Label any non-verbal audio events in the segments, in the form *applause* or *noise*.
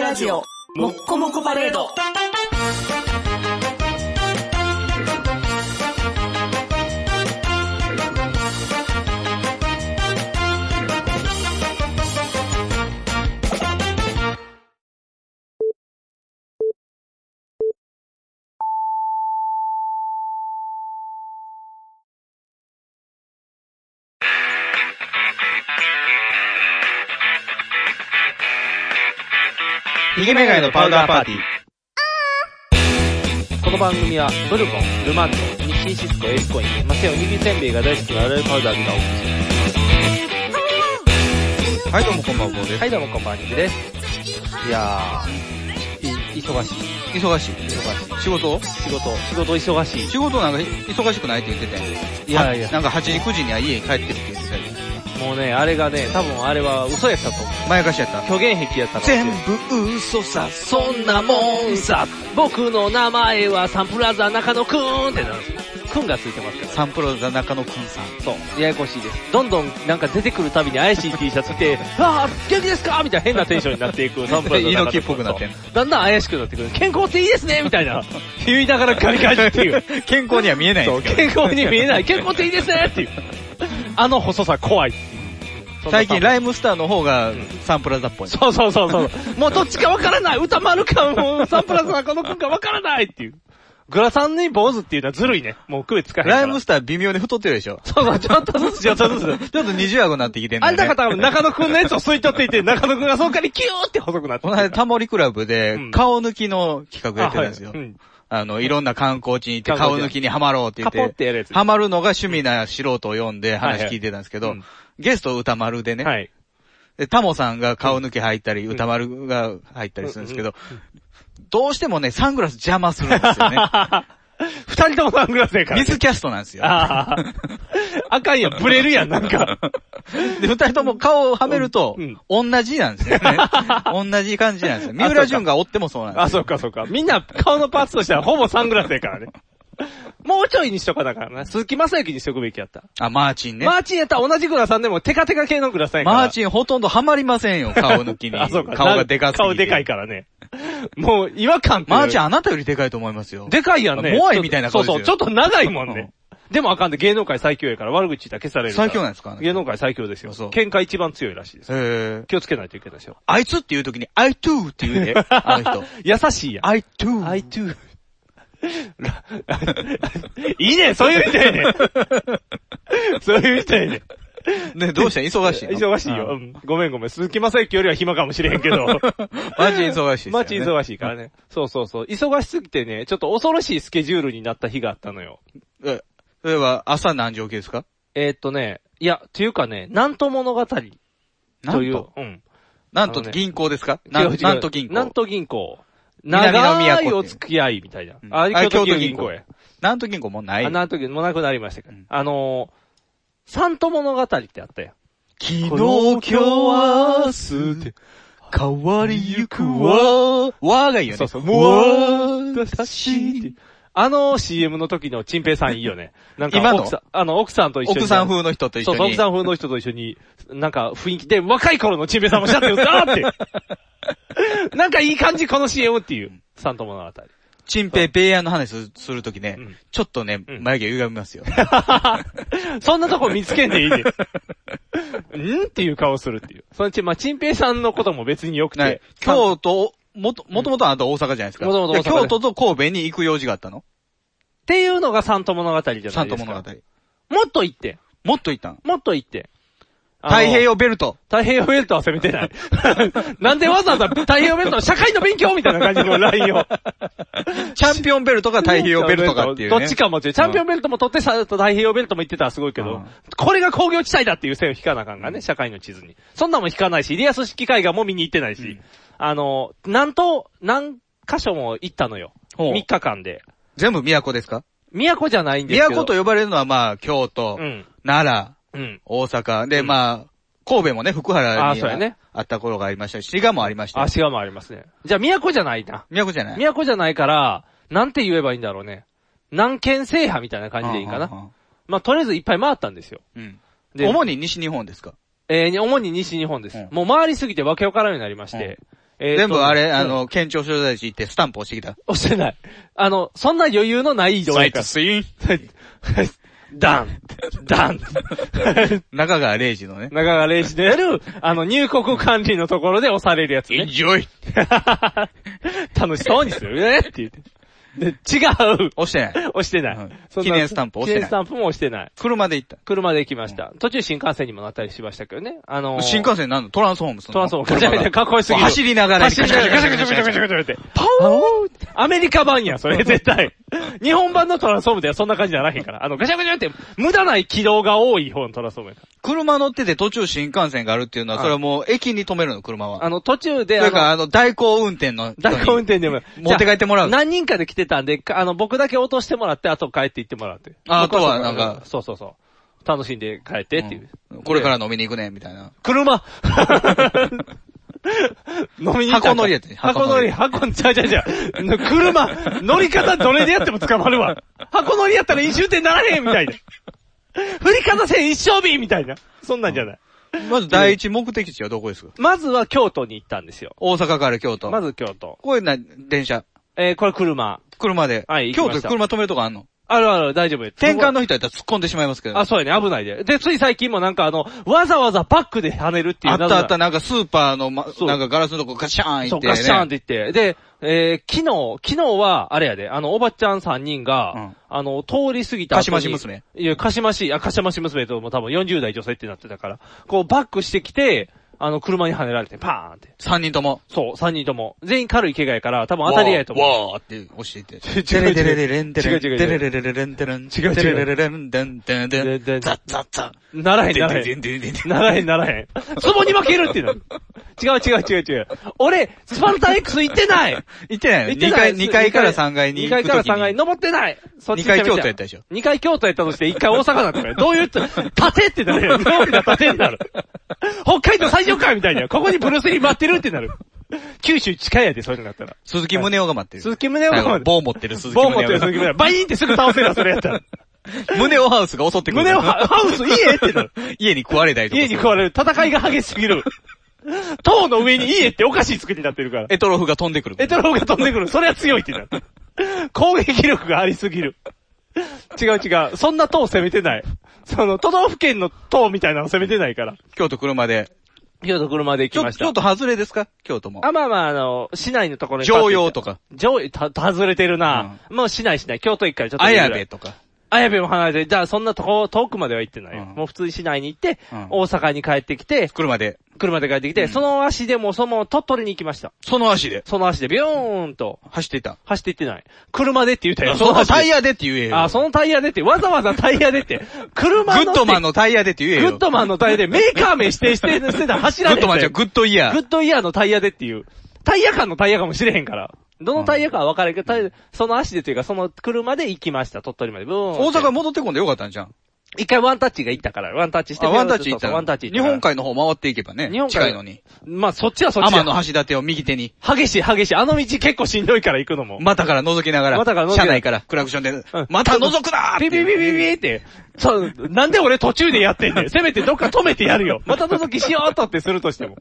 ラジオもっこもこパレードヒゲメガネのパウダーパーティー。この番組は、ブルボン、ルマンド、日清シスコ、エリコイン、マセオ、ニビせんべいが大好きなアライパウダーがお送りしはい、どうもこんばんは、坊ま。ですす。はい、どうもこんばんは、ニビです。いやー、い、忙しい、忙しい。忙し仕事い。仕事、仕事忙し仕事なんか忙しくないって言ってたやん。い。いやいや、なんか8時、9時には家に帰ってるって言ってたやん。もうね、あれがね、多分あれは嘘やったと思まやかしやったう。虚言癖やったから全部嘘さ。そんなもんさ、僕の名前はサンプラザ中野くーんってなるんですよ。くんがついてますから。サンプロザ中野くんさん。そう、ややこしいです。どんどんなんか出てくるたびに怪しい T シャツ着 *laughs* て、あー、元気ですかみたいな変なテンションになってい *laughs* く。サンプラザの中猪木っぽくなってんのそうだんだん怪しくなってくる。健康っていいですねみたい *laughs* な。言いながらガリガリっていう。健康には見えないんそでう、すけ *laughs* 健康に見えない。健康っていいですねっていう。あの細さ怖いっていうそど。んな最近ライムスターの方がサンプラザっぽい。そうそうそうそう。もうどっちかわからない。歌丸か、もうサンプラザ中野くんかわからないっていう。グラさんに坊主っていうのはずるいね。もう区別つかへんから。ライムスター微妙に太ってるでしょ。そうそう、ちょっとずつ、ちょっとずつ。ちょっと二重顎になってきてんだあよんね。た方は中野くんのやつを吸い取っていて、中野くんがそっからキューって細くなってこの間、タモリクラブでうん、顔抜きの企画やってたんですよあ。はいうんあの、いろんな観光地に行って観光顔地抜きにハマろうって言って。カポってやるやつハマるのが趣味な素人を読んではいはい話聞いてたんですけうどん、ゲスト歌丸でね、はい。でタモさんが顔抜き入ったり、歌丸が入ったりするんですけど、どうしてもね、サングラス邪魔するんです *laughs* よね。二人ともサングラスやから。ミスキャストなんですよ。ああ。あかんやん、ブレるやん、なんか。で、二人とも顔をはめると、同じなんですよ *laughs* ね。同じ感じなんですよ。三浦淳が追ってもそうなんですよあ、そっかそっか。みんな顔のパーツとしてはほぼサングラスやからね。もうちょいにしとかだからな。鈴木正幸にしとくべきやった。あ、マーチンね。マーチンやったら同じグラさんでもテカテカ系のグラさんやから。マーチンほとんどハマりませんよ、顔抜きに。あ、そうか。顔がでかすぎて。顔でかいからね。もう違和感っていうマーチンあなたよりでかいと思いますよ。でかいやんね。モアイみたいな顔ですそうよそう、ちょっと長いもんね。でもあかんで、芸能界最強やから悪口言ったら消されるから。最強なんですかね芸能界最強ですよ。そう喧嘩一番強いらしいです。えー、気をつけないといけないですよ。あいつっていう時に、I too って言う *laughs* ね、あの人。優しいやん。 I too。 I *laughs* do. *laughs* いいねそういう人や *laughs* ねそういう人やねね、どうした忙しいの *laughs* 忙しいよ。う。んごめんごめん。鈴木正幸よりは暇かもしれへんけど。マジ忙 *laughs* しいですよ、ね。マジ忙しいから *laughs* ね。そうそうそう。忙しすぎてね、ちょっと恐ろしいスケジュールになった日があったのよ。え例えば、朝何時起きですかえーっとね、いや、というかね、なんと物語という、なんと、うん。なんとあのね銀行ですかなん違う違うなんと銀行。なんと銀行。南の都長っていいうお付き合いみたいな。うんあ、あ京京都都銀銀行行や。なんと銀行もうないあ、。なんと銀行もなくなりましたけどうん。あのー、三と物語ってあったよ。昨日日、今今日日、明明日日って変わりゆくわわがいいよね。そうそう。もう、私ってあの CM の時のチンペイさんいいよね。なんか今の奥さん、あの奥さんと一緒に。奥さん風の人と一緒そうに。そう、奥さん風の人と一緒に、なんか雰囲気で、若い頃のチンペイさんもしゃってるあ *laughs* ーって。なんかいい感じ、この CM っていう。三と物語。チンペイ、ペイヤーの話すするときね、うんちょっとね、うん眉毛歪みますよ。そんなとこ見つけ *laughs* んでいいで。んっていう顔するっていう。そのち、まあ、チンペイさんのことも別に良くねて。京都、もと、もともとあなた大阪じゃないですか。もともと大阪で京都と神戸に行く用事があったのっていうのが三と物語じゃないですか。三都物語。もっと言って。もっと行ったのもっと言って。あの太平。洋ベルト。太平洋ベルトは攻めてない。 *laughs* なんでわざわざ太平洋ベルトの社会の勉強みたいな感じのラインを。チャンピオンベルトか太平洋ベルトかっていうね。 *laughs* どっち。かもちろん。チャンピオンベルトも取ってさ、太平洋ベルトも言ってたらすごいけうどん、これが工業地帯だっていう線を引かなあかんがね、社会の地図に。そんなもん引かないし、リアス式海岸も見に行ってないし、あの、なんと、何箇所も行ったのよ。ほう3日間で。全部都ですか都じゃないんですけど。都と呼ばれるのはまあ、京都、うん。奈うん。良、大阪。うで、んまあ、神戸もね、福原あにそうやねあった頃がありましたし、滋賀もありましたよ。足がもありますね。じゃあ、都じゃないな。都じゃない都じゃないから、なんて言えばいいんだろうね。南県制覇みたいな感じでいいかな。な。まあ、とりあえずいっぱい回ったんですよ。うん。で、主に西日本ですかえーに主に西日本です。うんもう回りすぎてわけわからんようになりまして、えーと全部あれ、あ、うんの、県庁所在地行ってスタンプ押してきた。押してない。あの、そんな余裕のない移動サやイかトらスイン。ダンダン中川玲二のね。中川玲司でやる、あの、入国管理のところで押されるやつエンね。ジョイ。楽しそうにするねって言って。で、違う押してない。押してないうん。そんな記念スタンプ押してない記念スタンプも押してない。車で行った。車で行きました。途中新幹線にもなったりしましたけどね。あのー、新幹線なんのトランスフォームするのトランスフォームめちゃめちゃかっこよすぎる走りながら。走りながらガチャガチャガチャガチャガチャガチャって。パオーアメリカ版や、それ絶対。日本版のトランスフォームではそんな感じじゃなへんから。あの、ガチャガチャって、無駄ない軌道が多い方のトランスフォームやから。車乗ってて途中新幹線があるっていうのは、あそれはもう駅に止めるの、車は。あの、途中で、というか、あの、あの、代行運転の人に。蛇行運転でも、持って帰ってもらうじゃあ何人かで来てたんで、かあの、僕だけ落としてもらって、あと帰って行ってもらうって。あ僕あとはなんかそうそうそう。楽しんで帰ってっていう。うんこれから飲みに行くね、みたいな。車飲みに行った箱んか乗りやって箱乗り、箱乗り、ちゃうちゃうちゃう。車、乗り方どれでやっても捕まるわ。箱乗りやったら飲酒店ならへんみたいな。振り方せん一生日みたいな。そんなんじゃない。まず第一目的地はどこですかまずは京都に行ったんですよ。大阪から京都。まず。ず京都。こういうな、電車。えー、これ車。車で。はい行京都きまでした車止めるとこあんのあるある、大丈夫。転換の人やったら突っ込んでしまいますけど。あ、そうやね、危ないで。で、つい最近もなんかあの、わざわざバックで跳ねるっていうあっ謎たなあった、なんかスーパーの、ま、そうなんかガラスのとこガシャーン行そっう、て、ね。ガッシャーンって言って。で、えー、昨日、昨日は、あれやで、あの、おばちゃん3人が、うんあの、通り過ぎた後に。かしまし娘。いや、かしまし、あ、かしまし娘とも多分40代女性ってなってたから、こう、バックしてきて、あの、車に跳ねられて、パーンって。三人とも。そう、3人とも。全員軽い怪我やから、多分当たり合いやと思う。わーわーって教えて。違う違うデレデレレンデレン違う違う違うデレレレレレンデレン違う違うデレレレレンデンデンデンででザッザッザならへッ。ん、ならへん。ンデンデンデンデンデンならへん、ならへん。ツボに負けるってなる。違う違う違う違う。俺、スパルタ X 行ってない行ってないの行って *laughs* 二ない階、二階から三階に行くと二きに。階から三階に登ってないそっち二階京都やったでしょ。二回京都やったとして、一回大阪だったから、どういうつ、立てってなるよ。大きな立てになる。北海道最上階みたいな。ここにブルースリー待ってるってなる。九州近いやで、そういうのなったら。鈴木宗男が待ってる。鈴木宗男が最後棒持ってる鈴木ボ宗ン持っ男てるが。鈴木宗男バイーンってすぐ倒せるわそれやったら。胸をハウスが襲ってくる。胸をハハウス、家ってなる。家に食われたりとか。家に食われる。戦いが激しすぎる。塔の上に家っておかしい作りになってるから。エトロフが飛んでくる。エトロフが飛んでくる。それは強いってなる。攻撃力がありすぎる。違う違う。そんな塔攻めてない。その、都道府県の塔みたいなの攻めてないから。京都車で。京都車で行ちょ、京都外れですか京都も。あ、まあまあ、あの、市内のところに。常用と。か、常用、た、外れてるな、もう市内市内。京都一回ちょっと。綾部。とか。綾部も離れてる。じゃあそんなとこ、遠くまでは行ってないよ。うんもう普通に市内に行って、うん大阪に帰ってきて、車で。車で帰ってきて、その足でもうそのまま鳥取に行きました。その足で。その足でビョーンと。走っていた。走っていってない。車でって言ったよ。そのタイヤヤでって言えよ。あ、そのタイヤでって、わざわざタイヤでって。グ車の。ッドマンの。のタイヤでって言えグよ。ッドマンのタイヤで、メーカー名指定して、してたら走らグなッい。ドマンじゃグッドイヤグー。ッドイヤーのタイヤでっていう。タイヤ感のタイヤかもしれへんから。どのタイヤかは分からんけど、タイヤその足でというか、その車で行きました、鳥取まで。ブーン大阪戻ってこんでよかったんじゃん。一回ワンタッチが行ったから、ワンタッチして。あ、ワンタッチ行ったそうそうらワンタッチ行っ日たから本。海の方回っていけばね。日本海近いのに。まあ、そっちはそっち天や。の橋立を右手に、激しい激しい。あの道結構しんどいから行くのも。股から覗きながら、股から覗きなが車ら内からクラクションでん、また覗くなーってピピピピピって。そう、なんで俺途中でやってんねん。せめてどっか止めてやるよ。また覗きしようとってするとしても。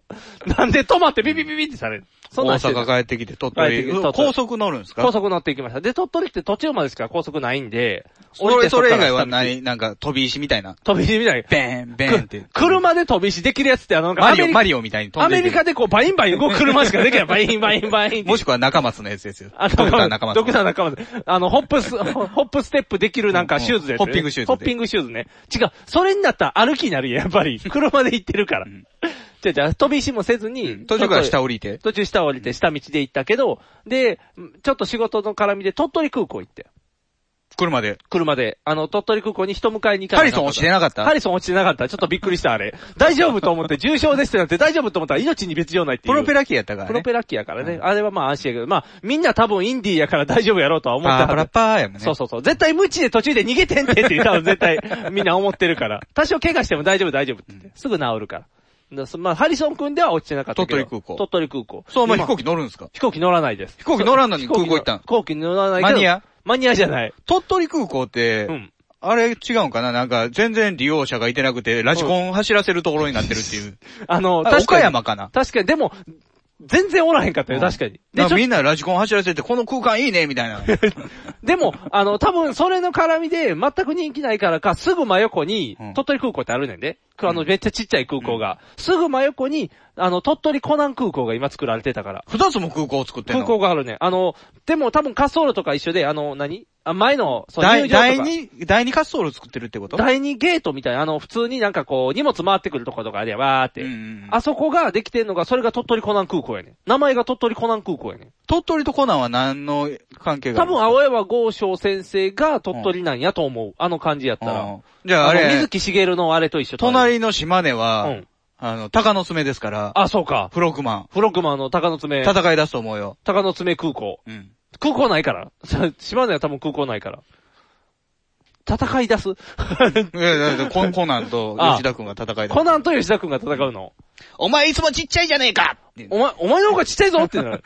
なんで止まってピピピピってされる。そんな大んしてない阪帰ってきて、鳥帰ってきて取。鳥取高速乗るんですか高速乗っていきました。で、鳥取って途中までしか高速ないんで、それ、それ以外はない。何、なんか飛び石みたいな。飛び石みたいな。ベーン、ベーンってく。車で飛び石できるやつってあの、なんかマアリメオ、リカマ、リオみたいに飛アんでメいリくカでこうバインバイン動く車しかできない。バインバインバインってもしくは中松のやつですよ。あドクター中松ド。クター中松。あの、ホ *laughs* ップス、ホホップステップできるなんかシューズです、ねうんホッピングシューズホッピングシューズね。違う。それになったら歩きになるよ、やっぱり。車で行ってるから。じゃあじゃあ飛び石もせずに、途中から下降り降りて。途中下降りて下道で行ったけど、で、ちょっと仕事の絡みで鳥取空港行って。車で。車で。あの、鳥取空港に人迎えに行かハなリいソン落ちてなかったハリソン落ちてなかった。ちょっとびっくりした、あれ。大丈夫と思って、重傷ですってなって、大丈夫と思ったら命に別状ないっていプう。ロペラ機やったからね。プロペラ機やからね。あれはまあ安心やけど、まあ、みんな多分インディーやから大丈夫やろうとは思ってパはるーパラパーやもんね。そうそうそう。絶対無知で途中で逃げてんてって多分 *laughs* 絶対みんな思ってるから。多少怪我しても大丈夫大丈夫って言って。すぐ治るから。だそまあ、ハリソン君では落ちてなかったけど。鳥取空港鳥取空港。そう、まあ今飛行機乗るんですか飛行機乗らないです。飛行機乗らんのに空港行ったん飛行機乗らないけど。マニアマニアじゃない。鳥取空港って、うん。あれ違うんかななんか全然利用者がいてなくて、ラジコン走らせるところになってるっていう。あの、あれ確か岡に山かな確かに、でも、全然おらへんかったよ、確かに。でなんしかょみんなラジコン走らせて、この空間いいね、みたいな。でも、あの、多分、それの絡みで、全く人気ないからか、すぐ真横にうん、鳥取空港ってあるねんで。くあの、うんめっちゃちっちゃい空港が。すぐ真横に、あの、鳥取コナン空港が今作られてたから。二つも空港を作ってん空の。港があるね。あの、でも多分滑走路とか一緒で、あの、何あ、前の、そう、入第場とか第二、第二滑走路作ってるってこと第二ゲートみたいな、あの、普通になんかこう、荷物回ってくるとことかで、わーって。うんうんうんあそこができてんのが、それが鳥取コナン空港やねん。名前が鳥取コナン空港やねん。鳥取とコナンは何の関係があ多る分、青山豪昌先生が鳥取なんやと思う。あの感じやったうら。んじゃああの水れ、木しげるのあれと一緒。隣の島根うはん、。あの、鷹の爪ですから、あ、そうか。フロクマン、フロクマンの鷹の爪、戦い出すと思うよ。鷹の爪空港。うん。空港ないから。 *laughs* 島根は多分空港ないから。戦い出 *laughs* すいや、だってココナンと吉田くんが戦い出すコ。ナンと吉田くんが戦うの。お前いつもちっちゃいじゃねえかってお前、お前の方がちっちゃいぞってなる。 *laughs*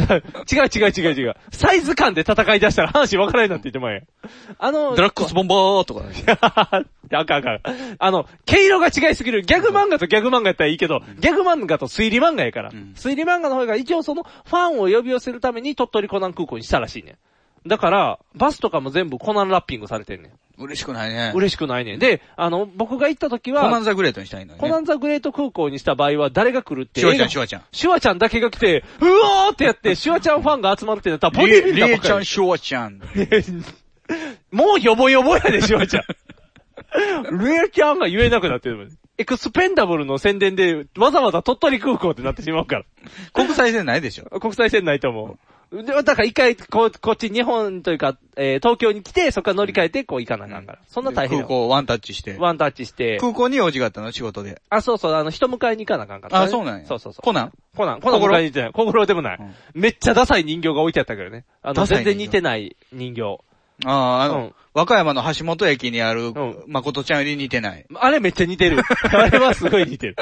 違う違う違う違う。サイズ感で戦い出したら話分からないなって言ってまえ。あの、ドラッグスボンバーとかね。あかんあかん。あの、毛色が違いすぎる。ギャグ漫画とギャグ漫画やったらいいけど、ギャグ漫画と推理漫画やから。うん推理漫画の方が一応そのファンを呼び寄せるために鳥取コナン空港にしたらしいねん。だから、バスとかも全部コナンラッピングされてんねん。嬉しくないね。嬉しくないねん。で、あの、僕が行った時コナは、ンザグレートにしたいのにコナね。ンザグレート空港にした場合は誰が来るってシュワちゃん、映シュ画ワちゃん。シュワちゃんだけが来て、うおーってやって、シュワちゃんファンが集まるってなったら、ボディビルダーリばエっちゃかん、シュワちゃん。り。 *laughs* もうヨボヨボやで、シュワちゃん。ルエちゃんが言えなくなってる。エクスペンダブルの宣伝で、わざわざ鳥取空港ってなってしまうから。国際線ないでしょ。国際線ないと思う。で、だから一回、こ、こっち日本というか、えー東京に来て、そこから乗り換えて、こう行かなあかんから。そんな大変でだ空港ワンタッチして。ワンタッチして。空港に用事があったの、仕事で。あ、そうそう、あの、人迎えに行かなあかんから。あ、そうなんや。そうそうそう。コナンコナン、コナン小五迎郎えに行ってない。小五郎でもない。めっちゃダサい人形が置いてあったけどね。あの、ダサい人形全然似てない人形。ああ、あの、うん和歌山の橋本駅にある、ん誠ちゃんより似てない。あれめっちゃ似てる。 *laughs* あれはすごい似てる。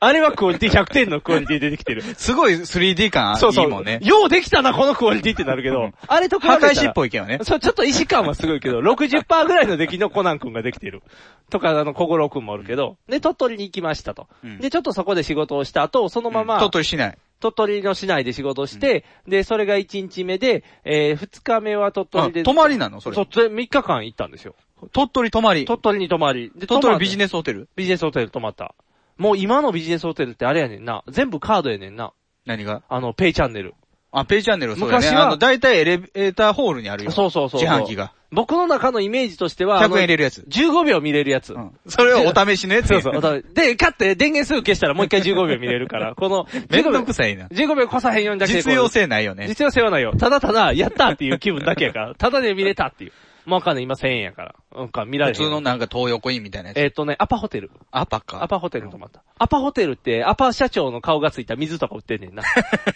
あれはクオリティ100点のクオリティで出てきてる。すごい 3D 感あそうそう。いいもんね。ようできたな、このクオリティってなるけど。あれと比べ破たら。壊しっぽいけどね。そう、ちょっと意志感はすごいけど、60%ぐらいの出来のコナン君ができてる。とか、あの、小五郎君もおるけど。で、鳥取に行きましたと。うんで、ちょっとそこで仕事をした後、そのまま、鳥取市内。鳥取の市内で仕事をして、で、それが1日目で、えー、2日目は鳥あ取で。泊まりなのそれそ。う、で3日間行ったんですよ。鳥取泊まり。鳥取に泊まり。で、鳥取ビジネネスホテルビジネスホテル泊まった。もう今のビジネスホテルってあれやねんな。全部カードやねんな。何があの、ペイチャンネル。あ、ペイチャンネルそうだね。昔はあの、大体エレベーターホールにあるよ。そうそうそうそう。自販機が。僕の中のイメージとしては、 100円入れる。るやつ。 15秒見れるやつ。うん。それはお試しのやつそやうそう。で、勝って電源すぐ消したらもう一回15秒見れるから、このめん15ど秒、くさいな。 15秒越さへんようにだけ実用性。性ないよね。実用性はないよ。ただただ、やったっていう気分だけやから。ただで見れたっていう。まあ、わかんない。今1000円やから。うんか、見られ普へ通ん。のなんか東横インみたいなやつ。えっ、とね、アパホテル。アパか。アパホテル泊まった。アパホテルって、アパ社長の顔がついた水とか売って *laughs* んねんな。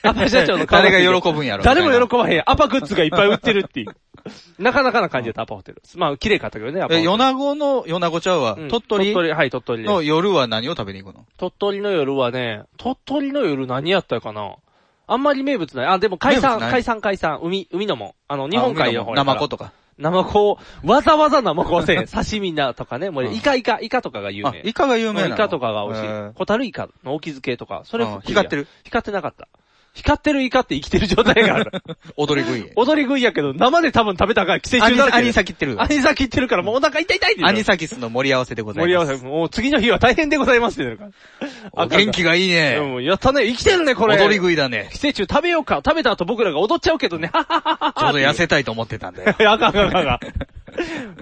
アパ社長の顔がつい誰てが喜ぶんやろ誰みたいもな喜ばへん。アパグッズがいっぱい売ってるっていう。なかなかな感じだった、アパホテル。まあ、綺麗かったけどね、アパホえ、テル。米子の、米子ちゃうわ。うん鳥取鳥取、はい、鳥取ですの。夜は何を食べに行くの鳥取の夜はね、鳥取の夜何やったかなあんまり名物ない。あ、でも解散、名物ない解散、解散。海、海のもん。あの、日本海の方あやから生子とか。生子を、わざわざ生子をせん。 *laughs* 刺身なとかね、もううんイカイカ、イカとかが有あ、名。イカが有名なのイカとかが美へ味しーい。ホタルイカの沖漬けとか、それうんも光ってる。光ってなかった。光ってるイカって生きてる状態が *laughs* ある。踊り食い。踊り食いやけど、生で多分食べたから寄生ア虫ニだらけアでニサキってる。アニサキってるからもうお腹痛い痛いって言うアニサキスの盛り合わせでござい盛り合まわす。せ、もう次の日は大変でございますって言うから。お元気がいいでね。もやったね、生きてるね、これ。踊り食いだね。寄生虫食べようか。食べた後僕らが踊っちゃうけ *laughs* どね。ははははちょうど痩せたいと思ってたんだよ。いやあかんあかんあかんあか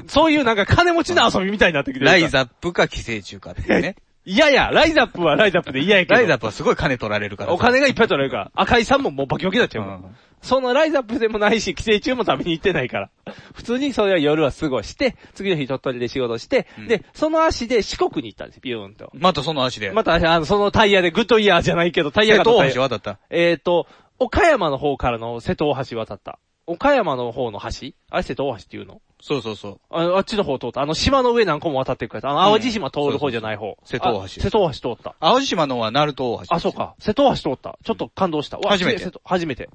ん。そういうなんか金持ちの遊びみたいになってきてる。ライ。ザップか寄生虫かって *laughs* いうね。いやいや、ライザップはライザップで嫌やけど。ライザップはすごい金取られるから。お金がいっぱい取られるから。赤井さんももうバキバキだっちゃうもん。うんそのライザップでもないし、寄生虫も食べに行ってないから。 *laughs* 普通にそれは夜は過ごして、次の日鳥取で仕事して、うんで、その足で四国に行ったんですよ、ビューンと。またその足で。また、あの、そのタイヤで、グッドイヤーじゃないけど、タイヤ瀬が戸乗った大橋渡った。えーと、岡山の方からの瀬戸大橋渡った。岡山の方の橋あれ瀬戸大橋っていうのそうそうそう。ああっちの方通った。あの島の上何個も渡っていくやつ。あの淡路島通る方じゃない方。そうそうそう瀬戸大橋あ瀬戸大橋通った。青島のは鳴門大橋。あ、そうか。瀬戸大橋通った。ちょっと感動した。わ初めて瀬戸初めて。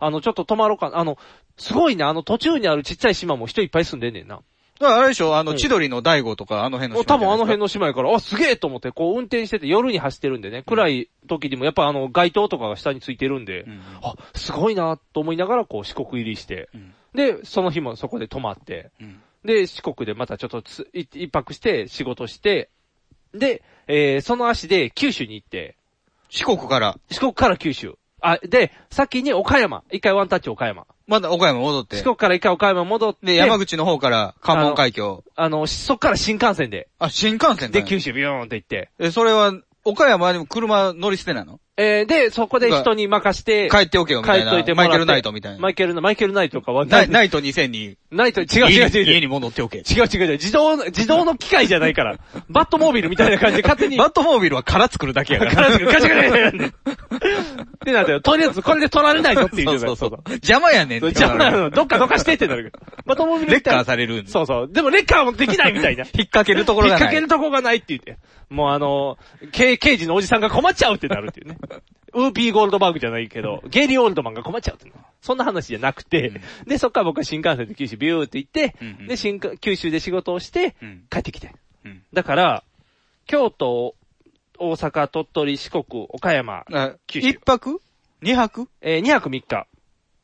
あの、ちょっと泊まろうかな。あの、すごいね。あの途中にあるちっちゃい島も人いっぱい住んでんねんな。だからあれでしょあうの、ん千鳥の大悟とか、あの辺のも人じゃないう多ですか。分あの辺の姉妹から、あ、すげえと思って、こう運転してて夜に走ってるんでね、暗い時にもやっぱあの街灯とかが下についてるんで、うんあ、すごいなと思いながらこう四国入りして、うんで、その日もそこで泊まって、うんで、四国でまたちょっとつい一泊して仕事して、で、えー、その足で九州に行って、四国から、四国から九州。あ、で、先に岡山。一回ワンタッチ岡山。まだ岡山戻って四、国から一回岡山戻って、で、山口の方から関門海峡。あの、そっから新幹線で、あ、新幹線かで、よ九州ビューンって行って、え、それは、岡山にも車乗り捨てなのえー、で、そこで人に任して、帰っておけよみ帰たいっな。といてもマらっイケて。ル・ナイトみたいな。マイケルナ、マイケルナイトかはナイない、ナイト2000に、ないと、違う違う違家うに家違う。に戻ってお *laughs* け。違う違う違う。自動の、自動の機械じゃないから。バットモービルみたいな感じで勝手に。バットモービルは空作るだけやかガ *laughs* ら。ラスがガシャガシャガシャってなったよ。とりあえずこれで取られないぞっていそう状態。うそうそう。邪魔やねんって。邪魔なの。どっかどっかしてってなるから。バットモービルレッみたいカーなされるんで。そうそう。でもレッカーもできないみたい引な。っ掛けるところ引がっ掛ない。けるとこがないって言って。もうあの、刑刑事のおじさんが困っちゃうってなるっていうね。 *laughs* ウーピーゴールドバーグじゃないけど、ゲイリー・オールドマンが困っちゃうっていうのそんな話じゃなくて、で、そっから僕は新幹線で九州ビューって行って、うんうんで、新幹九州で仕事をして、うん帰ってきて。うんだから、京都、大阪、鳥取、四国、岡山、あ九州一泊二泊えー、2泊3日、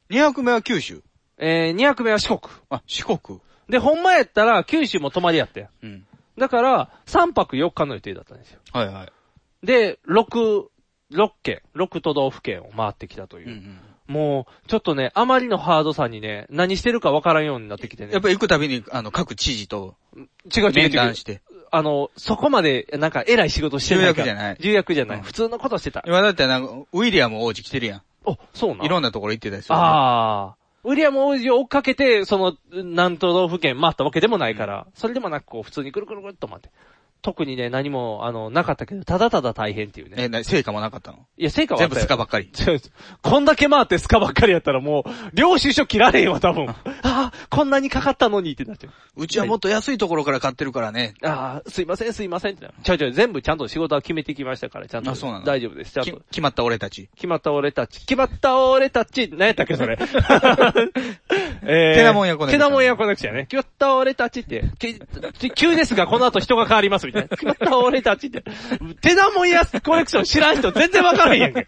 二泊目は九州。えー、2泊目は四国。あ、四国。で、ほんまやったら九州も泊まりやって。うん。だから、3泊4日の予定だったんですよ。はいはい。で、6、6県、6都道府県を回ってきたというう。んもう、ちょっとね、あまりのハードさにね、何してるかわからんようになってきてうんね。やっぱ行くたびに、あの、各知事と違う違う面違う談。して。あの、そこまで、なんか、偉い仕事してない重役から。じゃない重役じゃない。うん普通のことしてた。今だってなんか、ウィリアム王子来てるや。お、そうなんいろんなところ行ってたりする。ああ。ウィリアム王子を追っかけて、その、南都道府県回ったわけでもないから、それでもなくこう、普通にくるくるくるっと回って。特にね、何も、あの、なかったけど、ただただ大変っていうね。え、な、成果もなかったのいや、成果は全あった部よスカばっかり。違うこんだけ回ってスカばっかりやったらもう、領収書切られへんわ、多分。ああ、こんなにかかったのにってなっちゃう。うちはもっと安いところから買ってるからね。ああ、すいません、すいませんってなる。ちゃうちゃう、全部ちゃんと仕事は決めてきましたから、ちゃんと。あそうなの大丈夫です、ちゃんきと。決まった俺たち。決まった俺たち。決まった俺たち。何やったっけ、そ *laughs* れ。えーてなもんやこねくしゃてなもんやこねくしゃね。決まった俺たちって。きき急ですが、この後人が変わります、みたい *laughs* な。決まった俺たちって。 *laughs* てなもんやコネクション知らん人全然わからへんやん *laughs* け。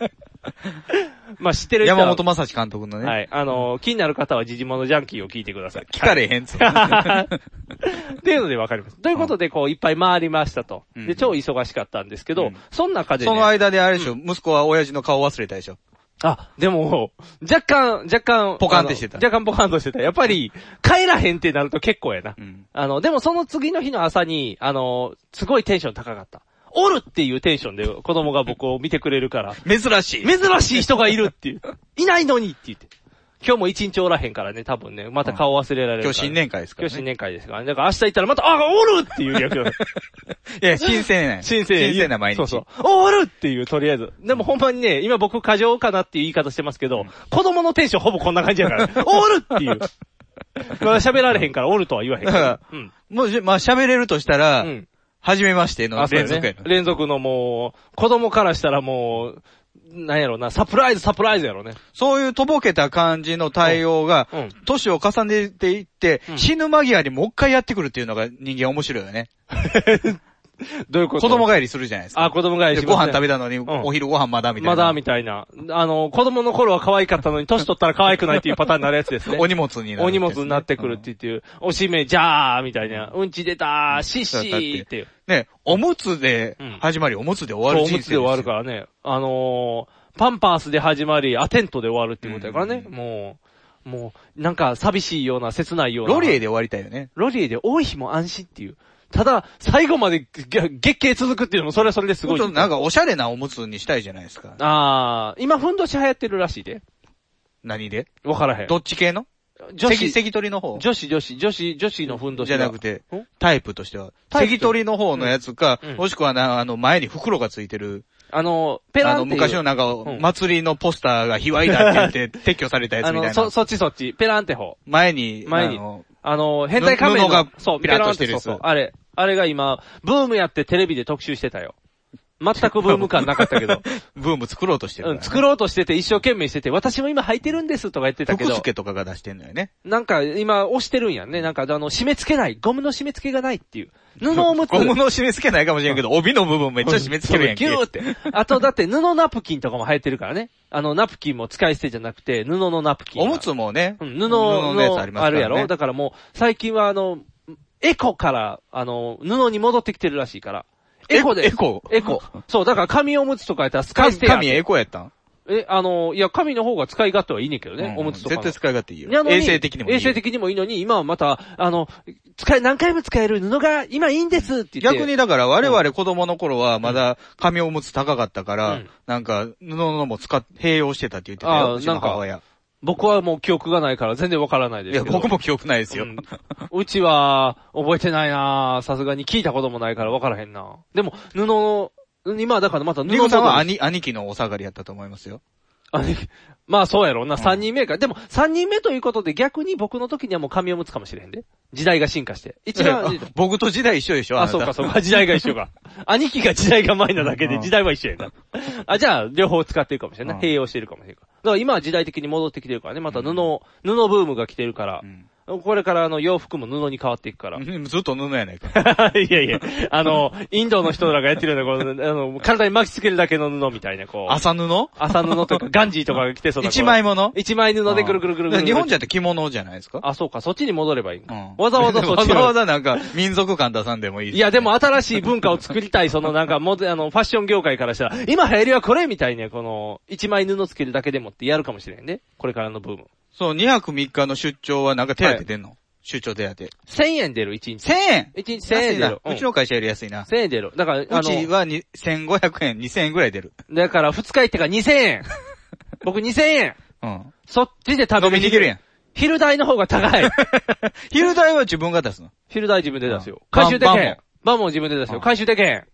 まあ知ってる人は山本正史監督のね。はい。あのー気になる方は時事モノジャンキーを聞いてください。聞かれへんっつって *laughs* *laughs* っていうのでわかります。ということで、こう、いっぱい回りましたと。うんで、超忙しかったんですけど、うんその中で、そね、の間であれでしょ、息子は親父の顔忘れたでしょ。あ、でも、若干、若干、ポカンってしてたあの若干ポカンとしてた。やっぱり、帰らへんってなると結構やな。うん。あの、でもその次の日の朝に、あの、すごいテンション高かった。おるっていうテンションで子供が僕を見てくれるから、珍しい。珍しい人がいるっていう。いないのにって言って。今日も一日おらへんからね、多分ね、また顔忘れられるか今ら、日新年会ですから、今ね。日新年会ですからね。だから明日行ったらまた、あ、おるっ *laughs* ていう逆いだ。や、新鮮な。新鮮新鮮な毎日。そうそう。おるっていう、とりあえず。でもほんまにね、今僕過剰かなっていう言い方してますけど、子供のテンションほぼこんな感じやから、おるっていう。まだ喋られへんから、おるとは言わへんから。うん。もうじ、まあ喋れるとしたら、うん。初めましてのあそう連やね続やな。連続のもう、子供からしたらもう、なんやろな、サプライズサプライズやろね。そういうとぼけた感じの対応がうんうん、年を重ねていって、うん死ぬ間際にもう一回やってくるっていうのが人間面白いよね。どういうこ子と供帰りするじゃないですか。あ、子供がいでご飯食べたのに、お昼ご飯まだみたいな。まだ、みたいな。あの、子供の頃は可愛かっ *laughs* たのに、年取ったら可愛くないっていうパターンになるやつですね。お荷物になる、お荷物になってくるっ。ていう、おしめ、じゃーみたいな、うんち出たー、しっしーっていう。ね、おむつでうん始まり、おむつで終わそう、るお人生むですつで終よ。わるからね。あのー、パンパースで始まり、アテントで終わるっていうことやからね。うんもう、もう、なんか寂しいような、切ないような。ロリエで。で終わりたいよね。ロリエで多い日も安心っていう。ただ、最後までげ月経続くっていうのも、それはそれですちょごっい。となんかおしゃれなおむつにしたいじゃないですか。あー、今、ふんどし流行ってるらしいで。何でわからへん。どっち系の女関、子、関取の方女子、女子、女子、女子のふんどしじが。ゃなくてん、タイプとしては。タイプ関取の方のやつかうんうん、もしくはな、あの、前に袋がついてる、あの、ペランあっていの、う昔のなんかう、ん祭りのポスターが卑猥だって言 *laughs* って、撤去されたやつあみたの、いそ、な。そっちそっち。ペランテホ。前に、前にあのあの、変態仮面の。布がそう、ピラッとンしてるやつそうそうあれ、あれが今、ブームやってテレビで特集してたよ。全くブーム感なか *laughs* ったけど。ブーム作ろうとしてるかうらね、ん、作ろうとしてて一生懸命してて、私も今履いてるんですとか言ってたけ福ど、助とかが出してんのよね。なんか今押してるんやんね。なんかあの、締め付けない。ゴムの締め付けがないっていう。布おむつ。ゴムの締め付けないかもしれんけど、帯の部分めっちゃ締め付けるやんけ。ギューって。あとだって布ナプキンとかも生えてるからね。あの、ナプキンも使い捨てじゃなくて、布のナプキンおが。むつもね、うん、布の、のやつありますからね。るやろだからもう、最近はあの、エコから、あの、布に戻ってきてるらしいから。エコで。エコエコ。そう、だから紙おむつとかやったら使い捨てやん神エコやったんえ、あの、いや、紙の方が使い勝手はいいねんけどね、うんおむつとか絶の。対使い勝手いいなよ。のに衛生的にもいいよ。衛生的にもいいのに、今はまた、あの、使い、何回も使える布が今いいんですって言って。逆にだから我々子供の頃はまだ紙おむつ高かったから、うんなんか布のも使っ、併用してたって言ってたあよ、ーうちの母親。僕はもう記憶がないから全然わからないでいすや、けど。僕も記憶ないですよ。うんうちは、覚えてないなぁさすがに聞いたこともないから分からへんなでも、布の、今だからまた布リゴさんはの。兄、兄貴のお下がりやったと思いますよ。あねまあそうやろうな、ん3人目か。でも、3人目ということで逆に僕の時にはもう紙を持つかもしれへんで。時代が進化して。一番、僕と時代一緒でしょあ、そうか、そうか、時代が一 *laughs* 緒か。兄貴が時代が前なだけでうん時代は一緒やな。あ、じゃあ、両方使ってるかもしれんない。うん併用してるかもしれんから。だから今は時代的に戻ってきてるからね、また布、布ブームが来てるからう、んこれからあの洋服も布に変わっていくから。うんずっと布やないか。 *laughs* いやいや、あの、インドの人らがやってるような、この、あの、体に巻きつけるだけの布みたいな、こう、麻布麻布とか、ガンジーとかが着てそうな。一枚物こう。一枚布でくるくるくるくうる。ん日本じゃって着物じゃないですかあ、そうか、そっちに戻ればいいんうかんわざわざそっわちにざわざなんか民族感出さんでもいいいや、でも新しい文化を作りたい、そのなんか、もう、あの、ファッション業界からしたら、今流行りはこれみたいに、この、一枚布つけるだけでもってやるかもしれんね。これからのブーム。そう、2泊3日の出張はなんか手当て出んの、出張手当て。 1000円出る、1日。 1000円1日1000円出る。安いなううんちの会社より安いな。 1000円出る。だから、あうちの、はに1500円、2000円ぐらい出る。だから2日行ってから2000円。僕2000円。うん。そっちで食べ飲みに行けるやん。昼代の方が高 *laughs* い。昼代は自分が出すの。昼代自分で出すようん。回収でけ晩ん晩。晩も自分で出すうよ。ん回収でけん。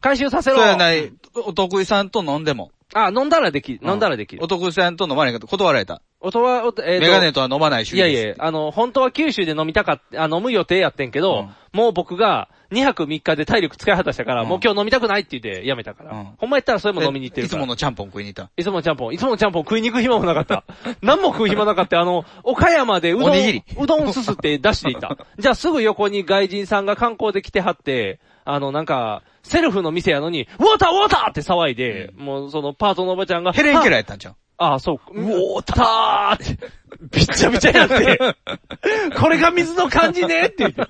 回収させそろ。うやない、お得意さんと飲んでも。あ、飲んだらでき、飲んだらできおる。得意さんと飲まないかと断られた。音は、おとえーとメガネとは飲まない主い義でやす。いや、あの、本当は九州で飲みたかった、あ飲む予定やってんけど、もう僕が2泊3日で体力使い果たしたから、うんもう今日飲みたくないって言ってやめたから。うんほんまやったらそれもで飲みに行ってるいつかもら。のちゃんぽん食いに行った。いつものちゃんぽん。いつものちゃんぽん食いに行く暇もなか *laughs* った。何も食う暇なかった。あの、岡山でうどん、おにぎりうどんすすって出してい *laughs* た。じゃあすぐ横に外人さんが観光で来てはって、あのなんか、セルフの店やのに、ウォーターウォーターって騒いで、もうそのパートのおばちゃんが、ヘレンケラーやったんちゃうああ、そう。ウォーターって、びっちゃびちゃや *laughs* って、これが水の感じねって言って。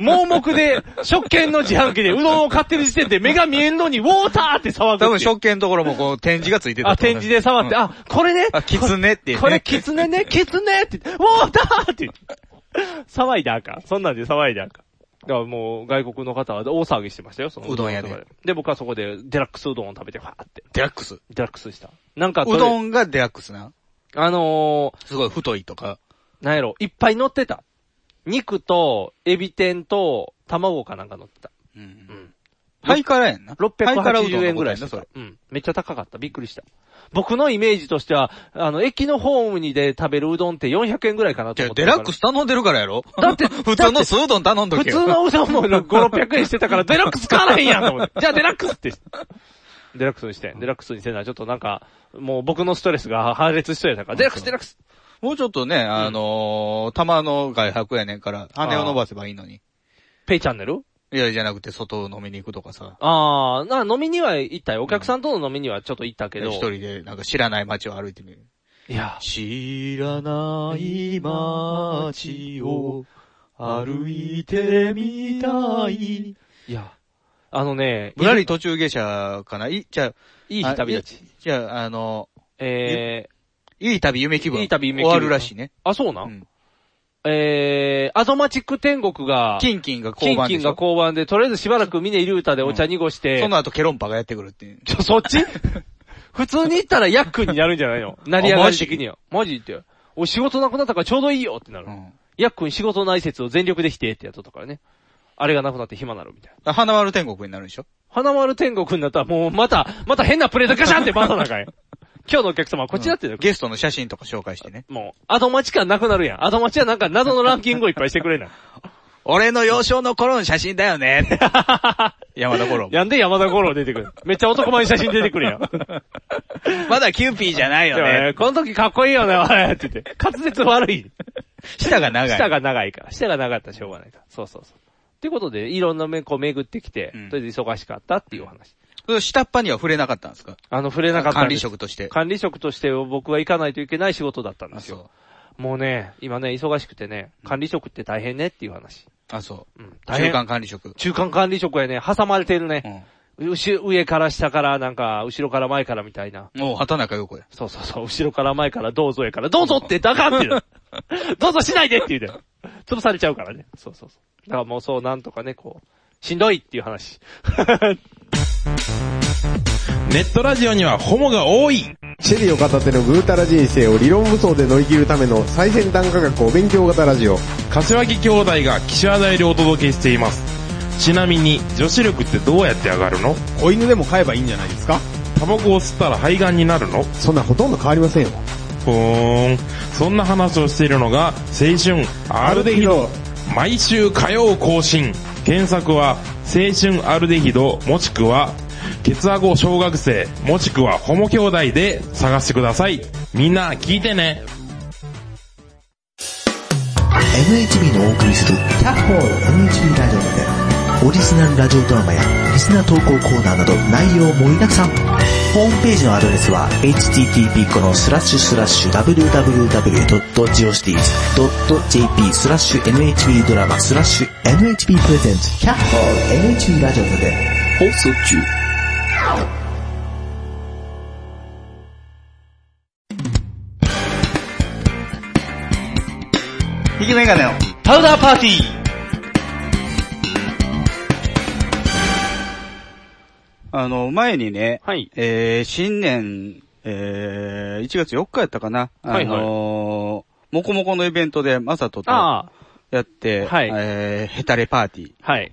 盲目で、食券の自販機でうどんを買ってる時点で目が見えんのに、ウォーターって騒ぐっていう。多分食券のところもこう展示がついてた。あ、展示で触って、うん、あ、これね。あ、キツネっていうねこれ、キツネね、 *laughs* キツネって言って、ウォーターって言って。騒いだらあかん。そんなんで騒いだらあかん。だからもう、外国の方は大騒ぎしてましたよ、そのうどん屋とでかで、僕はそこで、デラックスうどんを食べて、ファーって、デラックス。うデラックスした。なんか、どん、んがデラックスな。あのすごい太いとか。ー、なんやろ、いっぱい乗ってた。肉と、エビ天と、卵かなんか乗ってた。う。うんん。ハイカラやんな。ハイカラうどん680の円こぐとやらいんしたな、それ。うん。めっちゃ高かった。びっくりした。僕のイメージとしては、あの、駅のホームにで食べるうどんって400円ぐらいかなとじゃあ思ってデたから。ラックス頼んでるからやろだっ *laughs* て普通の酢うどん頼んど普け通よ。のうど *laughs* んも5、600円してたから、デラックス買わないやんと思って。じゃあデラックスって。デラックスにして、デラックスにしてな、ちょっとなんか、もう僕のストレスが破裂しそうやったから、デラックス、デラックスもうちょっとね、あのー、玉の外泊やねんから、羽を伸ばせばいいのに。ペイチャンネルいや、じゃなくて外を飲みに行くとかさ。あー、な、飲みには行ったよ。お客さんとの飲みにはちょっと行ったけど。一人で、なんか知らない街を歩いてみる。いや、知らない街を歩いてみたい。いや、あのね、ぶらり途中下車かないじゃあ、いい日旅立ち。じゃあ、あの、えいい旅夢気分。いい旅夢気分終わるらしいね。ー、あ、そうなうんん。えー、アドマチック天国が、キンキンがキ交ン番キでンしがょ。交番で、とりあえずしばらく峰竜太でお茶濁して、その後ケロンパがやってくるっていう。ちょ、そっち *laughs* 普通に行ったらヤックンになるんじゃない *laughs* の成り上がり的には。マジって。お仕事なくなったからちょうどいいよってなる。うん。ヤックン仕事ない説を全力で否定ってやっとったからね。あれがなくなって暇なるみたいな。花丸天国になるでしょ花丸天国になったらもうまた、また変なプレートガシャンって回さなあ *laughs* かんやん。今日のお客様はこっちだってよ。ゲストの写真とか紹介してね。もう、アドマチ感なくなるやん。アドマチはなんか謎のランキングをいっぱいしてくれな。 *laughs* 俺の幼少の頃の写真だよね。山田五郎も。やんで山田五郎出てく *laughs* る。めっちゃ男前の写真出てくるやん。まだキューピーじゃないよでもね。この時かっこいいよね、おいって言って。滑舌悪い。舌が長い。舌が長いから。舌が長かったらしょうがないから。そうそうそう。ってことで、いろんな面こう巡ってきて、うんとりあえず忙しかったっていうお話。それ下っ端には触れなかったんですかあの、触れなかったん管で理す。職として。管理職として僕は行かないといけない仕事だったんであ、すそうよ。。もうね、今ね、忙しくてね、管理職って大変ねっていう話。あ、そう。うん、大中変。間管理職。中間管理職やね、挟まれてるね。ううし上から下から、なんか、後ろから前からみたいな。ん。もう畑中陽子や。そうそうそう、後ろから前からどうぞやから、どうぞってだかんって言う *laughs* のどうぞしないでって言うて。潰されちゃうからね。そうそうそう。だからもうそう、なんとかね、こう、しんどいってい *laughs* う話。ネットラジオにはホモが多いシェリーを片手のぐうたら人生を理論武装で乗り切るための最先端科学お勉強型ラジオ。柏木兄弟が岸和田よりお届けしています。ちなみに、女子力ってどうやって上がるの子犬でも飼えばいいんじゃないですかタバコを吸ったら肺がんになるのそんなんほとんど変わりませんよ。ふーん。そんな話をしているのが、青春アルデヒド。毎週火曜更新。検索は、青春アルデヒド、もしくは、ケツアゴ小学生、もしくはホモ兄弟で探してください。みんな聞いてね。 NHB のお送りする「キャッホール NHB ラジオ」でオリジナルラジオドラマやリスナー投稿コーナーなど内容盛りだくさんホームページのアドレスは http このスラッシュスラッシュ www.geocities.jp スラッシュ NHB ドラマスラッシュ NHB プレゼンツキャッホール NHB ラジオで放送中引きメガネを。パウダーパーティーあの、前にね、はい。えー、新年、えー、1月4日やったかな。あのーはいはいもこもこのイベントで、まさととやあって、はいえー、ヘタレパーティー。あ、はい。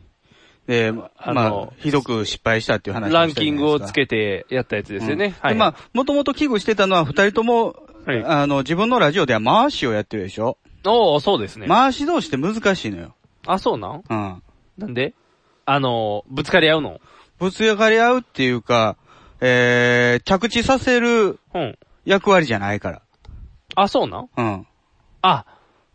で、まあまのあ、ひどく失敗したっていう話ランキングをつてけてやったやつですよね。はで、い。まあ、もともと危惧してたのは二人とも、はいあの、自分のラジオでは回しをやってるでしょ、おー、そうですね。回し同士って難しいのよ。あ、そうなんうん。なんであのー、ぶつかり合うのぶつやかり合うっていうか、えー、着地させるうん。役割じゃないから。あ、そうなんうん。あ、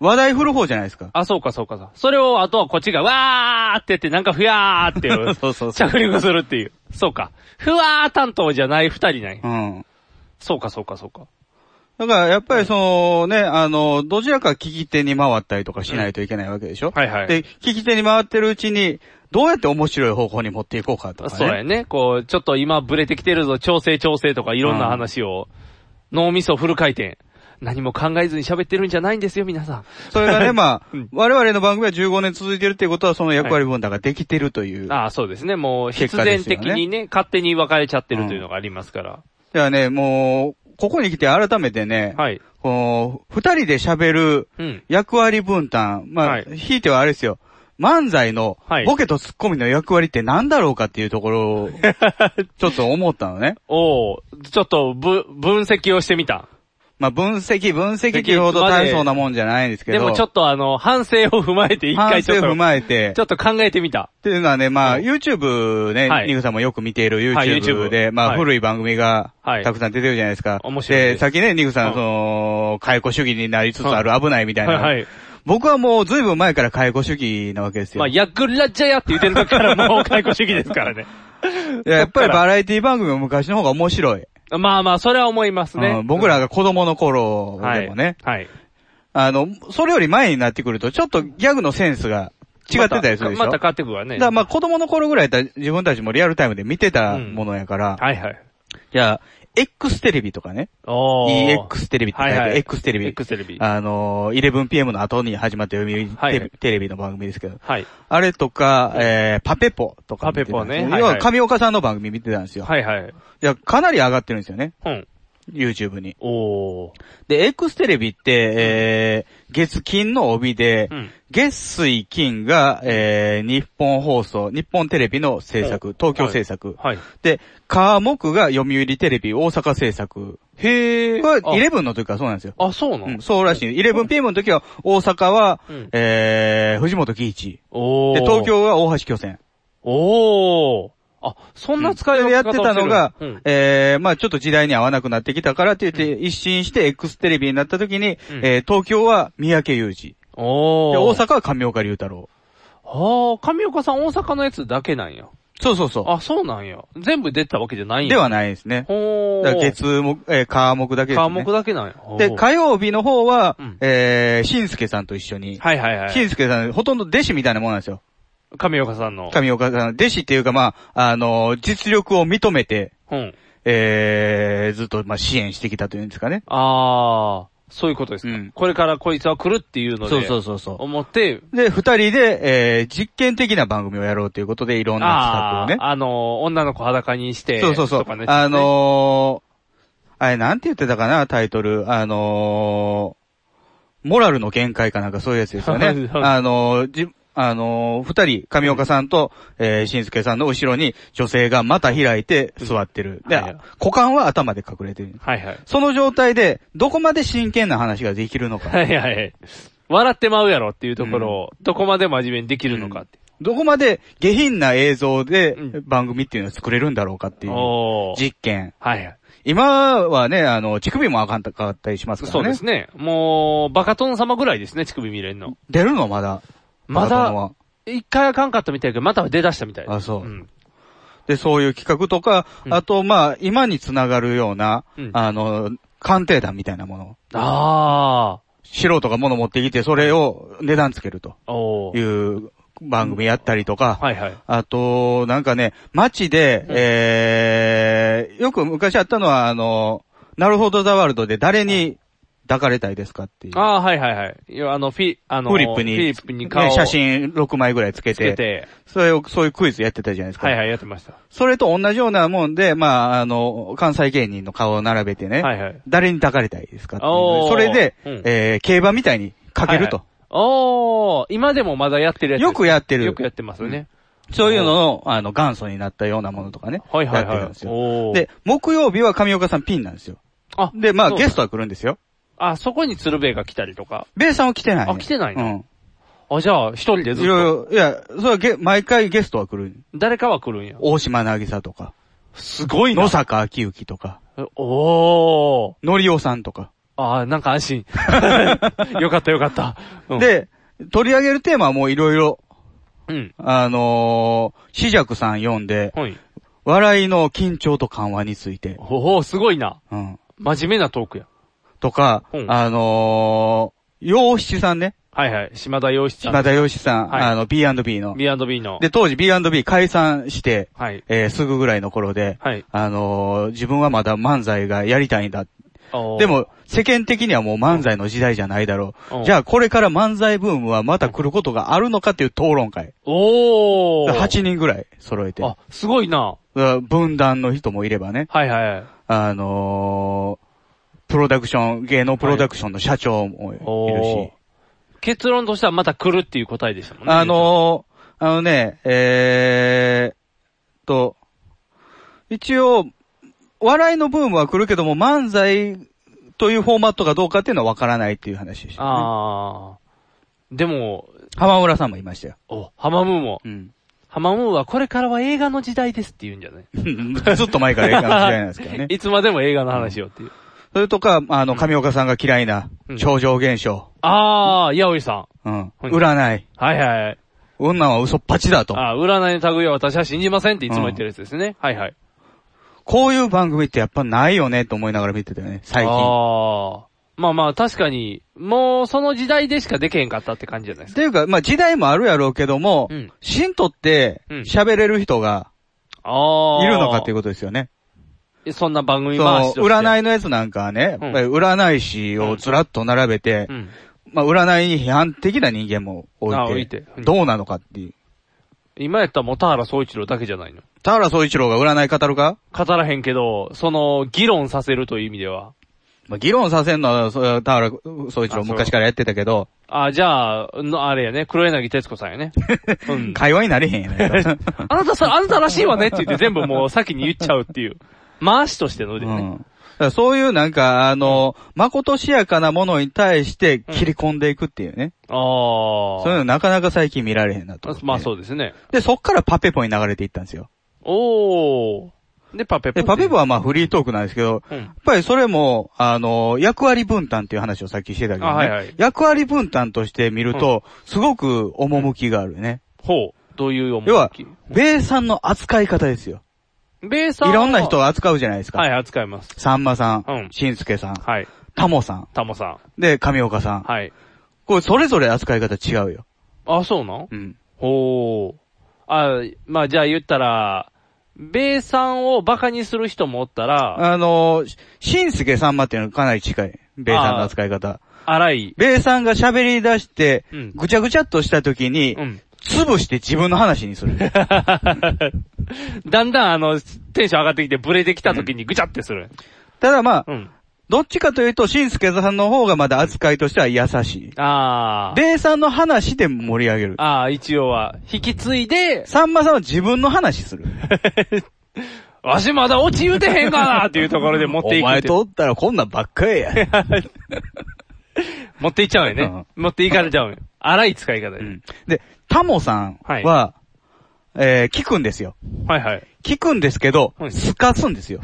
話題振る方じゃないですか。あ、そうかそうかそう。それを、あとはこっちが、わーって言って、なんかふやーっていう、 *laughs* そうそうそう。着陸するっていう。そうか。ふわー担当じゃない二人ない。うん。そうかそうかそうか。だから、やっぱりそのね、あの、どちらか聞き手に回ったりとかしないといけないわけでしょ、はいはいで、聞き手に回ってるうちに、どうやって面白い方向に持っていこうかとかね。そうやね。こう、ちょっと今ブレてきてるぞ、調整調整とかいろんな話を、脳みそフル回転。何も考えずに喋ってるんじゃないんですよ、皆さん。それが *laughs* ね、まあうん、我々の番組は15年続いてるっていうことは、その役割分担ができてるという。だかああ、そうですね。もう、必結果で然すよね的にね、勝手に分かれちゃってるというのがありますから。らね、もう、ここに来て改めてね、はい。この、二人で喋るうん。役割分担、まはあ、いひいてはあれですよ、漫才のはい、ボケとツッコミの役割って何だろうかっていうところ *laughs* を、ちょっと思ったのね。おおちょっと、ぶ、分析をしてみた。まあ、分析、分析っていうほど大層なもんじゃないんですけでど、もちょっとあの、反省を踏まえて一反回ちょ省っを踏と、まえてち、ょっと考えてみた。っていうのはね、まあ、YouTube ね、はいニグさんもよく見ているはい YouTube で、 YouTube まはあ、い古い番組が、はいたくさん出てるじゃないですか。面白いですで、さっきね、ニグさうんん、その、解雇主義になりつつある危ないみたいはいはな。い。僕はもう、ずいぶん前から解雇主義なわけですまよ。あ、いヤクラジャヤって言ってる時からもう解雇主義です *laughs* からね。ややっぱりバラエティ番組は昔の方が面白い。まあまあ、それは思いますうねん。僕らが子供の頃はい、でもね、はい。あの、それより前になってくると、ちょっとギャグのセンスが違ってたりするでしょ。まただか買ってくわね。らまあ、子供の頃ぐらいだったら自分たちもリアルタイムで見てたものやから、はいはい。じゃあ、X テレビとかね。おー。 EX テレビって書いてある、はいはい X テレビ。 X テレビ。あのー、11pm の後に始まった読売テレビ,、はいはいテレビの番組ですけど、はい。あれとか、えー、パペポとか見てたんですよ。パペポねはいはい要は、上岡さんの番組見てたんですよ。はいはい。いや、かなり上がってるんですよね。うん。 YouTube に。おー。で、X テレビって、えー、月金の帯で、うん。月水金が、えー、日本放送、日本テレビの制お作、東京制作。はい。で、川木が読売テレビ大阪制作。へー。これ、あ11の時からそうなんですよ。あ、そうなうんのそうらしい。11PM の時は大阪は、うんえー、藤本喜一。おー。で、東。京は大橋巨泉。おー。あ、そんな使い分けやっ方てをしてるたのが、うんえー、まあちょっと時代に合わなくなってきたからって言って、一新して X テレビになった時に、うんえー、東京は三宅裕二。おで、ー。大阪は神岡龍太郎。ああ、神岡さん大阪のやつだけなんや。そうそうそあ、そうなんや。全部出てたわけじゃないんう。や。ではないですね。ほー。だから月木、えー、火木だけですね。科目だけなんや。で、ほう火曜日の方は、うんえー、しんすけさんと一緒に。はいはいはしい。んすけさん、ほとんど弟子みたいなもんなんですよ。神岡さんの。神岡さん、弟子っていうか、まあ、あの、実力を認めて、うん。えー、ずっと、まあ、支援してきたというんですかね。ああ、そういうことですか。うんこれからこいつは来るっていうので。そうそうそうそう。思って、で、二人で、えー、実験的な番組をやろうということで、いろんな企画あーをね。あの、女の子裸にして、そうそうそうと。かねあ、のー、あれ、なんて言ってたかな、タイトル。あのー、モラルの限界かなんかそういうやつです *laughs* よね。あのー、じ、あのー、二人、上岡さんと、えー、新助さんの後ろに女性がまた開いて座ってる。うんで、はいはい股間は頭で隠れてる。はいはい。その状態で、どこまで真剣な話ができる *laughs* のか。はいはい。笑ってまうやろっていうところを、どこまで真面目にできるのかって。どこまで下品な映像でうん番組っていうのを作れるんだろうかっていうおー。実験。はいはい。今はね、あの、乳首もあかんかったりしますからね。そうですね。もう、バカ殿様ぐらいですね、乳首見れんの。出るのまだ。まバカ殿だ、は一回あかんかったみたいだけど、また出だしたみたいですあそうんで、そういう企画とか、うんあと、まあ、今につながるような、うんあの、鑑定団みたいなもの。あ素人が物持ってきて、それを値段つけるとあ。おいー。う番組やったりとか、はいはい。あと、なんかね、街で、えー、よく昔あったのは、あの、なるほどザワールドで誰に抱かれたいですかっていう。ああ、はいはいはい。いやあの、フィ、あの、フリップに、フリップに顔をね写真6枚ぐらいつけつけて、て、それを、そういうクイズやってたじゃないですか。はいはい、やってました。それと同じようなもんで、まあ、あの、関西芸人の顔を並べてね、はいはい。誰に抱かれたいですかっていうおーそれで、うんえー、競馬みたいにかけると。はいはい。おー、今でもまだやってるやつ。よくやってるよくやってますよね。そういうのの、あの、元祖になったようなものとかね。はいはいやってはるんいです。よ。おーで、、木曜日は上岡さんピンなんですよ。あ、で、まあ、そうゲストは来るんですよ。あ、そこに鶴瓶が来たりとか。ベイさんは来てない、ね。あ来てないうんね。あ、じゃあ、一人でずっいと。ろいろ、いや、それはゲ、毎回ゲストは来る。誰かは来るんや。大島なぎさとか、すごい野坂昭之とか、おー。のりおさんとか。あー、なんか安 *laughs* 心。よかったよかった。うん、で、取り上げるテーマはもういろいろ、うん。あのー、死弱さん読んで、はい。笑いの緊張と緩和について、おー、すごいな。うん。真面目なトークや。とか、うんあのー、洋七さんね。はいはい。島田洋七さん。島田洋七さん、はいあの、B&B の。 B&B の。で、当時 B&B 解散して、はい。えーすぐぐらいの頃で、はい。あのー自分はまだ漫才がやりたいんだ。おーで、も、世間的にはもう漫才の時代じゃないだろうんう。じゃあ、これから漫才ブームはまた来ることがあるのかっていう討論会。おー。 8人ぐらい揃えて。あ、すごいな。分断の人もいればね。はいはい。あのー、プロダクション、芸能プロダクションの社長もいるし、おー結論としてはまた来るっていう答えでしたもんね。あのー、あのね、えー、と、一応、笑いのブームは来るけども、漫才というフォーマットがどうかっていうのは分からないっていう話でした、ね。あー。でも、浜村さんもいましたよ。お、ハマムーもう。ん。ハマムーはこれからは映画の時代ですって言うんじゃない *laughs* ずっと前から映画の時代なんですけどね。いつまでも映画の話よっていう。それとか、あの、上岡さんが嫌いなう、ん超常現象、あー、やおいさん。うん、はい占い、はいはい。女は嘘っぱちだと。あー、占いの類は私は信じませんっていつも言ってるやつですね。はいはい。こういう番組ってやっぱないよねと思いながら見てたよね、最近。あー。まあまあ確かに、もうその時代でしかできへんかったって感じじゃないですっか。ていうか、まあ時代もあるやろうけども、うん信徒ってうん喋れる人があー。いるのかっていうことですよね。そんな番そ組回のし、として。占いのやつなんかはね、うんやっぱり占い師をずらっと並べて、うん。まあ占いに批判的な人間も置あ置いいてて、うんどうなのかっていう。今やったらもう田原総一郎だけじゃないの。田原総一郎が占い語るか語らへんけど、その、議論させるという意味では。まあ議論させんのは、それは田原総一あそ郎う昔からやってたけど、あ、じゃあ、のあれやね、黒柳徹子さん *laughs* やね。うん。会話になれへんやない *laughs* か。あなたさ、あなたらしいわねって言って全部もう先に言っちゃうっていう。回しとしてのでうね。ん。だからそういうなんか、あの、まことしやかなものに対して切り込んでいくっていうね。ああ。そういうのなかなか最近見られへんなと思って。まあそうですね。で、そっからパペポに流れていったんですよ。おー。で、パペポ。で、パペポはまあフリートークなんですけど、うやん。っぱりそれも、あの、役割分担っていう話をさっきしてたけどね。あはいはい役割分担として見ると、すごく趣があるよね。ほう。どういう思い要は、米さんの扱い方ですよ。ベースいろんな人を扱うじゃないですか。はい、扱います。さんまさん、うんしんすけさん、はい。タモさん、タモさん。で、上岡さん。はい。これそれぞれ扱い方違うよ。あ、そうなんうん。ほう。あ、まあじゃあ言ったら、ベイさんをバカにする人もおったら、あの、ししんすけさんまっていうのがかなり近い。米さんの扱い方。荒い。米さんが喋り出してうん、ぐちゃぐちゃっとした時にう、ん。 *laughs* 潰して自分の話にする。だんだんあの、テンション上がってきてブレてきた時にぐちゃってする。ただまあう、ん。どっちかというと、しんすけさんの方がまだ扱いとしては優しい。ああ。、米さんの話で盛り上げる。ああ、一応は、引き継いで、 *laughs* さんまさんは自分の話する。わしまだ落ち言うてへんがなっていうところで持っていおくっ前てとおったらこんなんばっかりや。持っていっちゃうよね。持っていかれちゃうよ。荒い使い方で。うんで、タモさんは、えー聞くんですよ。はいはい。聞くんですけど *laughs* は、いすかすんですよ。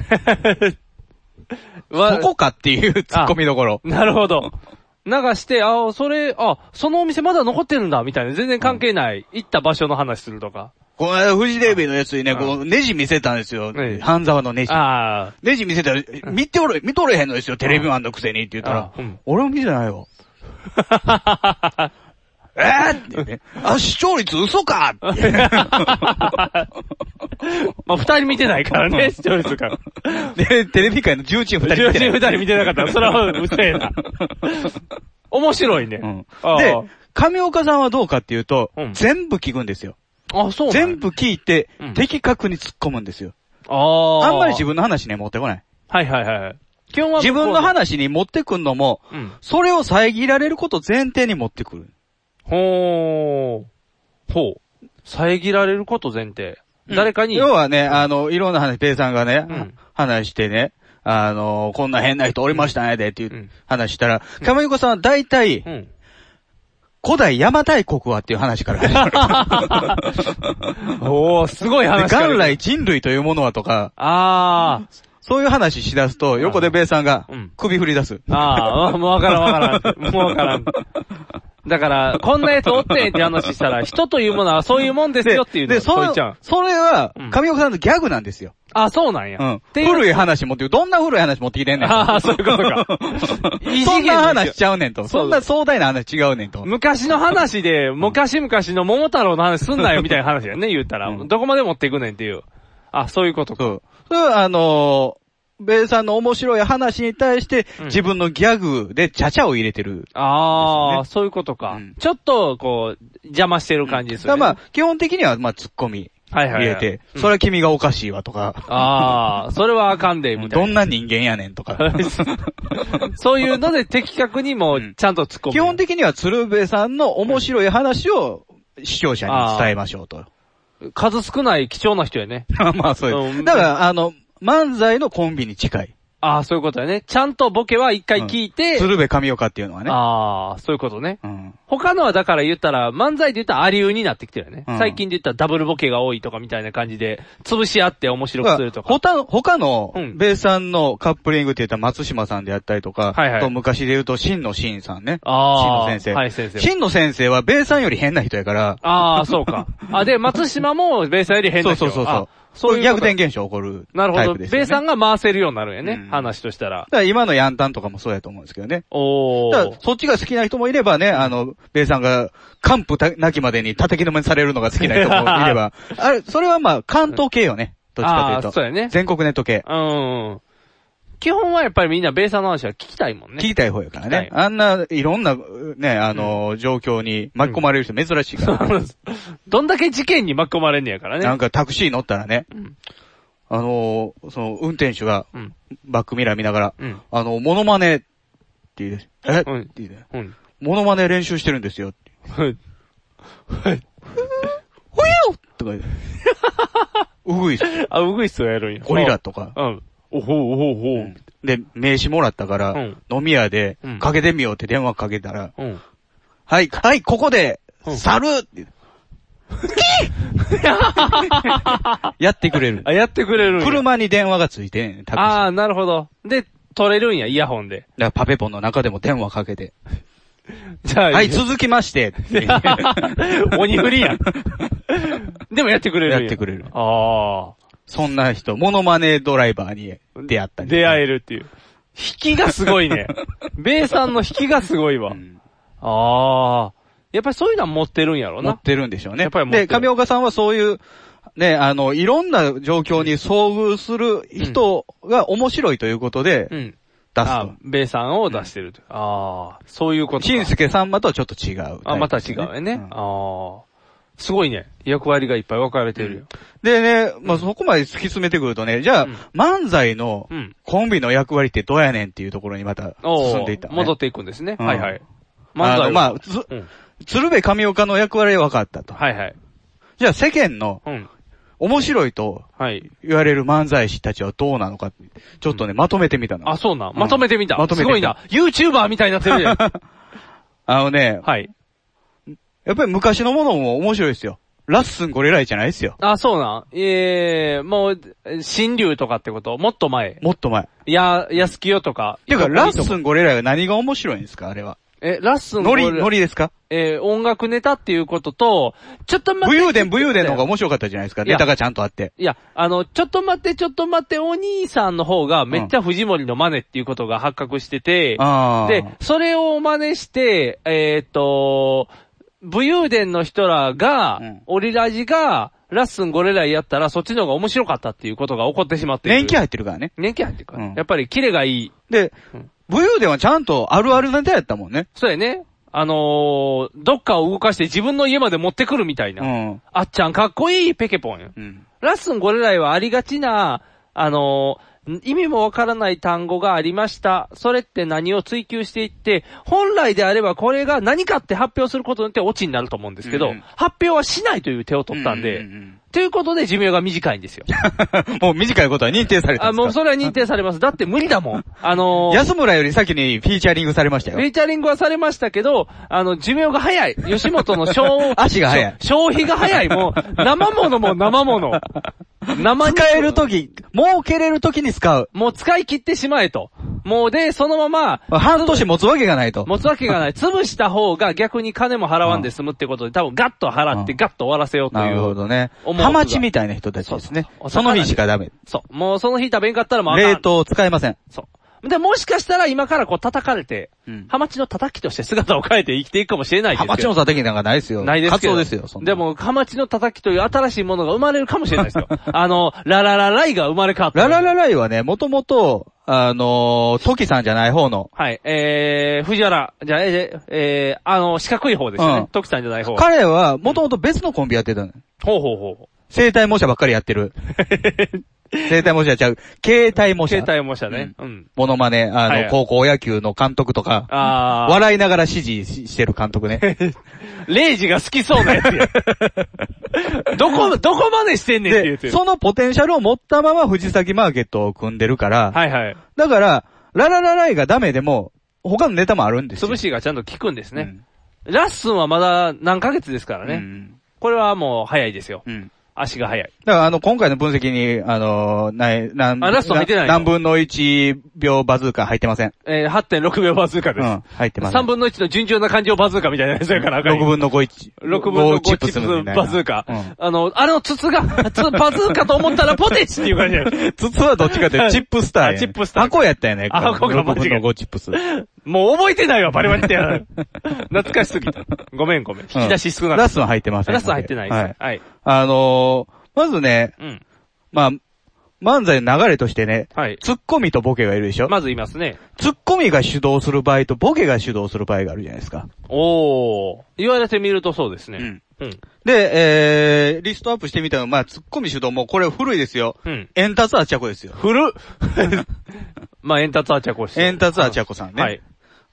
わそこかっていう突っ込みどころ。 *laughs* なるほど。流して、あ、それ、あ、そのお店まだ残ってるんだ、みたいな。全然関係ない。行った場所の話するとか。この間、フジテレビのやつにね、うんこう、ネジ見せたんですよええ。半沢のネジ。あネジ見せたら、見ておれ、見とれへんのですよ、テレビマンのくせにって言ったらあうん、俺も見てないよ。あ。えーって言うね。あ、視聴率嘘か *laughs* って。 *laughs* まあ、二人見てないからね、視聴率が。で、テレビ界の重鎮二人重見てな心二い。人見てなかったら、それはうせえな。面白いね。うんあでー、上岡さんはどうかっていうとう、ん全部聞くんですよ。あ、そうなんや全部。聞いてう、ん的確に突っ込むんですよ。ああ。あんまり自。分の話ね、持ってこない。はいはいはい。基本は自分の。話に持ってくんのも、うん。それを遮られることを前提に持ってくる。ほー。ほう。遮られること前提。誰かに。要はね、あの、いろんな話、ペイさんがね、うん話してね、あの、こんな変な人おりましたね、で、っていううん話したら、かまゆこさんは大体う、ん。古代邪馬台国はっていう話 *laughs* から始まるおー、すごいで話。元来。人類というものはとか、あそういう話しだすと、横でペイさんがうん首振り出す。ー。あー、もうわからんわ *laughs* からん。もうわからん。だから、こんなやつおってんって話したら、人というものはそういうもんですよっていうので、そそいのちゃん。それはうん、上岡さんのギャグなんですよ。あ、そうなんや。うん。っていう古い話持ってくる。どんな古い話持ってきてんねん。ああ、そういうことか。*laughs* 異そ次ん元のな話しちゃうねんと。そうそんな壮大な話違うねんと。昔の話で、昔々の桃太郎の話すんなよみたいな話やね、言ったら。うんどこまで持っていくねんっていう。あ、そういうことか。そう。それはあのー、ベイさんの面白い話に対して、うん自分のギャグでちゃちゃを入れてる。ああ、でそういうことか、うんちょっと、こう、邪魔してる感じですだからよね。まあ、基本的には、まあ、ツッコミはいは入い、はれい。て、うんそれは君がおかしいわとか、ああ、それはあかんで、みたいど。なんな人間やねんと *laughs* か。そういうので的確にもんちゃんと突っ込む。基本的には鶴瓶さんの面白い話を視聴者に伝えましょうと。 *laughs* 数少ない貴重な人やね。まあそううです。んだから、あの、漫才のコンビに近い。ああ、そういうことやね。ちゃんとボケは一回聞いて、鶴瓶神岡っていうのはね。ああ、そういうことね。うん。他のはだから言ったら、漫才で言ったらありうになってきてるよね、うん最近で言ったらダブルボケが多いとかみたいな感じで、潰し合って面白くするとか。他の、他のう、んベイさんのカップリングって言ったら松島さんであったりとか、はいはいあと昔で言うと、真の真さんね。ああ、真の先生はい、先生。真の先生はベイさんより変な人やから、ああ、そ *laughs* うか。あ、で、松島もベイさんより変そなうそ人うそうそうあ。そういう逆こと転現象起こるなるタイほプでど。すよベイね。さんが回せるようになるんやね。うん話としたら。だから今のヤンタンとかもそうやと思うんですけどね。おだからー。そっちが好きな人もいればね、あの、ベイさんが、完膚なきまでに叩き止めされるのが好きな人もいれば、 *laughs* あれ、それはまあ、関東系よね。どっちかとあいあ、うと。そうやね。全国ネット系。うん。基本はやっぱりみんなベイさんの話は聞きたいもん聞ね。きたい方やからはねい。あんな、いろんな、ね、あの、状況に巻き込まれる人珍しいから。どんだけ事件に巻き込まれんねやからなんね。かタクシー乗ったらねん、あのー、その、運転手がうん。バックミラー見ながらうん、あの、モノマネって言うでえってうん言うでうん。モノマネ練習してるんですよ。ほやおとか言 *laughs* う。うぐいす。 *laughs* あ、ウグイスをやるんや。ゴリラとか。うん。おほうおほうおほう。で、名刺もらったかうらん、飲み屋でうん、かけてみようって電話かけたら、うん。はい、はい、ここでう、ん猿って言う。やってくれる。あ、やってくれるんや。車に電話がついてんねん、タクシー。ああ、なるほど。で、取れるんや、イヤホンで。だからパペポンの中でも電話かけて。じゃあ、はい、続きまして。 *laughs* 鬼振りやん。でもやってくれるんや。やってくれるあそんな人、モノマネドライバーに出会ったあ。り。出会え。えるっていう。引きがすご *laughs* いね。ベイさんの引きがすごいわ。ああ。やっぱりそういうのは持ってるんやろ持なっ。てるんでしょうね。やっぱり持ってで、る上岡さんはそういう、ね、あの、いろんな状況に遭遇する人が面白いということでう、ん。出すあとあ。、ベイさんを出してると。ああ、そういうことか。しんすけさんまとはちょっと違うタイプですね、あ、また違うよね。んああ。すごいね。役割がいっぱい分かれてるよ。でね、まあ、そこまで突き詰めてくるとね、じゃあ、うん漫才のうんコンビの役割ってどうやねんっていうところにまたおー進んでいった、ね。戻っていくんですね。うんはいはい。あの、まあ、つうん。鶴瓶神岡の役割は分かったと。はいはい。じゃあ世間のうん。面白いとはい。言われる漫才師たちはどうなのか、ちょっとね、まとめてみたの。あ、そうなん。んまとめてみた。まとめすてごいみなた。 YouTuber みたいになってるじゃ *laughs* ん。あのね、はい。やっぱり昔のものも面白いですよ。ラッスンゴレライじゃないですよ。あ、そうなん。ええもう、新竜とかってこともっと前。もっと前。っや、やすきよとか。ていうか、ラッスン。ンゴレライは何が面白いんですかあれは。え、ラッスンノリ、俺ノリですかえー音楽ネタっていうことと、ちょっと待武って。勇伝、武勇伝の方が面白かったじゃないですか。いやネタがちゃんとあって。いや、あの、ちょっと待って、ちょっと待って、お兄さんの方がめっちゃ藤森の真似っていうことが発覚してて、ああ。で、それを真似して、えーっ、と、武勇伝の人らが、うんオリラジが、ラッスンゴレライやったら、そっちの方が面白かったっていうことが起こってしまっている。年季入ってるからね。年季入ってるから、うんやっぱりキレがいい。でうん、武勇伝はちゃんとあるあるネタやったもんね。そうやね。あのー、どっかを動かして自分の家まで持ってくるみたいな。うん。あっちゃんかっこいいペケポンよ。うん。ラッスンゴレライはありがちな、あのー、意味もわからない単語がありました。それって何を追求していって、本来であればこれが何かって発表することによってオチになると思うんですけど、うん発表はしないという手を取ったんで、ううということで寿命が短いんで *laughs* すよ。うんもう短いことは認定されたんあ、ですかもうそれは認定されます。だって無理だもん。あのー、安村より先にフィーチャリングされましたフィよ。ーチャリングはされましたけど、あの、寿命が早い。吉本の消 *laughs* 足が早い消消費が早い。もう、生物も生物。生 *laughs* に使えるとき、儲けれるときに使う。もう使い切ってしまえと。もうで、そのまま、半年持つわけがないと。持つわけがない。潰した方が逆に金も払わんで済むってことで、多分ガッと払ってうんガッと終わらせようとないるほう。どね思う。ハマチみたいな人たちですねそうそそう。の日しかダメ。そう。もうその日食べんかったらもうあかん冷凍使えません。そう。で、もしかしたら今からこう叩かれて、うんハマチの叩きとして姿を変えて生きていくかもしれないですハけど。マチの叩きなんかないですよ。ないですカけツど。オですよ、そんなで。も、ハマチの叩きという新しいものが生まれるかもしれないですよ。あの、ラララライが生まれ変わった。ラララライはね、もともと、あのー、トキさんじゃない方の、はい、えー、藤原、じゃあ、えー、えー、あの、四角い方ですよね。うん徳さんじゃない方。ほう彼は、もともと別のコンビやってたの。ほうほう。生体模写ばっかりやって *laughs* る。生体模写ちゃう。携帯模写携。帯模写ね。うん。モノマネ、あの、はいはい高校野球の監督とか、あー。笑いながら指示ししてる監督 *laughs* ね。レイジが好きそうなや *laughs* つや。どこ、どこまでしてんねんって言うてで、る。そのポテンシャルを持ったまま藤崎マーケットを組んでるから、はいはい。だから、ラララライがダメでも、他のネタもあるんですよ。潰しがちゃんと効くんですね。ラッスンはまだ何ヶ月ですかうらん。うね。んこれはもう早いですよ。うん。足が早い。だから、あの、今回の分析に、あのー、ない、なん、あラスト入ってないの何分の1秒バズーカ入ってません。えー、8.6秒バズーカでうす。ん、入ってません。 3分の1の順調な感情バズーカみたいなやつやからあかん6分の5、1。 6分の5チチッッププススバズーカ。うんあの、あれの筒が、つバズーカと思ったらポテチっていう感じや。筒はどっちかっていうとチップスターやねあチップスター箱やったよね。あ箱が間違6え分の5チップス。もう覚えてないわ、バリバリってや *laughs* る。懐かしすぎた。ごめんごめん。引き出し少なかラっスン入ってまた。せん。ラスト入ってないではすい。。はい。あのー、まずね、うん。まあ、漫才の流れとしてね、はい。ツッコミとボケがいるでしょまず言いますね。ツッコミが主導する場合とボケが主導する場合があるじゃないですか。おー。言われてみるとそうですね。うん。うん。で、えー、リストアップしてみたの、まあ、ツッコミ主導もこれ古いですよ。うん。円達あちゃこですよ。 *laughs* 古っまあ、エンタツアーチャコして。円達あちゃこさんね。はい。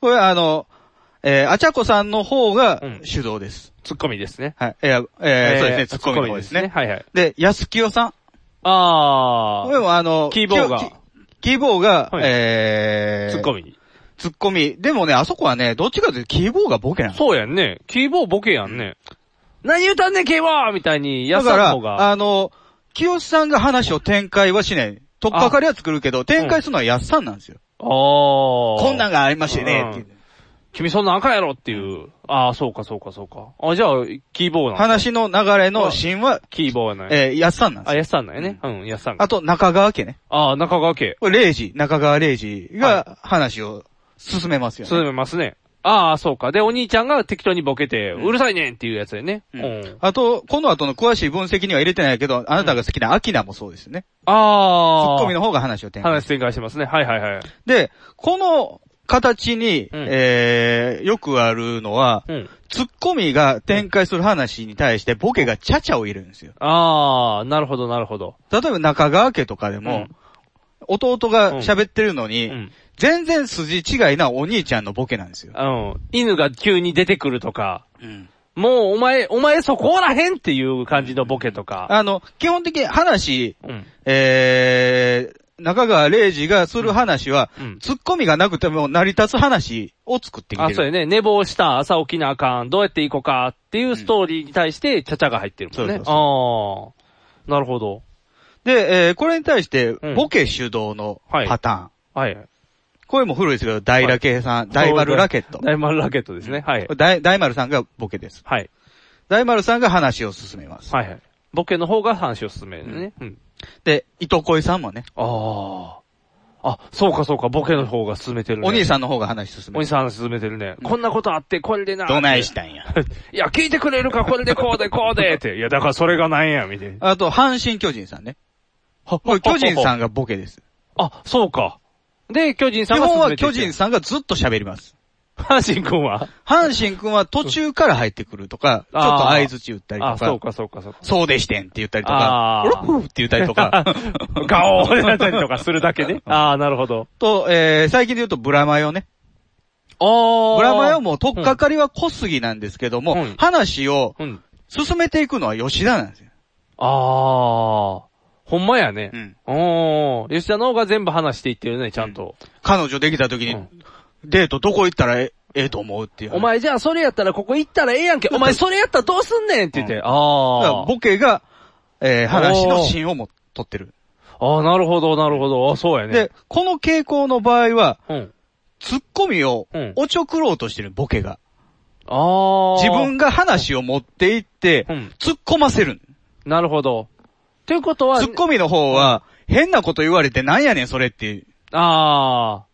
これあの、えー、あちゃこさんの方がうん主導です。ツッコミですね。はい。えーえーそうですね、ツッコミの方ですね。はいはい。で、安清さん。あこれー。もあの、キーボーがキキキーボーが、はいえー、ツッコ。ミ。ツッコミ。でもね、あそこはね、どっちかというとキーボーがボケなの。そうやんね。キーボーボケやんね。何言うたんねん、警棒みたいに、やだっさかんのが。ら、あの、清さんが話を展開はしない。とっかかりは作るけど、展開するのはやっさんなんですよ。あーこんなんがありましてね、っていう君そんなんあかんやろっていう。ああ、そうかそうかそうか。あじゃあ、キーボーなんだ話の流れの芯は、キーボーなんや。えー、やっさんなんですあ、よ。やっさんなんやね。うん、やっさんが。あと、中川家ね。ああ、中川家。これ、レイジ、中川レイジが話を進めますよね。進めますね。ああ、そうか。で、お兄ちゃんが適当にボケて、うるさいねんっていうやつやね。う。うんんあと、この後の詳しい分析には入れてないけど、あなたが好きなアキナもそうですね。ツああ。ッコミの方が話を展開。話展開しますね。はいはいはい。で、この形に、うんえー、よくあるのは、うん。ツッコミが展開する話に対してボケがチャチャを入れるんですよ。ああ、なるほどなるほど。例えば中川家とかでも、弟が喋ってるのうに、ん。全然筋違いなお兄ちゃんのボケなんですよ。うん。犬が急に出てくるとか、うんもうお前、お前そこらへんっていう感じのボケとか。あの、基本的に話、うん。えー、中川玲二がする話は、うんうんツッコミがなくても成り立つ話を作ってきてる。あ、そうやね。寝坊した、朝起きなあかん、どうやって行こうかっていうストーリーに対して、ちゃちゃが入ってるもんね。そうそうああ。なるほど。で、えー、これに対してうん、ボケ主導のパターン。はい。これも古いですけど、大羅系さん、大丸ラケット。大丸ラケットですね。はい。大大丸さんがボケです。はい。大丸さんが話を進めます。はいはい。ボケの方が話を進めるね。うん。で、糸恋さんもね、ああ。あ、そうかそうか、ボケの方が進めてるね。お兄ん。さんの方が話進めお兄ます。さん話進めてるね。こんなことあって、これでな。どないしたん *laughs* や。いや、聞いてくれるか、これでこうでこうで *laughs* って。いや、だからそれがなんや、みたいな。あと、阪神巨人さんね。これ巨人さんがボケです。あ、そうか。で、巨人さ基んが本進めはてい巨って人さんがずっと喋ります。阪神君は阪神くんは途中から入ってくるとか、ちょあーっと相づち打ったりとか、あ、そうかそうかそうか。そうでしてんって言ったりとあーか、ロッフって言ったりと *laughs* か、ガオーってなったりとかするだけね。ああ、なるほど。と、えー、最近で言うとブラマヨね。ああ。ブラマヨも取っかかりは小杉なんですけども、うん話をうん。進めていくのは吉田なんですよ。ああ。ほんまやね。うんおー、吉田の方が全部話していってるね、ちゃんと。彼女できた時に、うんデートどこ行ったらえええと思うっていう。お前じゃあそれやったらここ行ったらええやんけ。お前それやったらどうすんねんって言って。だからあー。ボケが、えー、話の芯をも取ってる。あー、なるほど、なるほど。あそうやね。で、この傾向の場合は、うん。ツッコミをうんおちょくろうとしてる、ボケが。あー。自分が話を持っていってうん、突っ込ませる。なるほど。ということは突っ、込みの方は、変なこと言われてなんやねんそれって。あー。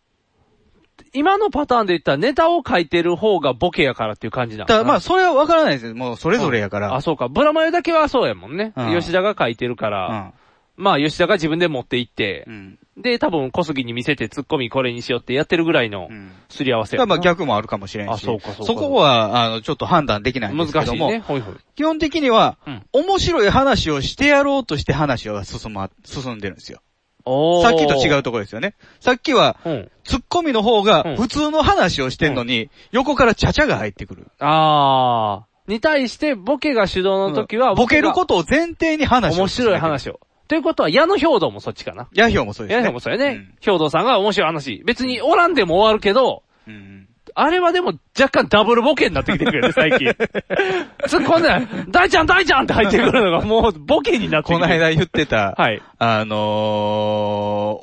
今のパターンで言ったらネタを書いてる方がボケやからっていう感じなのかたな。だまあ、それはわからないですよ。もうそれぞれやかあ、ら。そうか。ブラマヨだけはそうやもんね。うん吉田が書いてるから、まあ吉田が自分で持って行って、うん。で、多分小杉に見せてツッコミこれにしようってやってるぐらいのうん。すり合わだせからやもまんあな逆もあるかもしれんあし。そうかそうかそこは、あの、ちょっと判断できないんですけ難どしいもね。、ほいほい。基本的には、うん面白い話をしてやろうとして話は進ま、進んでるんですよ。おーさっきと違う。ところですよね。さっきは、うん。ツッコミの方うんが普通の話をしてんのに、横からチャチャが入ってくる。あー。に対して、ボケが主導の時は、ボケることとを前提に話を面進め白てい。話を。ということは、矢野兵道もそっちかな。ヤヒョウもそうです矢ね。野兵道もそうやね。兵道さんが面白い話。別におらんでも終わるけど、うん。うんあれはでも若干ダブルボケになってきてくるよね、最 *laughs* 近。突っ込んでない、大ちゃん大ちゃんって入ってくるのがもうボケになってきこのてる。間言ってた、はい。あの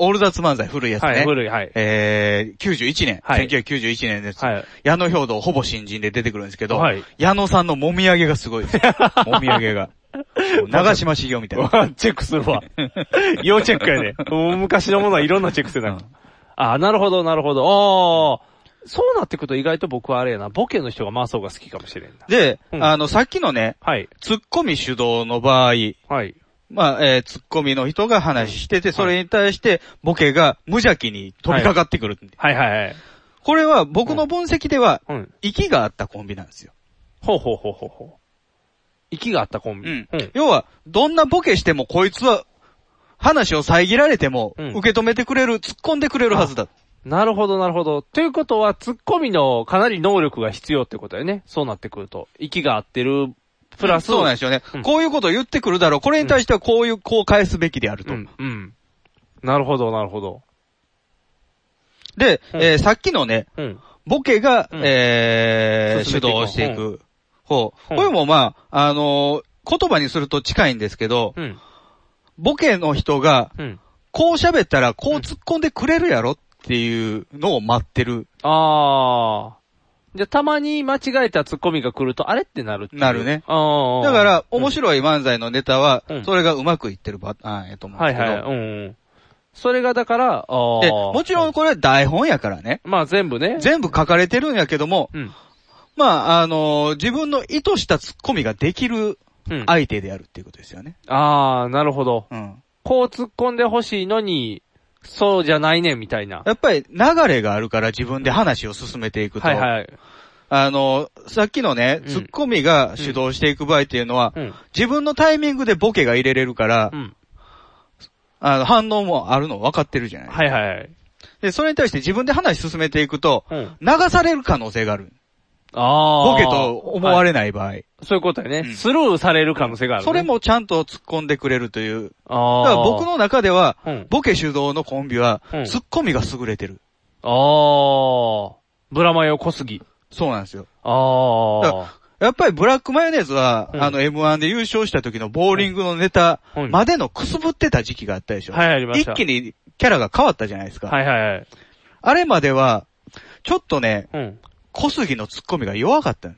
ー、オールザッツ漫才古いやつね。はい、古い、はい。えー、91年、はい1991年です。はい。矢野兵道ほぼ新人で出てくるんですけど、はい矢野さんのもみあげがすごい *laughs* です。もみあげが。もう長島茂雄みたいな。わチェックする *laughs* わ。要チェックやね。もう昔のものはいろんなチェックしてな。あ、なるほど、なるほど。あーそうなってくと意外と僕はあれやな、ボケの人が回そうが好きかもしれんな。で、うんあの、さっきのね、はい。ツッコミ主導の場合、はい。まあ、えー、ツッコミの人が話してて、それに対して、ボケが無邪気に飛びかかってくる。はいはいはい。これは僕の分析では、うん。息があったコンビなんですよ。ほうほうほうほうほう。息があったコンビ。うん。要は、どんなボケしてもこいつは、話を遮られてもうん、受け止めてくれる、突っ込んでくれるはずだ。なるほど、なるほど。ということは、ツッコミのかなり能力が必要ってことだよね。そうなってくると。息が合ってる、プラス。そうなんですよねうん。こういうことを言ってくるだろう。これに対してはこういう、こう返すべきであるとう。ん、うん。なるほど、なるほど。で、うんえーさっきのね、うん。ボケが、うんえー、主進めていこう導していく。方。うんこれもまあ、あのー言葉にすると近いんですけど、うん。ボケの人が、うん。こう喋ったらこう突っ込んでくれるやろっていうのを待ってる。あー。じゃあ、たまに間違えたツッコミが来ると、あれってなるっていうなるね。あー。だから、面白い漫才のネタはう、んそれがうまくいってるパターンやと思うんはでいすけど。はい、うんうん。それがだから、あーで、もちろんこれは台本やからね。まあ全部ね。全部書かれてるんやけども、うん。まあ、あのー自分の意図したツッコミができるうん。あ相手であるっていうことですよね。あー、なるほど。うん。こう突っ込んでほしいのに、そうじゃないね、みたいな。やっぱり流れがあるから自分で話を進めていくと。はいはい。あのーさっきのね、うんツッコミが主導していく場合っていうのは、うん。自分のタイミングでボケが入れれるから、うん。あの、反応もあるの分かってるじゃない、はいはい。で、それに対して自分で話進めていくと、うん。流される可能性がある。ああ。ボケと思われれ、ない場合。そういうことやね、うんスルーされる可能性がある、ね。それ。もちゃんと突っ込んでくれるという。あだからあ。僕。の中では、うん。ボケ主導のコンビは、うんツッコミが優れてる。ああ。ブラマヨ小杉。そうなんですよ。だあかやっぱりブラックマヨネーズは、うんあの M1 で優勝した時のボーリングのネタあ。うん。までのくすぶってた時期があったでしょ。はい、ありました。一気にキャラが変わったじゃないですか。はいはいはい。あれまでは、ちょっとね、うん。小杉のツッコミが弱かったの。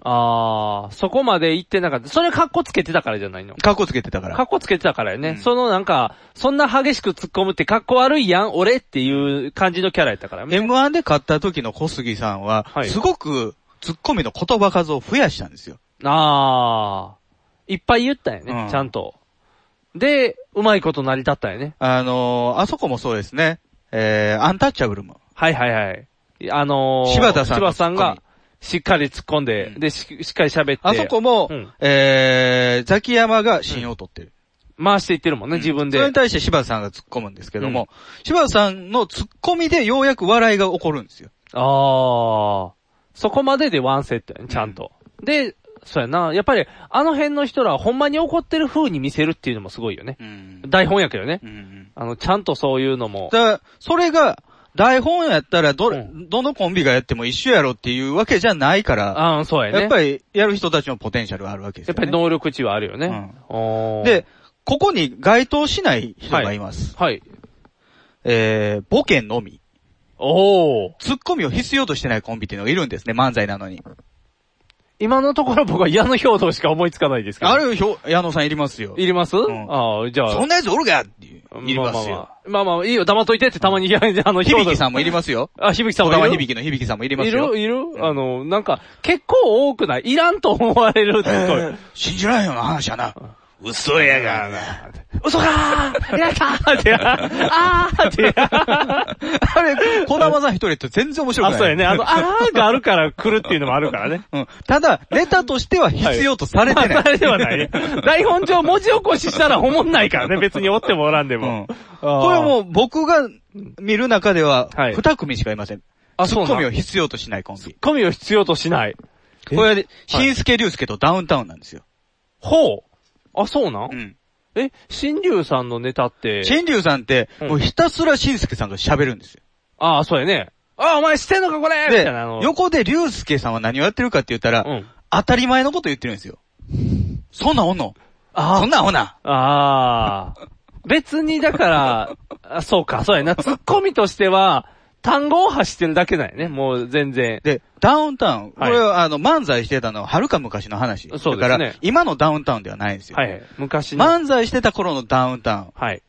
ああ。そこまで行ってなかった。それ格好つけてたからじゃないの。かっこつけてたから。格好つけてたからよね。うんそのなんか、そんな激しく突っ込むって格好悪いやん、俺っていう感じのキャラやったからね。 M1 で勝った時の小杉さんはは、いすごくツッコミの言葉数を増やしたんですよ。あー。いっぱい言ったよね、うんちゃんと。で、うまいこと成り立ったよね。あのー、あそこもそうですね。えー、アンタッチャブルも。はいはいはい。あのー、柴田さんの柴田さんツッコが、しっかり突っ込んで、うんで、ししっかり喋って。あそこも、うんえー、ザキヤマが芯を取ってる。回していってるもんね、自分それにで。対して柴田さんが突っ込むんですけども、柴田さんの突っ込みでようやく笑いが起こるんですよ。あー。そこまででワンセットやね、ちゃんと。で、そうやな。やっぱり、あの辺の人らはほんまに怒ってる風に見せるっていうのもすごいよね。うん台本やけどね。うんあの、ちゃんとそういうのも。だから、それが、台本やったらどれ、うんどのコンビがやっても一緒やろっていうわけじゃないから、ああ、そうやね。やっぱりやる人たちのポテンシャルがあるわけですやっよ、ね。ぱり能力値はあるようねん。おー、で、ここに該当しない人がいます。はい。えー、ボケのみ。おー。ツッコミを必要としてないコンビっていうのがいるんですね、漫才なのに。今のところ僕は矢野兵道しか思いつかないですけど。あるひょ、矢野さんいりますよ。いります、んああ、じゃあ。そんなやつおるかっていう。いりますよ。まあまあまあ、まあまあいいよ、黙っといてってたまに、いや、あの、響さん。んもいりますよ。あ、響さん小もい川る。響の響さんもいりますいるよ。いるあの、なんか、結構多くないいらんと思われるって *laughs* 声。信じられんような話やな。嘘やがな。嘘かーいらんかー *laughs* って、あーって。あれ、小玉さん一人と全然面白くあ、ない。そうやね。あの、あーがあるから来るっていうのもあるから *laughs* ね。うん。ただ、ネタとしては必要とされてない。まあそれではないね。台本上文字起こししたら思んないからね、別におってもおらんでうんも。。ここれもう僕が見る中ではは、い二組しかいません。あツッコミをツ必要としないコンビ。ッコミを必要としない。えこれは、新助竜介とダウンタウンなんですよ。ほう。あ、そうなん、うん。え、新竜さんのネタって。新竜さんって、うんもうひたすら新助さんが喋るんですよ。ああ、そうやね。ああ、お前知ってんのかこれみたいでなあの。、横で竜介さんは何をやってるかって言ったら、うん。当たり前のこと言ってるんですよ。そんなんおんのそんなんおんなああ。別にだから、あそうか、そうやな。ツッコミとしては、単語を発してるだけだよね、もう全然。で、ダウンタウン、こはいれはあの漫才してたのは遥か昔の話。そうですねだから、今のダウンタウンではないんですよ。はい。昔の。漫才してた頃のダウンタウン、はい。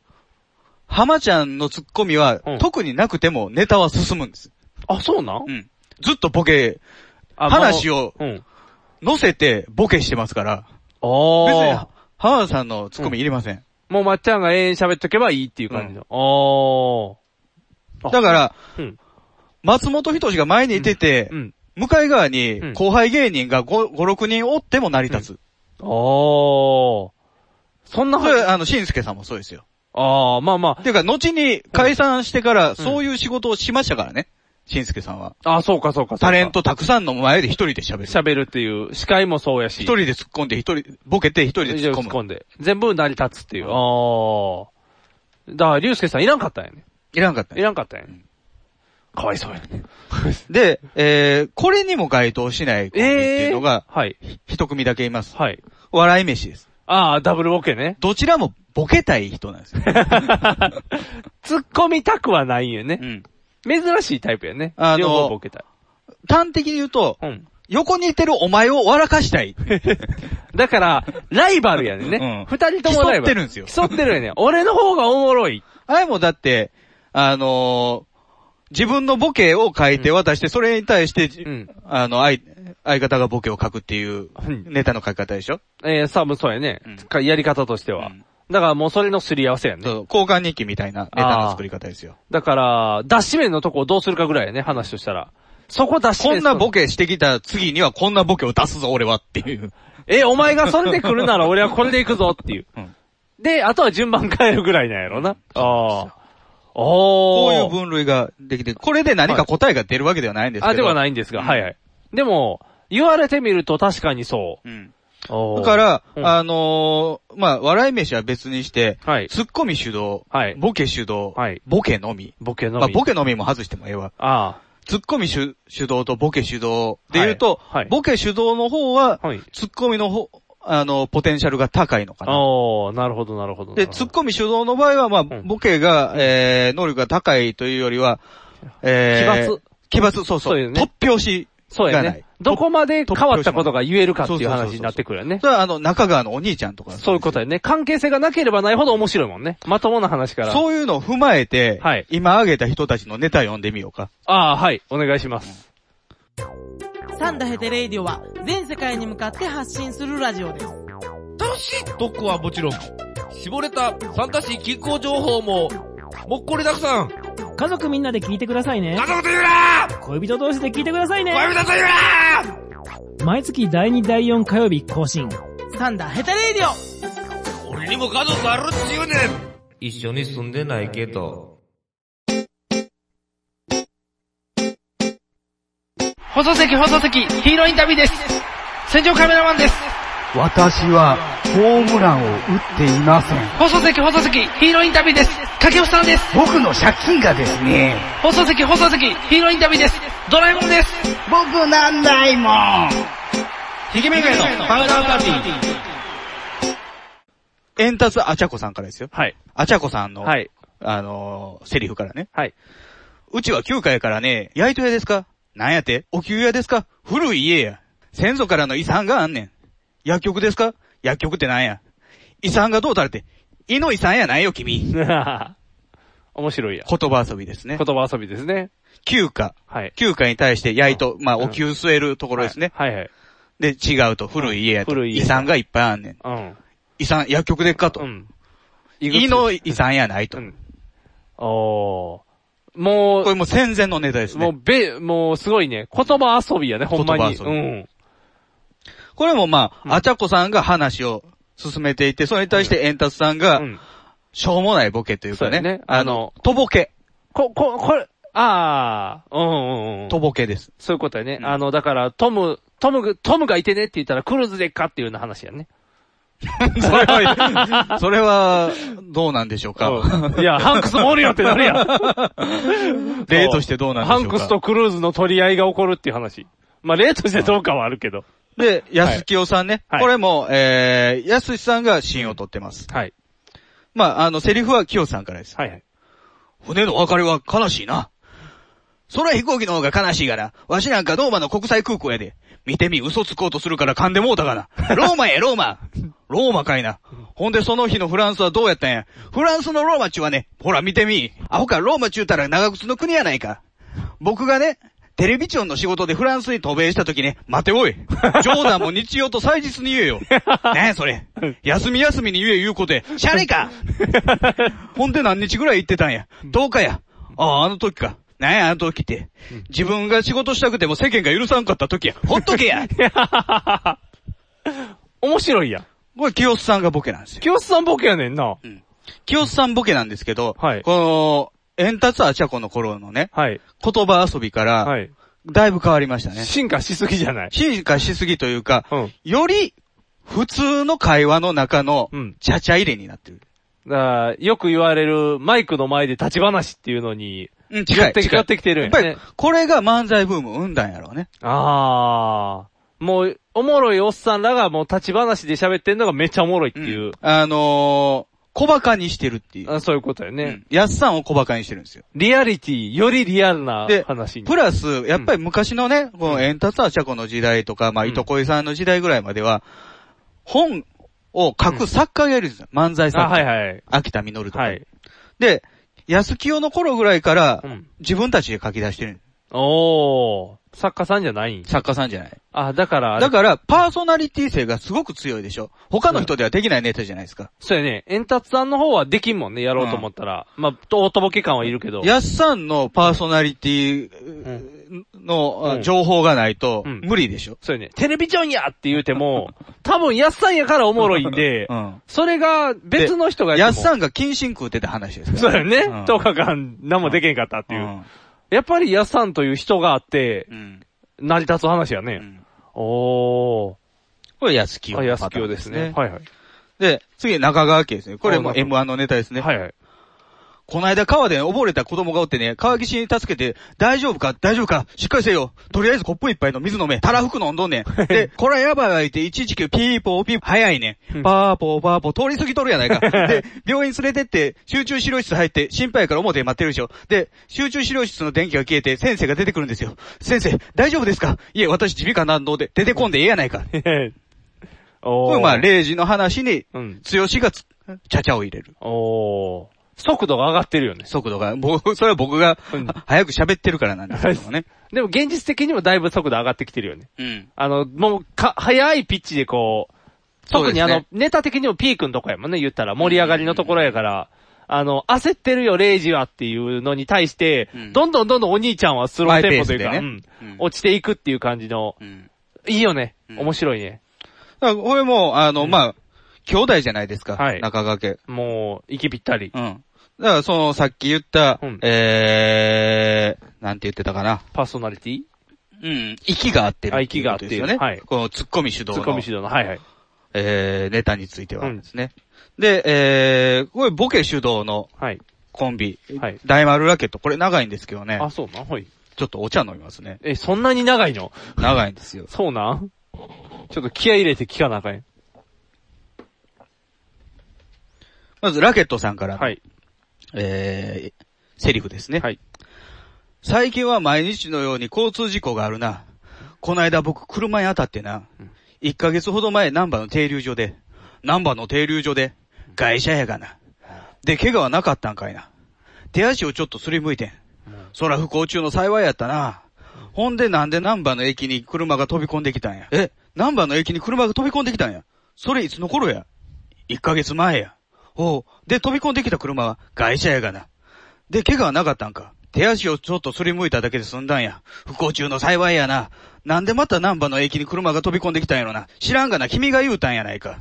浜ちゃんのツッコミは、うん特になくてもネタは進むんです。あ、そうなん、うん。ずっとボケ、あ話を。をうん。乗せてボケしてますから、あ別あ。に浜田さんのツッコミいりません。もうまっちゃんが永遠喋っとけばいいっていう感じの。あー。、だからら、うん松本人志が前にいててう、ん。向かい側うにん後輩芸人が5、5 6人おっても成り立つ。あー。そんなそれ、話、あの、新助さんもそうですよ。あー、まあまっていうか、後に解散してから、そういう仕事をしましたからね。新助さんは。あ。あー、そうかそうかそうか。タレントたくさんの前で一人で喋る。一喋るっていう、司会もそうやし。人で突っ込んで、一人、ボケて一人で突っ突込っむ。込んで。全部成り立つっていう。あー。だから、竜介さんいらんかったんやね。いらんかったいね。らんかったんやね。かわいそうや。で、えー、これにも該当しないコンビっていうのが、はい。一組だけいます。はい。笑い飯です。ああ、ダブルボ *laughs* ケね。どちらもボケたい人なんですよ。突っ込みたくはないんよねう。ん。珍しいタイプやね。あの両方ボケたい。端的に言うと、うん。横にいてるお前を笑かしたい。だから、ライバルやねんうんね。二、人ともライバ競ル。ってるんですよ競ってるよね。俺の方がおもろい。あれもだって、あのー自分のボケを書いて渡して、それに対してじ、うんあの、相、相方がボケを書くっていううん、ネタの書き方でしょ、えー、多分そうやねうん。かやり方としては。うんだからもうそれのすり合わせやそうね。交換日記みたいなネタの作り方ですよ。だから、出し面のとこをどうするかぐらいやね、話としたら。そこ出しこ面。んなボケしてきた次にはこんなボケを出すぞ、俺はっていう。え、お前がそれで来るなら俺はこれで行くぞっていう。うんで、あとは順番変えるぐらいなんやろな。ああ。こおうー。いう分類ができて、これで何か答えが出るわけではないんですけど。。あ、ではいないんですが、うんはいはい。でも、言われてみると確かにそう。うん。おだーから、うんあのーまあ、笑い飯は別にして、はいツッコミ主導、はいボケ主導、はいボケのみ。ボケのみ。まあ、ボケのみも外してもええわ。あツッコミ主主導とボケ主導で言うと、はいはいボケ主導の方はあ。、はい。ツッコミの方、あの、ポテンシャルが高いのかな。おー、なるほど、なるほど。で、ツッコミ主導の場合は、まあ、んボケが、えー、能力が高いというよりは、えー、奇奇抜。抜、そうそ。そううよね突拍子そうやがない。ね。どこまで変わったことが言えるかっていうそうそうそう話そうになってくるよねそ。れはあの、中川のお兄ちゃんとか。そういうことやね。関係性がなければないほど面白いもんね。まともな話から。そういうのを踏まえて、はい今挙げた人たちのネタ読んでみようか。ああ、はい。お願いします。サンダヘテレイディオは全世界に向かって発信するラジオです。楽しい特攻はもちろん、絞れた参加し気候情報も、もっこりたくさん家族みんなで聞いてくださいね家。族と言うな恋人同士で聞いてくださいね。恋人と言うな毎月第2、第4火曜日更新。サンダヘテレイディオ *laughs* 俺にも家族あるっちゅうねん一緒に住んでないけど。放送席放送席、ヒーローインタビューです。戦場カメラマンです。私はホームランを打っていません。放送席放送席、ヒーローインタビューです。掛布さんです。僕の借金がですね、放送席放送席、ヒーローインタビューです。ドラえもんです。僕なんないもん。ひげめがのパウダーパーティー。円達あちゃこさんからですよ。はい。あちゃこさんの、はい。 *laughs* あのーセリフからね。はい。うちは9階からね、焼いと屋ですかなんやてお給屋ですか古い家や。先祖からの遺産があんねん。薬局ですか薬局ってなんや遺産がどうたれて、胃の遺産やないよ君。面白いや。言葉遊びですね言。葉遊びですね。 9価。はい。 9価に対して焼いと、まあ、うんお給据えるところですね。はいはい。で、違うと古い家やと。うん古い家遺産がいっぱいあんねん。うん。遺産、薬局でっかと。うん。胃の遺産やないと。うんおー。もうこれ、もう戦前のネタですもうね。べ、もうすごいね。言葉遊びやね、ほんまに。言う葉遊びん。これもまうんあ、あちゃこさんが話を進めていて、それに対して円達さんうが、ん。しょうもないボケというかそうやね。ねああのの、とぼけ。こ、こ、これ、ああ、うんうんうん。とぼけ *laughs* です。そういうことやね。うんあの、だから、トム、トム、トムがいてねって言ったら、クルーズでっかっていうような話やね。それは、それは、どうなんでしょうか。うんいや、ハンクスもおるよってな *laughs* るやん。例としてどうなんでしょうか。ハンクスとクルーズの取り合いが起こるっていう話。まあ、例としてどうかはあるけど。で、安清さんね。はいこれも、えー、安さんが芯を取ってます。はい。まあ、あの、セリフは清さんからです。はいはい。船の別れは悲しいな。空飛行機の方が悲しいがな。わしなんかローマの国際空港やで。見てみ、嘘つこうとするから噛んでもうたがな。ローマや、ローマ。ローマかいな。ほんでその日のフランスはどうやったんや。フランスのローマ中はね、ほら見てみ。アホか、ローマ中たら長靴の国やないか。僕がね、テレビチョンの仕事でフランスに渡米した時ね、待ておい。冗談も日曜と祭日に言えよ。何やそれ。休み休みに言え言うことや。シャレかほんで何日ぐらい行ってたんや。10日や。ああ、あの時か。何や、あの時って。自分が仕事したくても世間が許さんかった時や。ほっとけ *laughs* や面白いやん。これ、清須さんがボケなんですよ。清須さんボケやねんな。清須さんボケなんですけど、はいこの、円達あちゃこの頃のね、はい。言葉遊びから、はい。だいぶ変わりましたね。進化しすぎじゃない。進化しすぎというか、うんより普通の会話の中のうん、ちゃちゃ入れになってる。だからよく言われるマイクの前で立ち話っていうのに、うん、近い。寄って近い寄ってきてるんややっねぱり、これが漫才ブームを生んだんやろうね。あー。もう、おもろいおっさんらがもう立ち話で喋ってんのがめっちゃおもろいっていう。あのー、小馬鹿にしてるっていう。あそういうことよね。やっさんを小馬鹿にしてるんですよ。リアリティ、よりリアルなで話に。プラス、やっぱり昔のね、このエンタツアーチャコの時代とか、まあ、いとこいさんの時代ぐらいまでは、本を書く作家がいるんですよ。漫才作家。あはいはい秋田実とか。で、安清の頃ぐらいから、自分たちで書き出してる。おー。作家さんじゃない作家さんじゃない。あ、だから、だから、パーソナリティ性がすごく強いでしょ。他の人ではできないネタじゃないですか。そうやね。エンタツさんの方はできんもんね、やろうと思ったら。まあ、と、おとぼけ感はいるけど。やっさんのパーソナリティのうあん情報がないと無理でしょ。そうよね。テレビジョンやって言うても、多分やっさんやからおもろいんで、それが別の人がやっん。さんが謹慎食うてた話ですそうからよね。ん10日間何もできんかったっていう。やっぱりやっさんという人があって、成り立つ話やね。おー。これ安清あ、のパ安ター清ンでですすねね。はいはい。で、次、中川家ですね。これもあ中 M1 のネタですね。はい *laughs* はい。この間川で溺れた子供がおってね、川岸に助けて、大丈夫か大丈夫かしっかりせよとりあえずコップ一杯の水飲めたらふく飲んど *laughs* んねんで、これやばいわ言って、119ピーポーピーポー、早いねん。パーポーパーポー、通り過ぎとるやない *laughs* か。で、病院連れてって、集中治療室入って、心配から表で待ってるでしょ。で、集中治療室の電気が消えて、先生が出てくるんですよ。先生、大丈夫ですかいえ、私、耳鼻科なんので、出てこんでええやないか。これまあ、0時の話に、強しがつ、ちゃちゃを入れる。おー。速度が上がってるよね。速度が、 *laughs* 僕、それは僕が、は早く喋ってるからなんですけどもね。でも現実的にもだいぶ速度上がってきてるよね。うん。あの、もう、か、早いピッチでこう、そう特ですにねあの、ネタ的にもピークのとこやもんね、言ったら。盛り上がりのところやから、あの、焦ってるよ、0時はっていうのに対して、どんどんどんどんお兄ちゃんはスローテンポというか、マイペースでうねん落ちていくっていう感じの、いいよね。面白いね。だからこれも、あの、まあ、兄弟じゃないですか。はい中川家。もう、息ぴったり。うん。だから、その、さっき言った、えー、なんて言ってたかな。パーソナリティうん。息が合ってるあって息いうが合こっとてでするよね。はいこの、ツッコミ主導の。ツッコミ主導のはいはい。えー、ネタについてはですね。で、えー、これ、ボケ主導の、コンビ、大丸ラケット、これ長いんですけどね。あ、そうなんはい。ちょっとお茶飲みますね。え、そんなに長いの長いんですよ。そうなんちょっと気合い入れて聞かなあかんやん。まず、ラケットさんから、えー、セリフですね。最近は毎日のように交通事故があるな。この間僕車に当たってな、1ヶ月ほど前、南波の停留所で、南波の停留所で、外車やがな。で、怪我はなかったんかいな。手足をちょっとすりむいてん。そら不幸中の幸いやったな。ほんでなんで南波の駅に車が飛び込んできたんや。え、南波の駅に車が飛び込んできたんや。それいつの頃や。1ヶ月前や。おう。で、飛び込んできた車は外車やがな。で、怪我はなかったんか。手足をちょっとすりむいただけで済んだんや。不幸中の幸いやな。なんでまた南波の駅に車が飛び込んできたんやろな。知らんがな、君が言うたんやないか。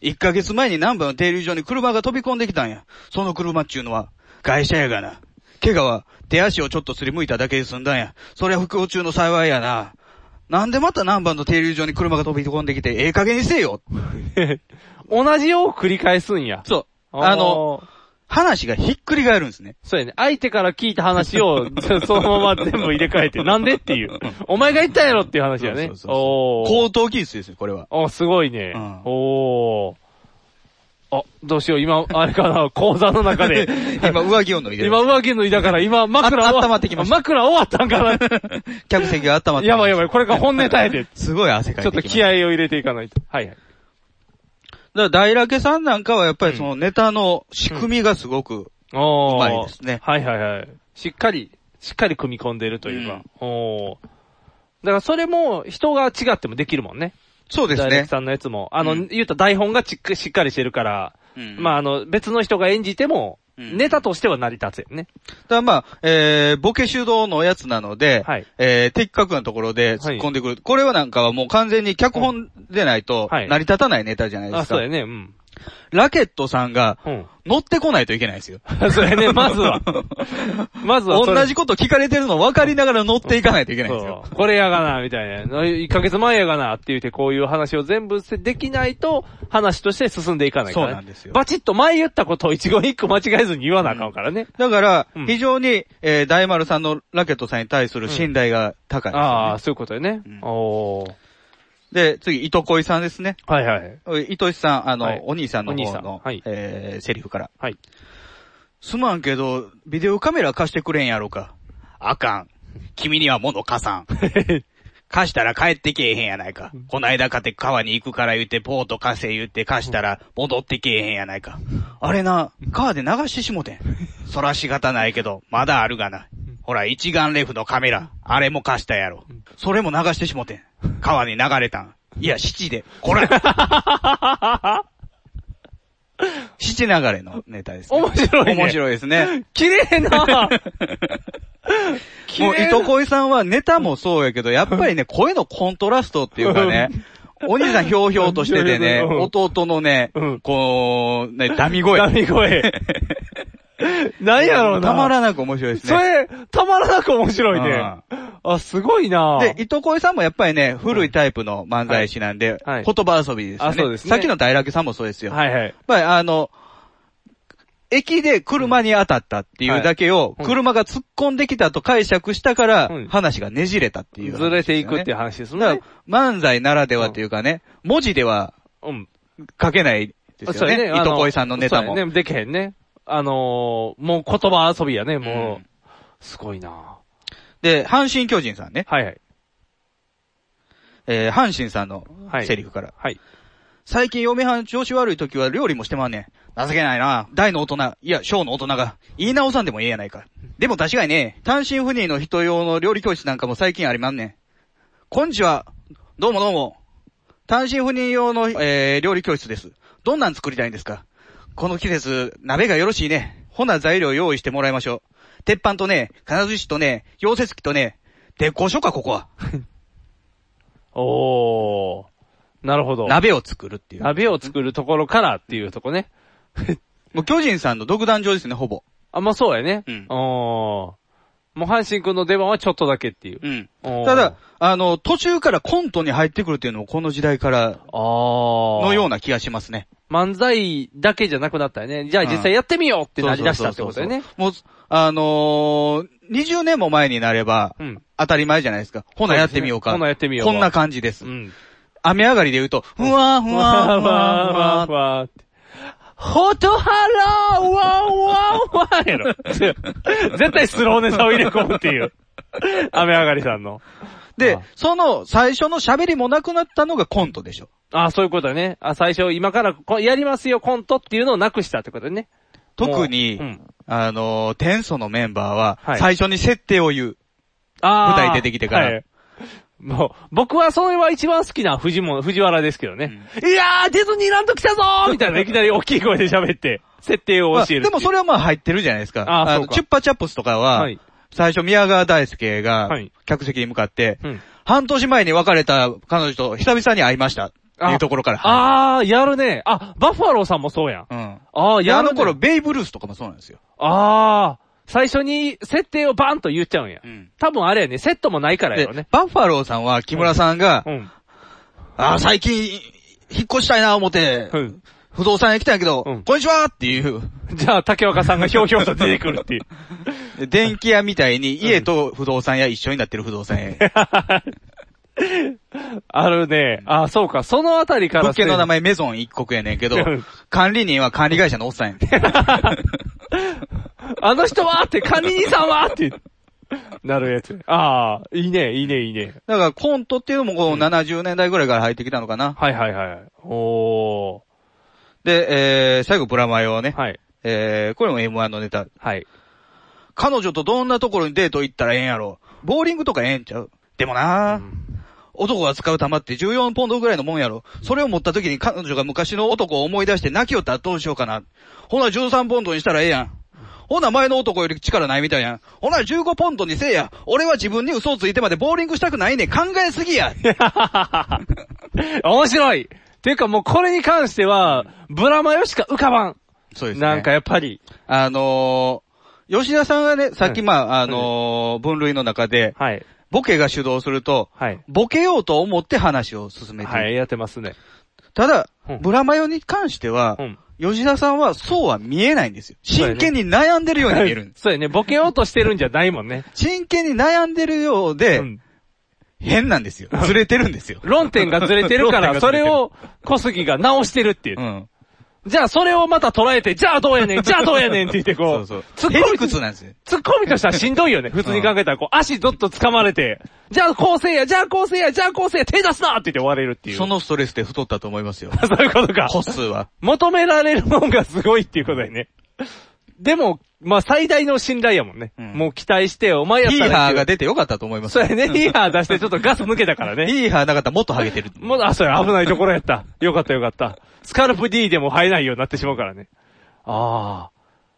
一ヶ月前に南波の停留所に車が飛び込んできたんや。その車っちゅうのは、外車やがな。怪我は手足をちょっとすりむいただけで済んだんや。そりゃ不幸中の幸いやな。なんでまた南波の停留所に車が飛び込んできて、ええ加減にせえよ。同じよう繰り返すんや。そう。おーあの、話がひっくり返るんですね。そうやね。相手から聞いた話 *laughs* を、そのまま全部入れ替えて、なんでっていう。お前が言ったやろっていう話やね。おー。高等技術ですね、これは。おすごいね。おー。あ、どうしよう、今、あれかな、講座の中で。 *laughs* 今、上着を脱いでる今、上 *laughs* 着脱いだから、今、枕終わった。まってきました。枕終わったん *laughs* かな。客席が温まって。やばいやばい、これが本ネタやで。すごい汗かいちょてっきまとした気合を入れていかないと。はいはい。だから、大ラケさんなんかはやっぱりそのネタの仕組みがすごく、おー。うまいですね。はいはいはい。しっかり、しっかり組み込んでるというか。おー。だからそれも人が違ってもできるもんね。そうですねダイレクさんのやつも。あの、言った台本がちっくしっかりしてるから、うんまああの、別の人が演じても、ネタとしては成り立つよね。だからまあ、えー、ボケ主導のやつなので、えー、的確なところで突っ込んでくる。これはなんかはもう完全に脚本でないと、成り立たないネタじゃないであ、すか。そうだよね、うん。ラケットさんが、乗ってこないといけないですよ。 *laughs* それね、まず *laughs* は。まずはそれ。同じこと聞かれてるの分かりながら乗っていかないといけないんですよ。そうこれやがな、みたいな。1ヶ月前やがな、って言ってこういう話を全部せできないと、話として進んでいかないから、そね。うなんですよバチッと前言ったことを一言一句間違えずに言わなあかんからね。だから、非常に、えー大丸さんのラケットさんに対する信頼が高いですよね。ああ、そういうことよね。おーで、次、糸恋さんですね。はいはい。糸井さん、あの、はいお兄さんのお兄さ方んの、はいえー、セリフから。はい。すまんけど、ビデオカメラ貸してくれんやろか。あかん。君には物貸 *laughs* さん。貸したら帰ってけえへんやないか。こないだかて川に行くから言うて、ボート貸せ言うて貸したら戻ってけえへんやないか。あれな、川で流してしもてん。そら仕方ないけど、まだあるがな。ほら、一眼レフのカメラ、あれも貸したやろ。それも流してしもてん。川に流れたん。いや、七で。こら七流れのネタです、ね。面白いね面白いです *laughs* ね。綺麗なもう、糸恋さんはネタもそうやけど、やっぱ *laughs* りね、声のコントラストっていうかね、お兄さんひょうひょうとしててね、うん弟のね、こう、ね、 *laughs* ダミ声。ダ *laughs* ミ声。何やろうな。たまらなく面白いですね。それ、たまらなく面白いね。あ、すごいなで、糸恋さんもやっぱりね、古いタイプの漫才師なんで、はいはい言葉遊びですよね。あそうですねさっきの大楽さんもそうですよ。はいはい。まあ、あの、駅で車に当たったっていうだけを、車が突っ込んできたと解釈したから、話がねじれたっていう話ですよね、ずれていくっていう話ですねだから漫才ならではっていうかね、文字では、書けないですそようやね。あ糸恋さんのネタも。そうやね、でけへんね。あのー、もう言葉遊びやね、もう。すごいなで、阪神巨人さんね。はいはい。えー阪神さんのセリフから。はい。最近嫁はん調子悪い時は料理もしてまんねん。情けないな。大の大人、いや、小の大人が、言い直さんでもええやないか。でも確かにね、単身赴任の人用の料理教室なんかも最近ありまんねん。こんにちは。どうもどうも。単身赴任用の、えー、料理教室です。どんなん作りたいんですかこの季節、鍋がよろしいね。ほな材料用意してもらいましょう。鉄板とね、金槌とね、溶接機とね、鉄工所か、ここは。おー。なるほど。鍋を作るっていう。鍋を作るところからっていうとこね。もう巨人さんの独壇場ですね、ほぼ。あ、まあそうやね。うん。おー。もう阪神くんの出番はちょっとだけっていう。うん。たただ、、あの、途中からコントに入ってくるっていうのもこの時代から、のような気がしますね。漫才だけじゃなくなったよね。じゃあ実際やってみようってなりだしたってことだよね。そうそうそうそう。もう、あのー、20年も前になれば、当たり前じゃないですか。ほなやってみようか。そうですねほなやってみようこんな感じです。雨上がりで言うと、ふわーふわーふふわふわーふわーわふわって。ほとはらーわんわんわんやろ。 *laughs* 絶対スローネタを入れ込むっていう。雨上がりさんの。で、その最初の喋りもなくなったのがコントでしょ。ああ、そういうことだね。あ最初、今からこやりますよ、コントっていうのをなくしたってことだね。特に、あのー、天祖のメンバーは、はい最初に設定を言う。あー舞台出てきてから。はいもう、僕はそれは一番好きな藤本、藤原ですけどね。いやー、ディズニーランド来たぞーみたいな、いきなり大きい声で喋って、設定を教えるってまあいう。でもそれはまあ入ってるじゃないですか。あーのそうかチュッパチャップスとかは、はい最初宮川大輔が、客席に向かって、半年前に別れた彼女と久々に会いました。っていうところから。あー、やるね。あ、バッファローさんもそうやん。うん。あー、でやある、ね。の頃、ベイブルースとかもそうなんですよ。あー、最初に設定をバンと言っちゃうんや。多分あれやね、セットもないからやで、ろね。バッファローさんは木村さんが、あー最近、引っ越したいな思って、不動産屋来たんやけど、こんにちはっていう。じゃあ、竹岡さんがひょうひょうと出てくるっていう。で電気屋みたいに家と不動産屋一緒になってる不動産屋。あるね。あ、そうか。そのあたりから。物件の名前メゾン一国やねんけどうん、管理人は管理会社のおっさんやねん。あの人はって、管理人さんはって。なるやつ。ああ、いいね、いいね、いいね。だからコントっていうのもこの70年代ぐらいから入ってきたのかな。はいはいはい。おー。で、えー、最後ブラマヨをね。はい。えー、これも M1 のネタ。はい。彼女とどんなところにデート行ったらええんやろ。ボーリングとかええんちゃうでもなー男が使う玉って14ポンドぐらいのもんやろ。それを持った時に彼女が昔の男を思い出して泣きよったらどうしようかな。ほな13ポンドにしたらええやん。ほな前の男より力ないみたいやん。ほな15ポンドにせえや。俺は自分に嘘をついてまでボーリングしたくないねん。考えすぎや。 *laughs* 面白いていうかもうこれに関しては、ブラマヨしか浮かばん。そうですね。なんかやっぱり。あのー、吉田さんがね、さっきまあ、あのー、分類の中で、ボケが主導すると、ボケようと思って話を進めている。はい、やってますね。ただ、ブラマヨに関しては、吉田さんはそうは見えないんですよ。真剣に悩んでるように見える。 *laughs* そうやね、ボケようとしてるんじゃないもんね。真剣に悩んでるようで、変なんですよ。ずれてるんですよ。論点がずれてる *laughs* から、それを小杉が直してるっていう。じゃあそれをまた捉えて、じゃあどうやねん、じゃあどうやねんって言ってこう。そうそう。ヘリクツなんですよ。ツッコミとしてはしんどいよね。普通に考えたら、こう、足どっと掴まれて、じゃあこうせいや、じゃあこうせいや、じゃあこうせいや、手出すなって言って終われるっていう。そのストレスで太ったと思いますよ。 *laughs* そういうことか。個数は。求められるもんがすごいっていうことだよね。でも、まあ最大の信頼やもんね。もう期待して、お前やったら。ヒーハーが出てよかったと思います。そうやね。ヒーハー出してちょっとガス抜けたからね。ヒーハーなかったらもっとハゲてる。もう、あ、そうや、危ないところやった。よかったよかった。スカルプ D でも生えないようになってしまうからね。あ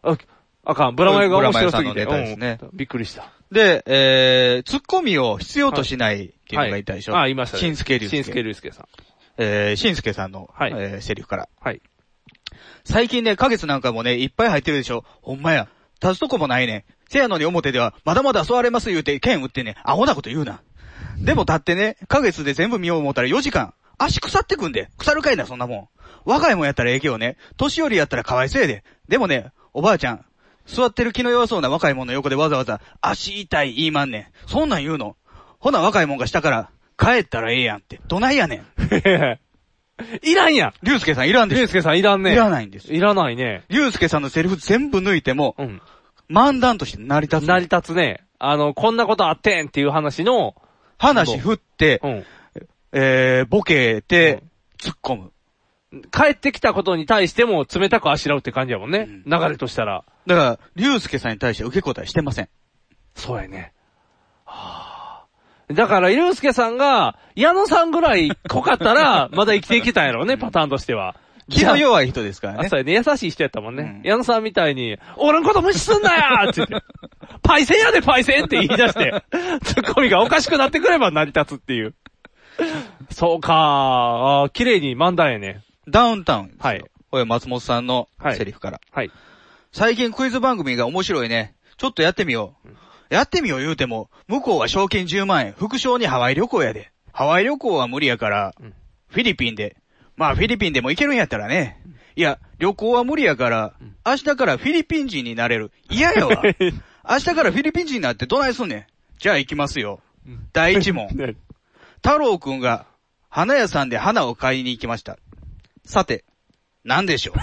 あ。あ、あかん。ブラマヨが面白すぎて。ブラマヨさんのネタですねうんびっくりした。で、えー、ツッコミを必要としないっていうのがいたでしょ。はいあいましたね新助竜介。新助竜介さん。えー、新助さんの、えーセリフから。はい。最近ね、花月なんかもね、いっぱい入ってるでしょ。ほんまや。立つとこもないね。せやのに表では、まだまだ座れます言うて、剣打ってね、アホなこと言うな。でも立ってね、花月で全部見よう思ったら4時間。足腐ってくんで。腐るかいな、そんなもん。若いもんやったらええけどね。年寄りやったらかわいそうやで。でもね、おばあちゃん、座ってる気の弱そうな若いもんの横でわざわざ、足痛い言いまんねん。そんなん言うの。ほな若いもんがしたから、帰ったらええやんって。どないやねん。 *laughs* いらんやん竜介さんいらんでしょ竜介さんいらんねいらないんです。いらないね。竜介さんのセリフ全部抜いても、漫談として成り立つ。成り立つね。あの、こんなことあってんっていう話の、話振って、えー、ボケて、突っ込む。帰ってきたことに対しても冷たくあしらうって感じやもんね。流れとしたら。だから、竜介さんに対して受け答えしてません。そうやね。だから、ゆうすけさんが、矢野さんぐらい濃かった *laughs* ら、まだ生きていけたんやろうね、パターンとしては。気の弱い人ですからねあ、そうやね。優しい人やったもんね。矢野さんみたいに、俺のこと無視すんな *laughs* よって言って、パイセンやでパイセンって言い出して、ツッコミがおかしくなってくれば成り立つっていう。そうかーあー綺麗に漫談やね。ダウンタウン。はい。これ松本さんのセリフから。はい。最近クイズ番組が面白いね。ちょっとやってみよう。やってみよう言うても、向こうは賞金10万円、副賞にハワイ旅行やで。ハワイ旅行は無理やから、フィリピンで。まあフィリピンでも行けるんやったらね。いや、旅行は無理やから、明日からフィリピン人になれる。嫌や *laughs* わ。明日からフィリピン人になってどないすんねん。じゃあ行きますよ。第一 *laughs* 問。太郎くんが花屋さんで花を買いに行きました。さて、なんで *laughs* しょう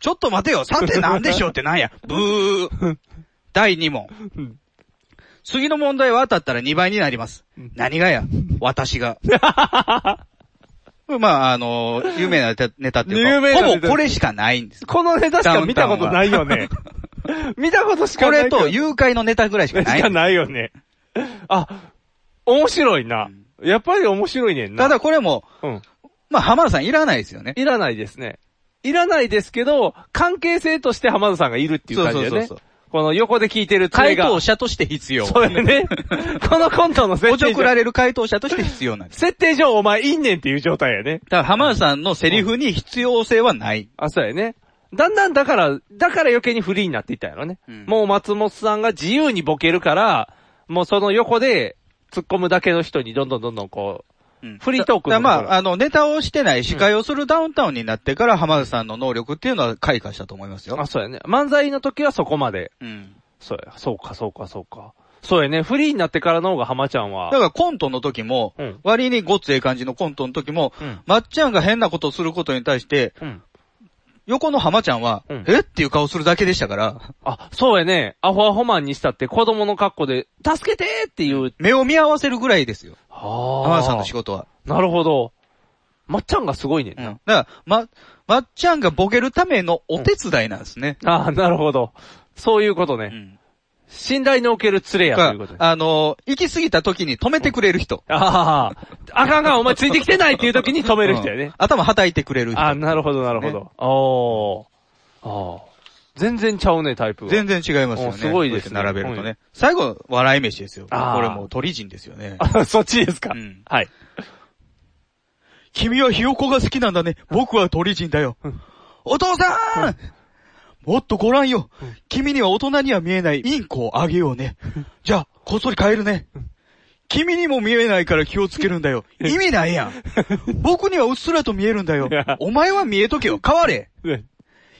ちょっと待てよ、さてなんでしょうってなんや。ブー。第2問。次の問題は当たったら2倍になります。何がや私 *laughs* が。まあ、あのー有名なネタネタって有い名うなか、ネほタぼこれしかないんです。このネタしか見たことないよね。見たことしかないけどこれと誘拐のネタぐらいしかない。しかないよね。あ、面白いな。やっぱり面白いねんな。ただこれも、まあ、浜田さんいらないですよね。いらないですね。いらないですけど、関係性として浜田さんがいるっていう感じだよね。そうそうそうこの横で聞いてる回彼が。答者として必要。そう *laughs* やね。このコントの設定上。おちょくられる回答者として必要なんです。設定上お前いんねんっていう状態やね。 *laughs* だから浜田さんのセリフに必要性はない。あ、そうやね。だんだんだから、だから余計にフリーになっていったんやろね。もう松本さんが自由にボケるから、もうその横で突っ込むだけの人にどんどんどんどんこう、フリートークだのだとまころあ、あの、ネタをしてない司会をするダウンタウンになってから浜田さんの能力っていうのは開花したと思いますよ。あ、そうやね。漫才の時はそこまで。うん。そうや、そうか、そうか、そうか。そうやね。フリーになってからの方が浜ちゃんは。だからコントの時も、割にごっつええ感じのコントの時も、まっちゃんが変なことをすることに対して、横の浜ちゃんは、えっていう顔するだけでしたから、あ、そうやね。アホアホマンにしたって子供の格好で、助けてーっていう。目を見合わせるぐらいですよ。は浜田さんの仕事は。なるほど。まっちゃんがすごいねんな。だから、ま、まっちゃんがボケるためのお手伝いなんですね。ああ、なるほど。そういうことね。信頼のおける連れやということね。あの、行き過ぎた時に止めてくれる人。ああ、あかんがん、お前ついてきてないっていう時に止める人やね。頭はたいてくれる人。あなるほど、なるほど。おー。ああ。全然ちゃうね、タイプが。全然違いますよおね。すごいですこね。うやって並べるとうんね。。最後、笑い飯ですよ。あー *laughs* これもう鳥人ですよね。あ、そっちですか。うんはい。君はひよこが好きなんだね。僕は鳥人だよ。お父さんもっとご覧よ。君には大人には見えないインコをあげようね。じゃあ、こっそり帰るね。君にも見えないから気をつけるんだよ。意味ないやん。僕にはうっすらと見えるんだよ。お前は見えとけよ。変われ。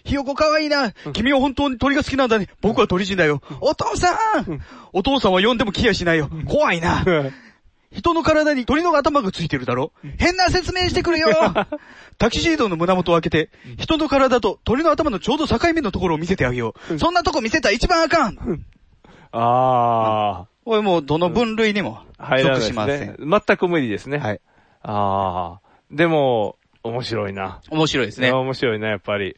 ひよこかわいいな。君は本当に鳥が好きなんだね。僕は鳥人だよ。お父さんお父さんは呼んでも来やしないよ。怖い *laughs* な。人の体に鳥の頭がついてるだろ変な説明してく *laughs* れよタキシードの胸元を開けて、人の体と鳥の頭のちょうど境目のところを見せてあげよう。そんなとこ見せたら一番あかん *laughs* ああ。これもうどの分類にも入らな属いでしすませねん。。全く無理ですね。はい。ああ。でも、面白いな。面白いですねや面白いな、やっぱり。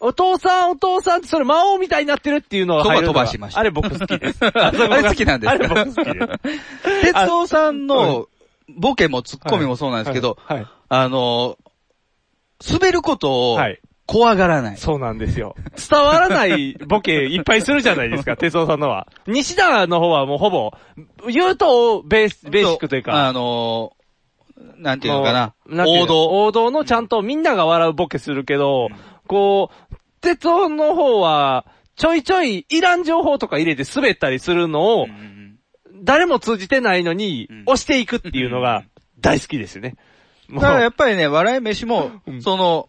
お父さん、お父さんってそれ魔王みたいになってるっていうのは入るのそこがは飛ばしました *laughs* あれ僕好きです。あれ好きなんですあれか僕好きです。鉄道さんのボケもツッコミもそうなんですけど、あの、滑ることを怖がらない。そうなんですよ。伝わらないボケいっぱいするじゃない *laughs* ですか、哲夫さんのは。西田の方はもうほぼ、言うとベース、ベーシックというか。あのなんていうのかなもうんていうの王道王道のちゃんとみんなが笑うボケするけど、こう、鉄夫の方は、ちょいちょいいらん情報とか入れて滑ったりするのを、誰も通じてないのに、押していくっていうのが大好きですよね。もだうからやっぱりね、笑い飯も、その、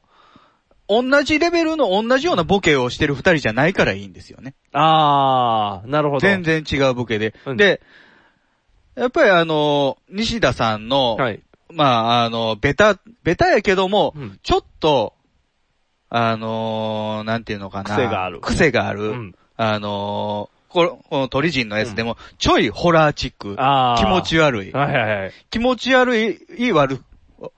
同じレベルの同じようなボケをしてる二人じゃないからいいんですよね。あー、なるほど。全然違うボケで。で、やっぱりあの、西田さんの、まあ、あの、ベタ、ベタやけども、ちょっと、あのーなんていうのかな。癖がある癖がある。あのーこれ、この鳥人のやつでも、ちょいホラーチック。あー気持ち悪い。はいはいはい。気持ち悪い、いい悪、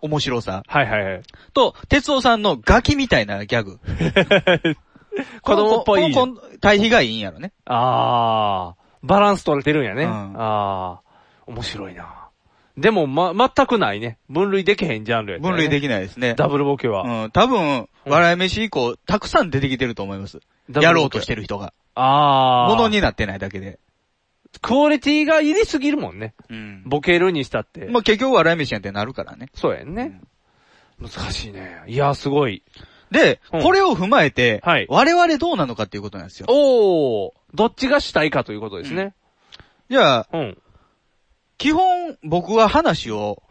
面白さ。はいはいはい。と、哲夫さんのガキみたいなギャグ。子供っぽいこのこの対比がいいんやろね。あー、バランス取れてるんやね。あー、面白いな。でも、ま、全くないね。分類できへんジャンルやったね、分類できないですね。ダブルボケは。うん、多分、笑い飯以降、たくさん出てきてると思います。ダブルボケやろうとしてる人が。あー。ものになってないだけで。クオリティが入りすぎるもんね。うん。ボケるにしたって。まあ、結局笑い飯なんてなるからね。そうやんね。難しいね。いや、すごい。で、これを踏まえて、我々どうなのかっていうことなんですよ。おー、どっちがしたいかということですね。じゃあ、基本、僕は話を、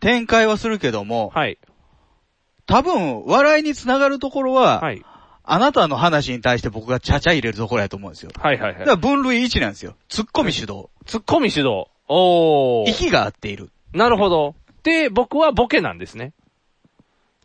展開はするけども、多分、笑いにつながるところは、あなたの話に対して僕がちゃちゃ入れるところやと思うんですよ。はいはいはいだから分類1なんですよ。ツッコミ主導。ツッコミ主導。おー。息が合っている。なるほど。で、僕はボケなんですね。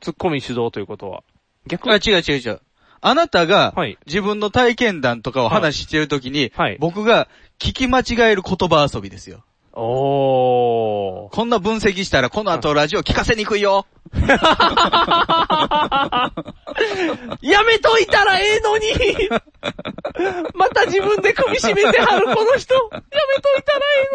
ツッコミ主導ということは。逆あ、違う違う違う。あなたが、自分の体験談とかを話してるときに、僕が聞き間違える言葉遊びですよ。おこんな分析したら、この後ラジオ聞かせにくいよ。やめといたらええのにまた自分で首絞めてはるこの人やめといたらえ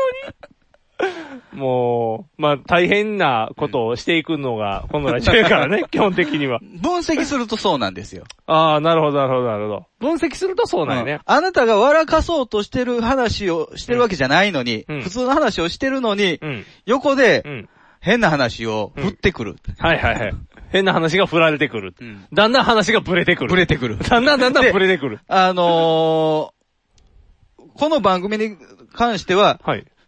えのにもう、まあ大変なことをしていくのがこのラジオや *laughs* からね、基本的には。分析するとそうなんですよ。ああ、なるほどなるほどなるほど。分析するとそうなんやね。んあなたが笑かそうとしてる話をしてるわけじゃないのに、普通の話をしてるのに、横で、変な話を振ってくる。はいはいはい。変な話が振られてくる。だんだん話がブレてくる。ブレてくる。だんだんだんだんブレてくる。あのー、この番組に関しては、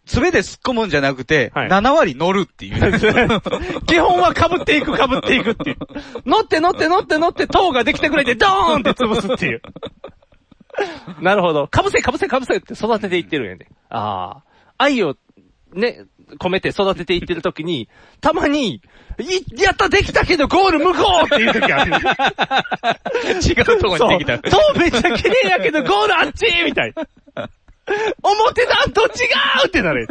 すべて突っ込むんじゃなくて、7割乗るって *laughs* いう。基本は被っていく被っていくっていう。乗って乗って乗って乗って塔ができてくれてドーンって潰すっていう。なるほど。被せ被せ被せって育てていってるんやね。ああ。愛をね、込めて育てていってる時に、たまに、いやったできたけどゴール向こうっていう時ある。違うとこにできたそう塔めっちゃ綺麗やけどゴールあっちみたいな。表段と違うってなる。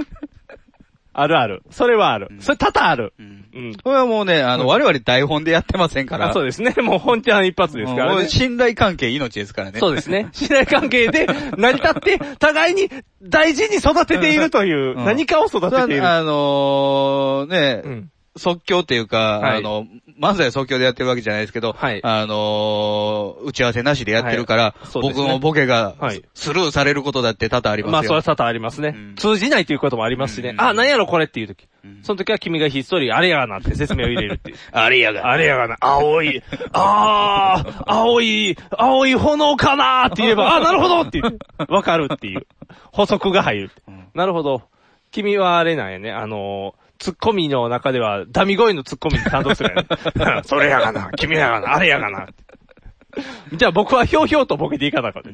あるある。それはある。それ多々ある。うん。これはもうね、あの、我々台本でやってませんから。あそうですね。 *laughs* もう本ちゃん一発ですからもねう。信頼関係命ですからね。そうです *laughs* ね。信頼関係で成り立って、互いに大事に育てているという、うん何かを育てている。あのーね、即興っていうか、はいあの、漫才を即興でやってるわけじゃないですけど、あのー打ち合わせなしでやってるから、はいそうです僕ねもボケがはいスルーされることだって多々ありままあ、すそよれは。多々ありますね。通じないということもありますしね。あ、なんやろこれっていう時。その時は君がひっそり、あれやがなって説明を入れるっていう。あれやがあれやがな。青い、あー、青い、青い炎かなーって言えば、あ、なるほどって言う。わかるっていう。補足が入る。なるほど。君はあれなんやね。あのー、ツッコミの中では、ダミ声のツッコミに担当するや *laughs* ね。それやがな、君やがな、あれやがな。 *laughs* じゃあ僕はひょうひょうとボケていかなかった。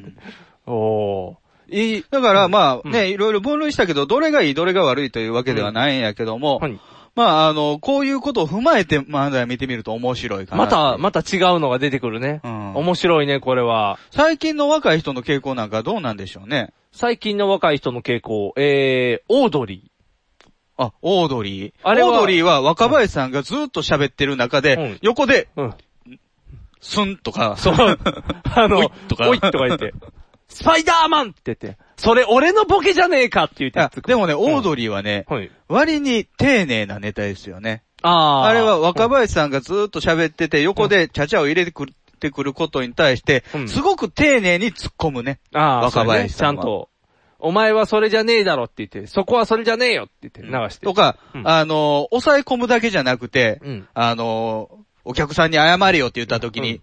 おいだからまあね、いろいろ分類したけど、どれがいい、どれが悪いというわけではないんやけども、まああの、こういうことを踏まえて漫才を見てみると面白いかな。また、また違うのが出てくるね。面白いね、これは。最近の若い人の傾向なんかどうなんでしょうね。最近の若い人の傾向、えー、オードリー。あ、オードリー。あれはオードリーは若林さんがずっと喋ってる中で、横で、スンとか、 *laughs* そう、あの、おいとか、おいとか言って。スパイダーマンって言って、それ俺のボケじゃねえかって言って。でもね、オードリーはね、割に丁寧なネタですよね。ああれは若林さんがずっと喋ってて、横でちゃちゃを入れてくる。ってくることに対して、すごく丁寧に突っ込むね。あー若林そうさやんねはちゃんと、お前はそれじゃねえだろって言って、そこはそれじゃねえよって言って流して。とか、あの、抑え込むだけじゃなくて、あの、お客さんに謝れよって言った時に、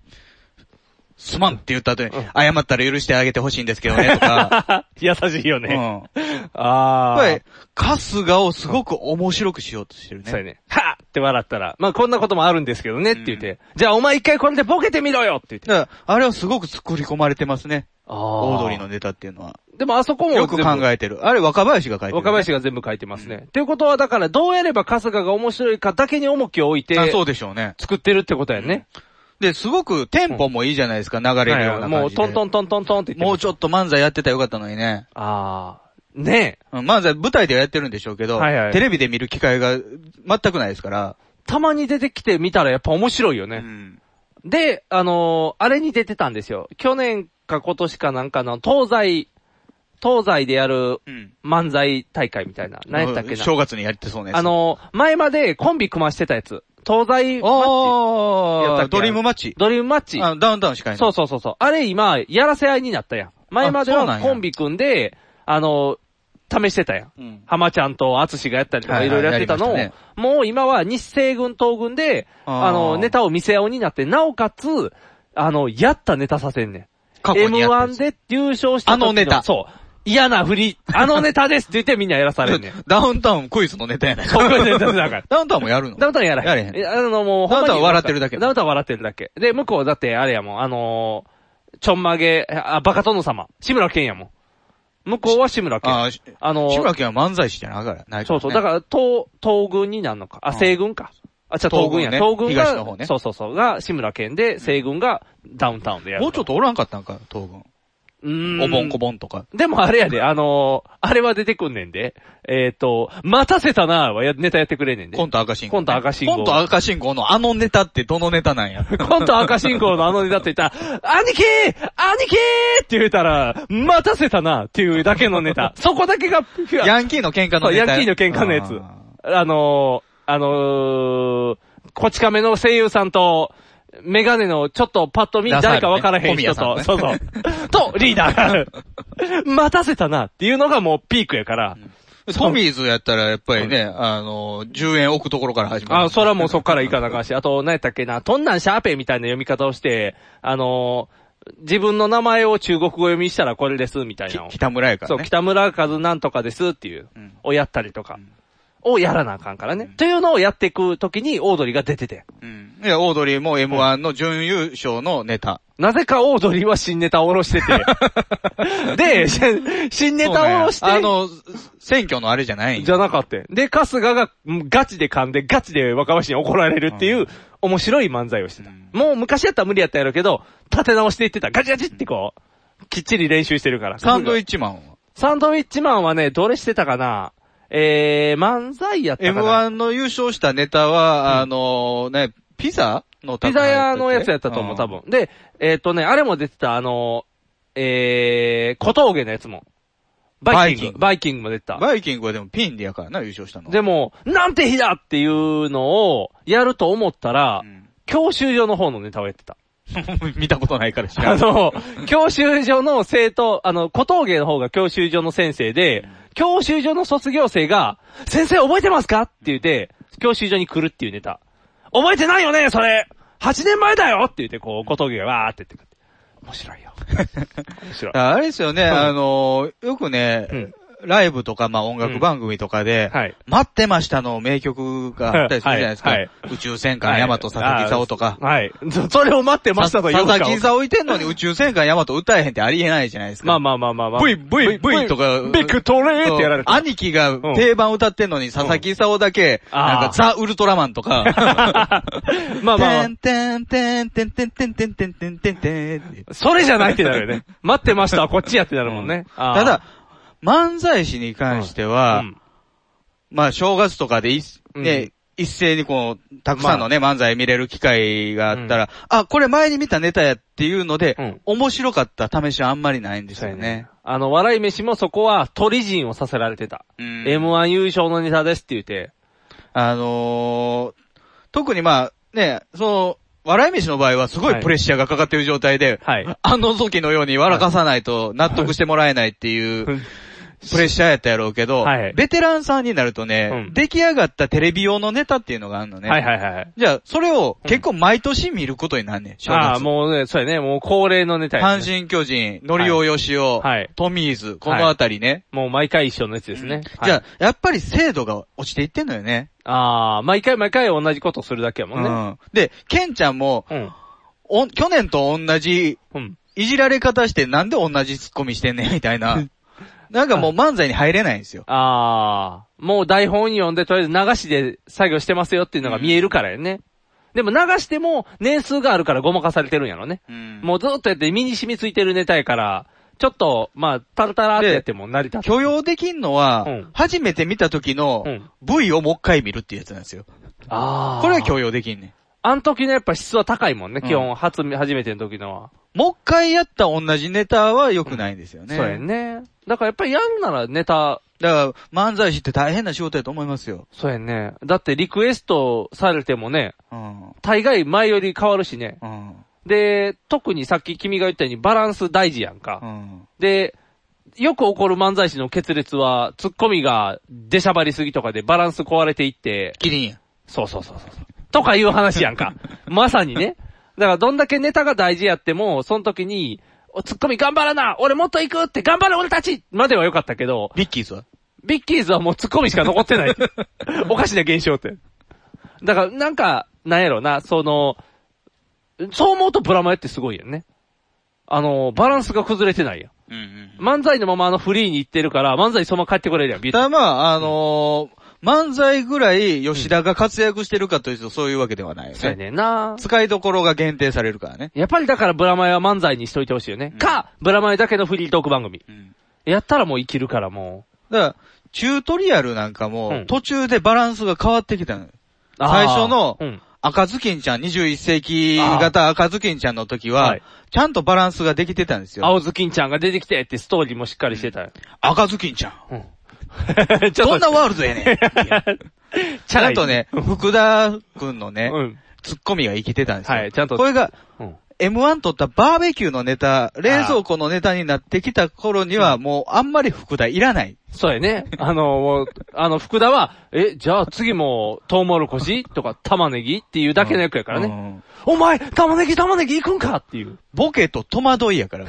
すまんって言った後に、謝ったら許してあげてほしいんですけどね、とか。 *laughs* 優しいよ *laughs* ね。うん。あやっぱり、春日をすごく面白くしようとしてるね。そうやね。はっって笑ったら、まあこんなこともあるんですけどねって言って、じゃあお前一回これでボケてみろよって言って。だからあれはすごく作り込まれてますね。オードリーのネタっていうのは。でもあそこもよく考えてる。あれ若林が書いてる、若林が全部書いてますね。っていうことは、だから、どうやれば春日が面白いかだけに重きを置いて、あそうでしょうね。作ってるってことやね。で、すごくテンポもいいじゃないですか、流れるような感じで。もうトントントントントンってもうちょっと漫才やってたらよかったのにね。ああ。ねえ。漫才舞台ではやってるんでしょうけど、はいはいテレビで見る機会が全くないですから。たまに出てきてみたらやっぱ面白いよね。で、あのーあれに出てたんですよ。去年か今年かなんかの、東西、東西でやる漫才大会みたいな。何やったっけな。正月にやってそうね。あのー前までコンビ組ましてたやつ。東西マッチやったっけ。ドリームマッチ。ドリームマッチ。あダウンタウン司会の。そうそうそうそう。あれ今、やらせ合いになったやん。前まであそうなはんやコンビ組んで、あの、試してたやん。うん浜ちゃんと厚がやったりとはかいいはいろいろやってたのを、やりまもう今は日清軍東軍で、あーあの、ネタを見せ合うになって、なおかつ、あの、やったネタさせんねん。過去にやったや M1 で優勝した時の。あのネタそう。嫌な振り、あのネタですって言ってみんなやらされんね *laughs* ん。ダウンタウンクイズのネタやないそうクイズのネタだからダウンタウンもやるのダウンタウンやらへん。やれへんえあのもう、ほダんまにウンタウン笑ってるだけダウンタウン笑ってるだけ。で、向こうだってあれやもん、あのー、ちょんまげ、あ、バカ殿様。志村けんやもん。向こうは志村けん。ああーしのー、志村けんは漫才師じゃないから、ないそうそう。だから、東、東軍になんのか。あ、西軍か。あ、じゃあ東軍や。東東軍ね軍が、東の方ねそうそうそう。が、志村けんで、西軍がダウンタウンでやら。る。もうちょっとおらんかったんか、東軍。うーんおぼんこぼんとか。でもあれやで、あのー、あれは出てくんねんで。えっ、と、待たせたなぁはやネタやってくれんねんで。コント赤信号。コント赤信号コント赤信号のあのネタってどのネタなんや。 *laughs* コント赤信号のあのネタって言ったら、兄貴兄貴って言うたら、待たせたなっていうだけの *laughs* ネタ。そこだけが、ヤンキーの喧嘩のネタそうヤンキーの喧嘩のやつ。あのー、あのー、こち亀の声優さんと、メガネのちょっとパッと見ダサいね誰かわからへん小人と、宮さんそうそう。と、リーダー *laughs* が、待たせたなっていうのがもうピークやから。トミーズやったらやっぱりね、あの、10円置くところから始まる。あ、それはもうそっからいかなあか *laughs* んし、あと、何やったっけな、トンナンシャーペイみたいな読み方をして、あのー自分の名前を中国語読みしたらこれです、みたいなのを。北村やからそう、ね。北村和なんとかですっていう、をやったりとか、をやらなあかんからね。というのをやっていくときにオードリーが出てて。いや、オードリーも M1 の準優勝のネタ。なぜかオードリーは新ネタを下ろして *laughs* て。で、し新ネタを下ろしそて。うねあの、選挙のあれじゃないじゃなかったよ。で、春日がうんガチで噛んで、ガチで若林に怒られるっていう、面白い漫才をしてた。もう昔やったら無理やったやろうけど、立て直していってた。ガチガチってこう、きっちり練習してるから。サンドイッチマンはサンドウィッチマンはね、どれしてたかなえー、漫才やったかな M1 の優勝したネタは、あの、ね、ピザのピザ屋のやつやったと思う、多分。分。で、えっ、とね、あれも出てた、あの、えー、小峠のやつも。バイキング。バイキングも出た。バイキングはでもピンでやからな、優勝したの。でも、なんて日だっていうのをやると思ったら、教習所の方のネタをやってた。見たことないから知らあん。の、教習所の生徒、あの、小峠の方が教習所の先生で、教習所の卒業生が、先生覚えてますかって言って、教習所に来るっていうネタ。覚えてないよねそれ !8 年前だよって言って、こう、小峠がわーって言ってくる。面白い *laughs* よ。面白い。あれですよね、あのー、よくね、ライブとか、まあ音楽番組とかで、待ってましたの名曲があったりするじゃないですか。はいはい宇宙戦艦ヤマト佐々木沙とか。はい。そ *laughs* それを待ってましたと佐言う々か。木沙置いてんのに宇宙戦艦ヤマト歌えへんってありえないじゃないですか。まあまあまあまあまあ。 V、V、V とか、ビクトレーってやられた。兄貴が定番歌ってんのに、佐々木沙だけ、なんかザ・ウルトラマンとか、まあまあてんてんてんてんてんてんてんてんてんてんてんってそれじゃないってなるよね。待ってましたはこっちやってなるもんね。あーただ、、漫才師に関しては、まあ正月とかでいっ、ね、一斉にこう、たくさんのね、漫才見れる機会があったら、あ、これ前に見たネタやっていうので、面白かった試しはあんまりないんですよね。あの、笑い飯もそこは鳥人をさせられてた。M1 優勝のネタですって言って。あのー、特にまあ、ね、その、笑い飯の場合はすごいプレッシャーがかかってる状態で、あの時のように笑かさないと納得してもらえないっていう、プレッシャーやったやろうけど、ベテランさんになるとね、出来上がったテレビ用のネタっていうのがあるのね。はいはいはいはいじゃあ、それを結構毎年見ることになんねん、正ああ、月。もうね、そうやね、もう恒例のネタや、阪ね。神巨人、のりおよしお、トミーズ、このあたりね。もう毎回一緒のやつですね。じゃあ、やっぱり精度が落ちていってんのよね。ああ、毎回毎回同じことするだけやもんね。うんで、ケンちゃんも、お去年と同じ、いじられ方してなんで同じツッコミしてんねんみたい *laughs* な。なんかもう漫才に入れないんですよ。ああ、もう台本読んでとりあえず流しで作業してますよっていうのが見えるからやね。でも流しても年数があるからごまかされてるんやろね。もうずっとやって身に染みついてるネタやから、ちょっと、まあ、タラタラってやっても成り立つ。許容できんのは、初めて見た時の V をもう一回見るっていうやつなんですよ。ああ。これは許容できんねん。あの時のやっぱ質は高いもんね、うん基本、初め、初めての時のは。もう一回やった同じネタは良くないんですよね。そうやね。だからやっぱりやるならネタ。だから漫才師って大変な仕事やと思いますよ。そうやね。だってリクエストされてもね、大概前より変わるしね。で、特にさっき君が言ったようにバランス大事やんか。で、よく起こる漫才師の決裂は、ツッコミが出しゃばりすぎとかでバランス壊れていって。キリンそうそうそうそう。とかいう話やんか。まさにね。だからどんだけネタが大事やっても、その時に、おツッコミ頑張らな俺もっと行くって頑張れ俺たちまではよかったけど。ビッキーズはビッキーズはもうツッコミしか残ってない。おかしな現象って。だから、なんか、なんやろな、その、そう思うとブラマヨってすごいよね。あの、バランスが崩れてないやん。漫才のままあのフリーに行ってるから、漫才そのまま帰ってこれるやん、ビただまあ、あのー漫才ぐらい吉田が活躍してるかというとそういうわけではないよね。そうやねんな使いどころが限定されるからね。やっぱりだからブラマヨは漫才にしといてほしいよね。か、ブラマヨだけのフリートーク番組。やったらもう生きるからもだから、チュートリアルなんかも、うん途中でバランスが変わってきたのよ。あー最初の、うん赤ずきんちゃん、21世紀型赤ずきんちゃんの時は、ちゃんとバランスができてたんですう、よ。青ずきんちゃんが出てきてってストーリーもしっかりしてたよ。赤ずきんちゃん。どんなワールドやね *laughs* ん。ちゃんとね、福田くんのね、ツッコミが生きてたんですよ。はいちゃんとこれが、M1 取ったバーベキューのネタ、冷蔵庫のネタになってきた頃には、もうあんまり福田いらない。そうやね。あの、もう、あの、福田は、え、じゃあ次も、トウモロコシとか玉ねぎっていうだけの役やからね。お前、玉ねぎ玉ねぎ行くんかっていう。ボケと戸惑いやから。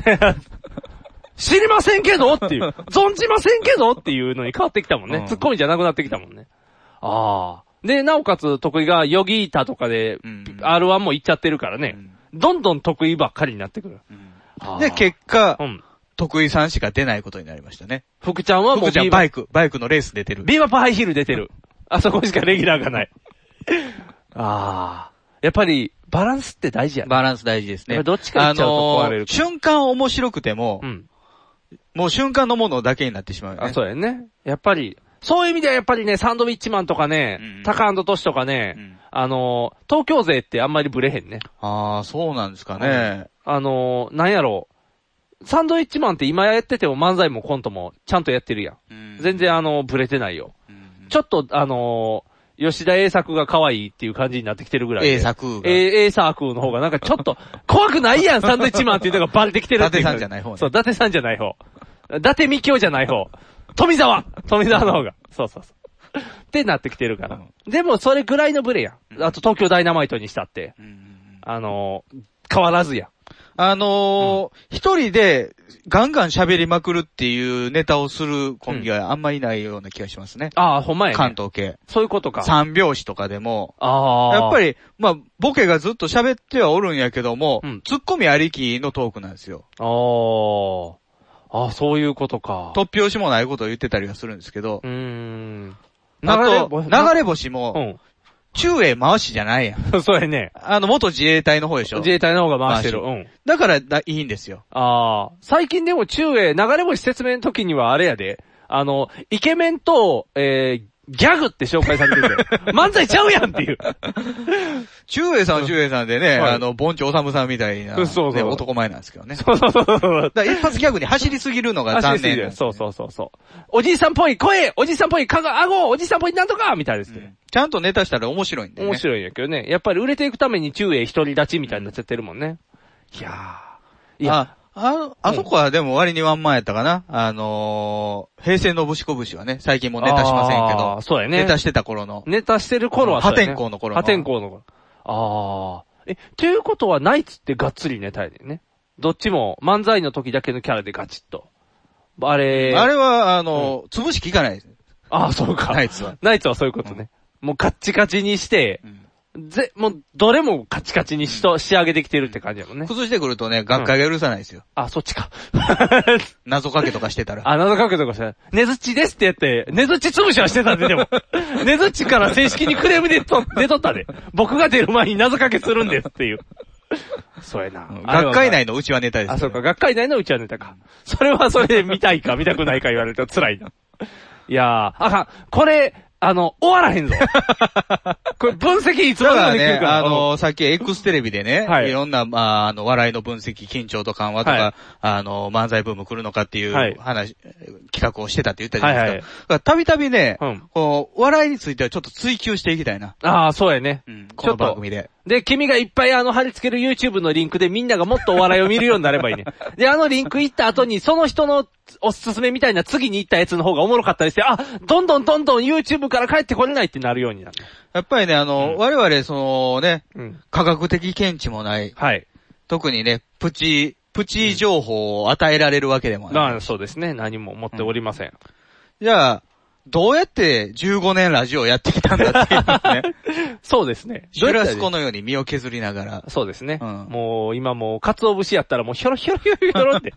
知りませんけどって *laughs* いう。存じませんけどっていうのに変わってきたもんね。ツッコミじゃなくなってきたもんね。ああ。で、なおかつ得意がヨギータとかで、R1 も行っちゃってるからね。どんどん得意ばっかりになってくる。 *laughs* あーで、結果、得意さんしか出ないことになりましたね。福ちゃんはもう福ちゃビんーババイク、バイクのレース出てる。ビーバップハイヒール出てる。あそこしかレギュラー *laughs* がない。ああ。やっぱり、バランスって大事やね。バランス大事ですね。どっちか行っちゃうと壊れるあのー瞬間面白くても、もう瞬間のものだけになってしまうよね。あ、そうやね。やっぱり、そういう意味ではやっぱりね、サンドウィッチマンとかね、タカアンドトシとかね、あのー、東京勢ってあんまりブレへんね。ああ、そうなんですかね。あのー、なんやろう。サンドイッチマンって今やってても漫才もコントもちゃんとやってるやん。全然あの、ブレてないよ。ちょっとあのー吉田栄作が可愛いっていう感じになってきてるぐらいで。栄作がえ栄作の方がなんかちょっと怖くないやん、サンドイッチマンっていうのがバレてきてるっていう伊達さんじゃない方ねそう、伊達さんじゃない方。伊達美京じゃない方。富澤富澤の方が。そうそうそう。ってなってきてるから。でもそれぐらいのブレやん。あと東京ダイナマイトにしたって。あのー変わらずやん。あのー一人でガンガン喋りまくるっていうネタをするコンビはあんまりいないような気がしますね。ああ、ほんまやね。関東系。そういうことか。三拍子とかでも、ああ。やっぱ。り、まあ、ボケがずっと喋ってはおるんやけども、ツッコミありきのトークなんですよ。ああ。ああ、そういうことか。突拍子もないことを言ってたりはするんですけど、うーん。あと、流流れ星れ星も、中英回しじゃないやん。 *laughs* そうやね。あの、元自衛隊の方でしょ自衛隊の方が回してる。うん。だからだ、いいんですよ。ああ。最近でも中英、流れ星説明の時にはあれやで。あの、イケメンと、えー、ギャグって紹介されて *laughs* るで漫才ちゃうやんっていう。中英さんは中英さんでね、はいあの、盆地治さんみたいな、そうそうね男前なんですけどね。そうそうそうそう。だから一発ギャグに走りすぎるのが残念なんですそうそうそうそう。おじいさんっぽい声おじいさんっぽいかが、顎おじいさんっぽいなんとかみたいですね。ちゃんとネタしたら面白いんでね。面白いんやけどね。やっぱり売れていくために中英一人立ちみたいになっちゃってるもんね。いやー。いや、あ、あ、あそこはでも割にワンマンやったかな。あのー、平成のぶしこぶしはね、最近もうネタしませんけあーど。そうやねネタしてた頃の。ネタしてる頃はそうやね、破天荒の頃の破天荒の頃。あー。え、ということはナイツってがっつりネタやねんね。どっちも漫才の時だけのキャラでガチッと。あれあれは、あのー、潰し効かないです。ああ、そうか。ナイツは。ナイツはそういうことね。もうガッチガチにして、ぜ、もうどれもカチカチにしと、仕上げてきてるって感じやもんね。崩してくるとね、学会が許さないですよ。あ、そっちか。謎かけとかしてたら。あ、謎かけとかした。ねずっちですってやって、ねずっち潰しはしてたん *laughs* で、でも。ねずっちから正式にクレームでと出とったで。僕が出る前に謎かけするんですっていう。そうやな。学会内のうちはネタですよ。あ、そうか、学会内のうちはネタか。それはそれで見たいか見たくないか言われると辛いな。いやー、あかん。これ、あの、終わら *laughs* へんぞ。これ分析いつだまでかもらできねる、から。あの、さっき X テレビでね、はいい、ろんな、まあ、あの、笑いの分析、緊張と緩和とか、はいあの、漫才ブーム来るのかっていはいう話、企画をしてたって言ったじゃないはいではすか。だからたびたびね、うんこう、笑いについてはちょっと追求していきたいな。ああ、そうやね。この番組で。で、君がいっぱいあの貼り付ける YouTube のリンクでみんながもっとお笑いを見るようになればいい *laughs* ね。で、あのリンク行った後にその人のおすすめみたいな次に行ったやつの方がおもろかったりして、あ、どんどんどんどん YouTube から帰ってこれないってなるようになる。やっぱりね、あの、我々、そのね、うん科学的見地もない。はい。特にね、プチ、プチ情報を与えられるわけでもない。まあ、そうですね。何も持っておりません。じゃあ、どうやって15年ラジオやってきたんだって *laughs* いうね。そうですね。シュラスコのように身を削りながら。そうですね。もう今もう、鰹節やったらもうひょろひょろひょろひょろ *laughs* って。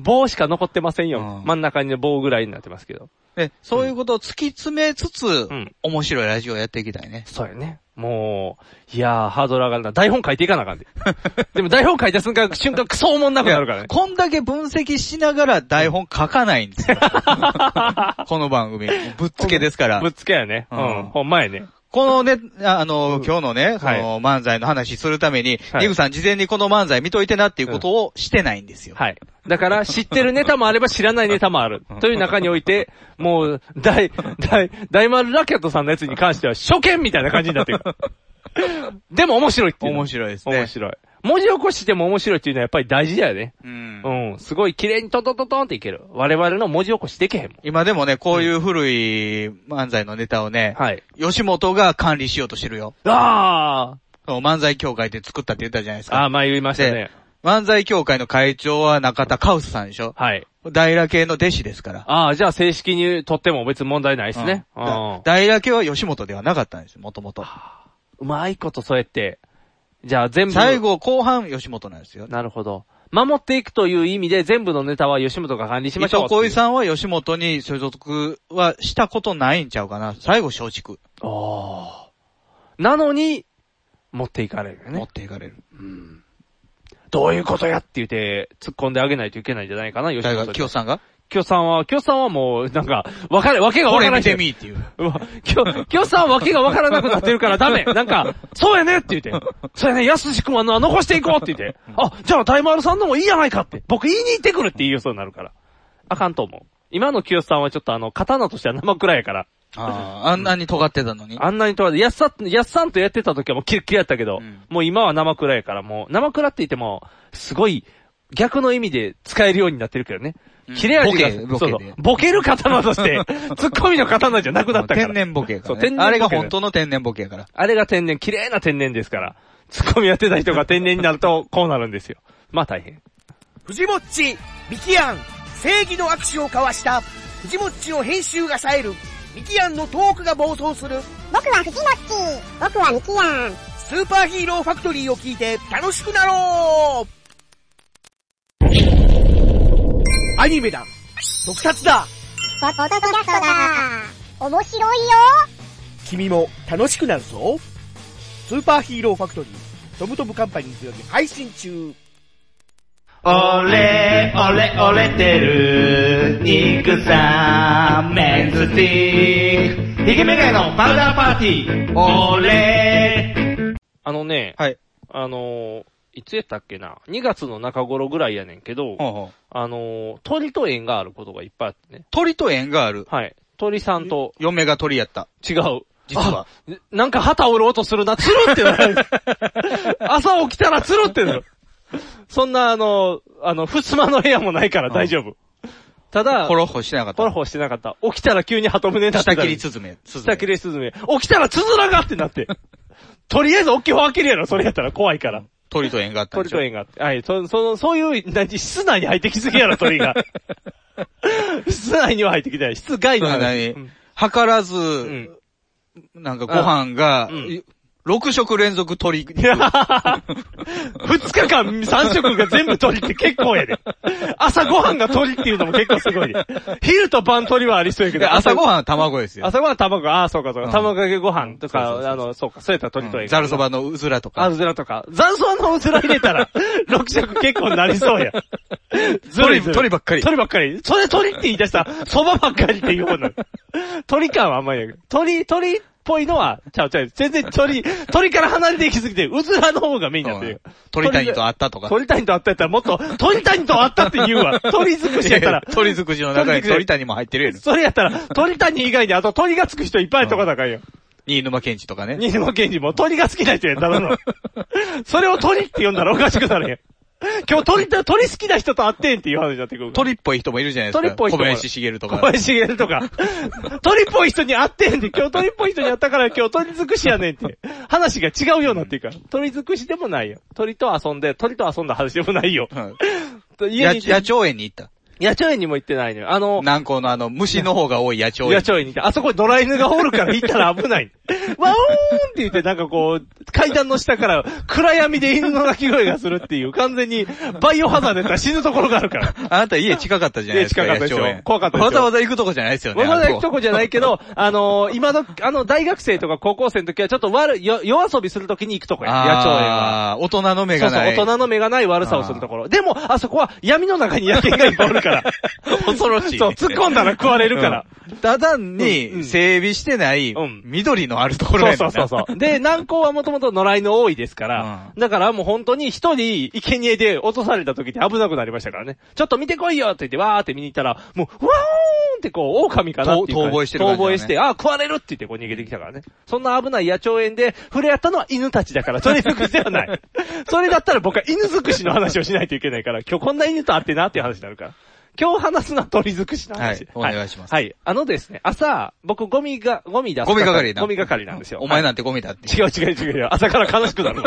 棒しか残ってませんよ。真ん中に棒ぐらいになってますけど。で、そういうことを突き詰めつつ、面白いラジオをやっていきたいね。そうやね。もう、いやー、ハードル上がるな。台本書いていかなあかんで。 *laughs* でも台本書いた瞬間、瞬間クソおもんなくなるからね。こんだけ分析しながら台本書かないん *laughs* ですよ。この番組。ぶっつけですから。ぶっつけやね。ううんん。ほんまやね。このね、ああの、今日のね、その漫才の話するために、はいリグさん事前にこの漫才見といてなっていうことをしてないんですよ。はい。だから、知ってるネタもあれば知らないネタもある。という中において、もう、大、大、大丸ラケットさんのやつに関しては、初見みたいな感じにな *laughs* ってる。でも面白いっていうの。面白いですね面白い。文字起こしでも面白いっていうのはやっぱり大事だよね。うん。すごい綺麗にトントントントンっていける。我々の文字起こしできへんもん。今でもね、こういう古い漫才のネタをね、はい、吉本が管理しようとしてるよ。あそう漫才協会で作ったって言ったじゃないですか。ああ、前言いましたねで。漫才協会の会長は中田カウスさんでしょはい。大ラ系の弟子ですから。ああ、じゃあ正式に取っても別に問題ないですね。ううんん。大ラ系は吉本ではなかったんですよ、もともと。うまいことそうやって。じゃあ全部。最後、後半、吉本なんですよ。なるほど。守っていくという意味で全部のネタは吉本が管理し伊ましょう藤っていう。浩一さんは吉本に所属はしたことないんちゃうかな。最後、松竹。ああ。なのに、持っていかれるよね。持っていかれる。どういうことやって言って、突っ込んであげないといけないんじゃないかな、吉誰本がに。清さんがキョさんは、キョさんはもう、なんか、わかる、わけがわからない。これ見てみーっていううわ。キョ、キョさんはわけがわからなくなってるからダメ。なんか、そうやねって言って。そうやね、安志くんはな残していこうって言って。あ、じゃあ大丸さんのもいいやないかって。僕言いに行ってくるって言い予想になるから。あかんと思う。今のキヨさんはちょっとあの、刀としては生くらいやから。ああ、あんなに尖ってたのに。あんなに取られて、やっさ、やっさんとやってた時はもうキレッキレやったけど、もう今は生倉やからもう、生倉って言っても、すごい、逆の意味で使えるようになってるけどね。切れ味が、ボケボケでそうそう、ボケる刀 *laughs* として、ツッコミの刀じゃなくなったから。天然ボケやからねそう、天然ボケ。あれが本当の天然ボケやから。あれが天然、綺麗な天然ですから。ツッコミやってた人が天然になると、こうなるん *laughs* ですよ。まあ大変。藤もっち、ミキアン、正義の握手を交わした、藤もっちの編集が冴える、ミキアンのトークが暴走する。僕は藤もっち、僕はミキアン。スーパーヒーローファクトリーを聞いて楽しくなろうアニメだ特撮だポッドキャストだ面白いよ君も楽しくなるぞスーパーヒーローファクトリー、トムトムカンパニーズより配信中俺、俺、俺てる、肉さん、メンズティーク、ヒゲメガネのパウダーパーティー、俺、あのね、あのー、いつやったっけな、2月の中頃ぐらいやねんけど、あのー、鳥と縁があることがいっぱいあってね。鳥と縁があるはい。鳥さんと。嫁が鳥やった。違う。実は。なんか旗折る音するな、つるってな *laughs* る。朝起きたらつるってなる。そんなあの、あの、ふすまの部屋もないから大丈夫。ただ、ホロホしてなかった。ホロホしてなかった。起きたら急に鳩胸になってた下切りスズメ。下切りスズメ。起きたらつづらがってな *laughs* って。とりあえず大きい方開けるやろ、それやったら怖いから。鳥と縁があったんで鳥しょと縁があって。はい、そ、その、そういう、なに室内に入ってきすぎやろ、鳥 *laughs* が。室内には入ってきてない。室外のそうだね話。計ら *laughs* ず、なんかご飯が、6食連続鳥。二日間三食が全部鳥って結構やで。朝ごはんが鳥っていうのも結構すごいで。昼と晩鳥はありそうやけいど。や朝ごはんは卵ですよ朝ごはんは卵、ああ、そうかそうか。うん卵かけご飯とか、あの、そうか、そうやったら鳥とええザルそばのうずらとか。あ、うずらとか。残存のうずら入れ *laughs* たら、6食結構なりそうや。ずるいずるい鳥ばっかり鳥ばっかり。それ鳥って言い出したら、そばばっかりって言う方になる。鳥感はあんまりやけど鳥、鳥っぽいのは、ちゃうちゃう。全然鳥、鳥から離れていきすぎて、うずらの方がメインだっていう。鳥谷と会ったとか鳥谷と会ったやったらもっと、鳥谷と会ったって言うわ。鳥尽くしやったらい。や *laughs* 鳥尽くしの中に鳥谷も入ってるやろ。それやったら、鳥谷以外にあと鳥がつく人いっぱいとかだからよ。新沼健治とか *laughs* ね。新沼健治も鳥が好きな人やっただ *laughs* ろ。それを鳥って呼んだらおかしくなるやん。今日鳥と、鳥好きな人と会ってんっていう話になってくる。鳥っぽい人もいるじゃないですか。鳥っぽい人小も林茂とか。小林茂とか。鳥っぽい人に会ってんって、今日鳥っぽい人に会ったから今日鳥尽くしやねんって。話が違うようになってるから。鳥尽くしでもないよ。鳥と遊んで、鳥と遊んだ話でもないよ。や野鳥園に行った。野鳥園にも行ってないのよ。あの、南高のあの、虫の方が多い野鳥園。野鳥に行って、あそこに野良犬がおるから行ったら危ない。 *laughs* ワオーンって言ってなんかこう、階段の下から暗闇で犬の鳴き声がするっていう、完全にバイオハザードやったら死ぬところがある *laughs* から。あなた家近かったじゃないですか。家近かったでしょ野鳥園怖かったでしょわざわざ行くとこじゃないですよね。わざわざ行くとあこじゃないけど、あのー今の、あの、大学生とか高校生の時はちょっと悪い、よ夜遊びする時に行くとこや、野鳥園は。あー大人の目がない。そうそう、大人の目がない悪さをするところ。でも、あそこは闇の中に野犬がいっぱいおるから。 *laughs* 恐ろしい。そう、突っ込んだら食われるから。ただに、整備してない、緑のあるところそうやそうそうそう。 *laughs* で、南高はもともと野良犬多いですから、だからもう本当に一人、生贄で落とされた時って危なくなりましたからね。ちょっと見てこいよって言って、わーって見に行ったら、もう、わーんってこう、狼かなっていう感じ遠遠吠えしてる感じだね遠吠えして、あー食われるって言ってこう逃げてきたからね。そんな危ない野鳥園で触れ合ったのは犬たちだから、鳥尽くしではない。 *laughs* それだったら僕は犬尽くしの話をしないといけないから、今日こんな犬と会ってなっていう話になるから。今日話すのは鳥尽くしの話。はいお願いしますはい。はいあのですね、朝、僕ゴミが、ゴミ出す。ゴミ係なゴミ係なんですよ。お前なんてて。ゴミだって。違う違う違う違う。朝から悲しくな *laughs* る。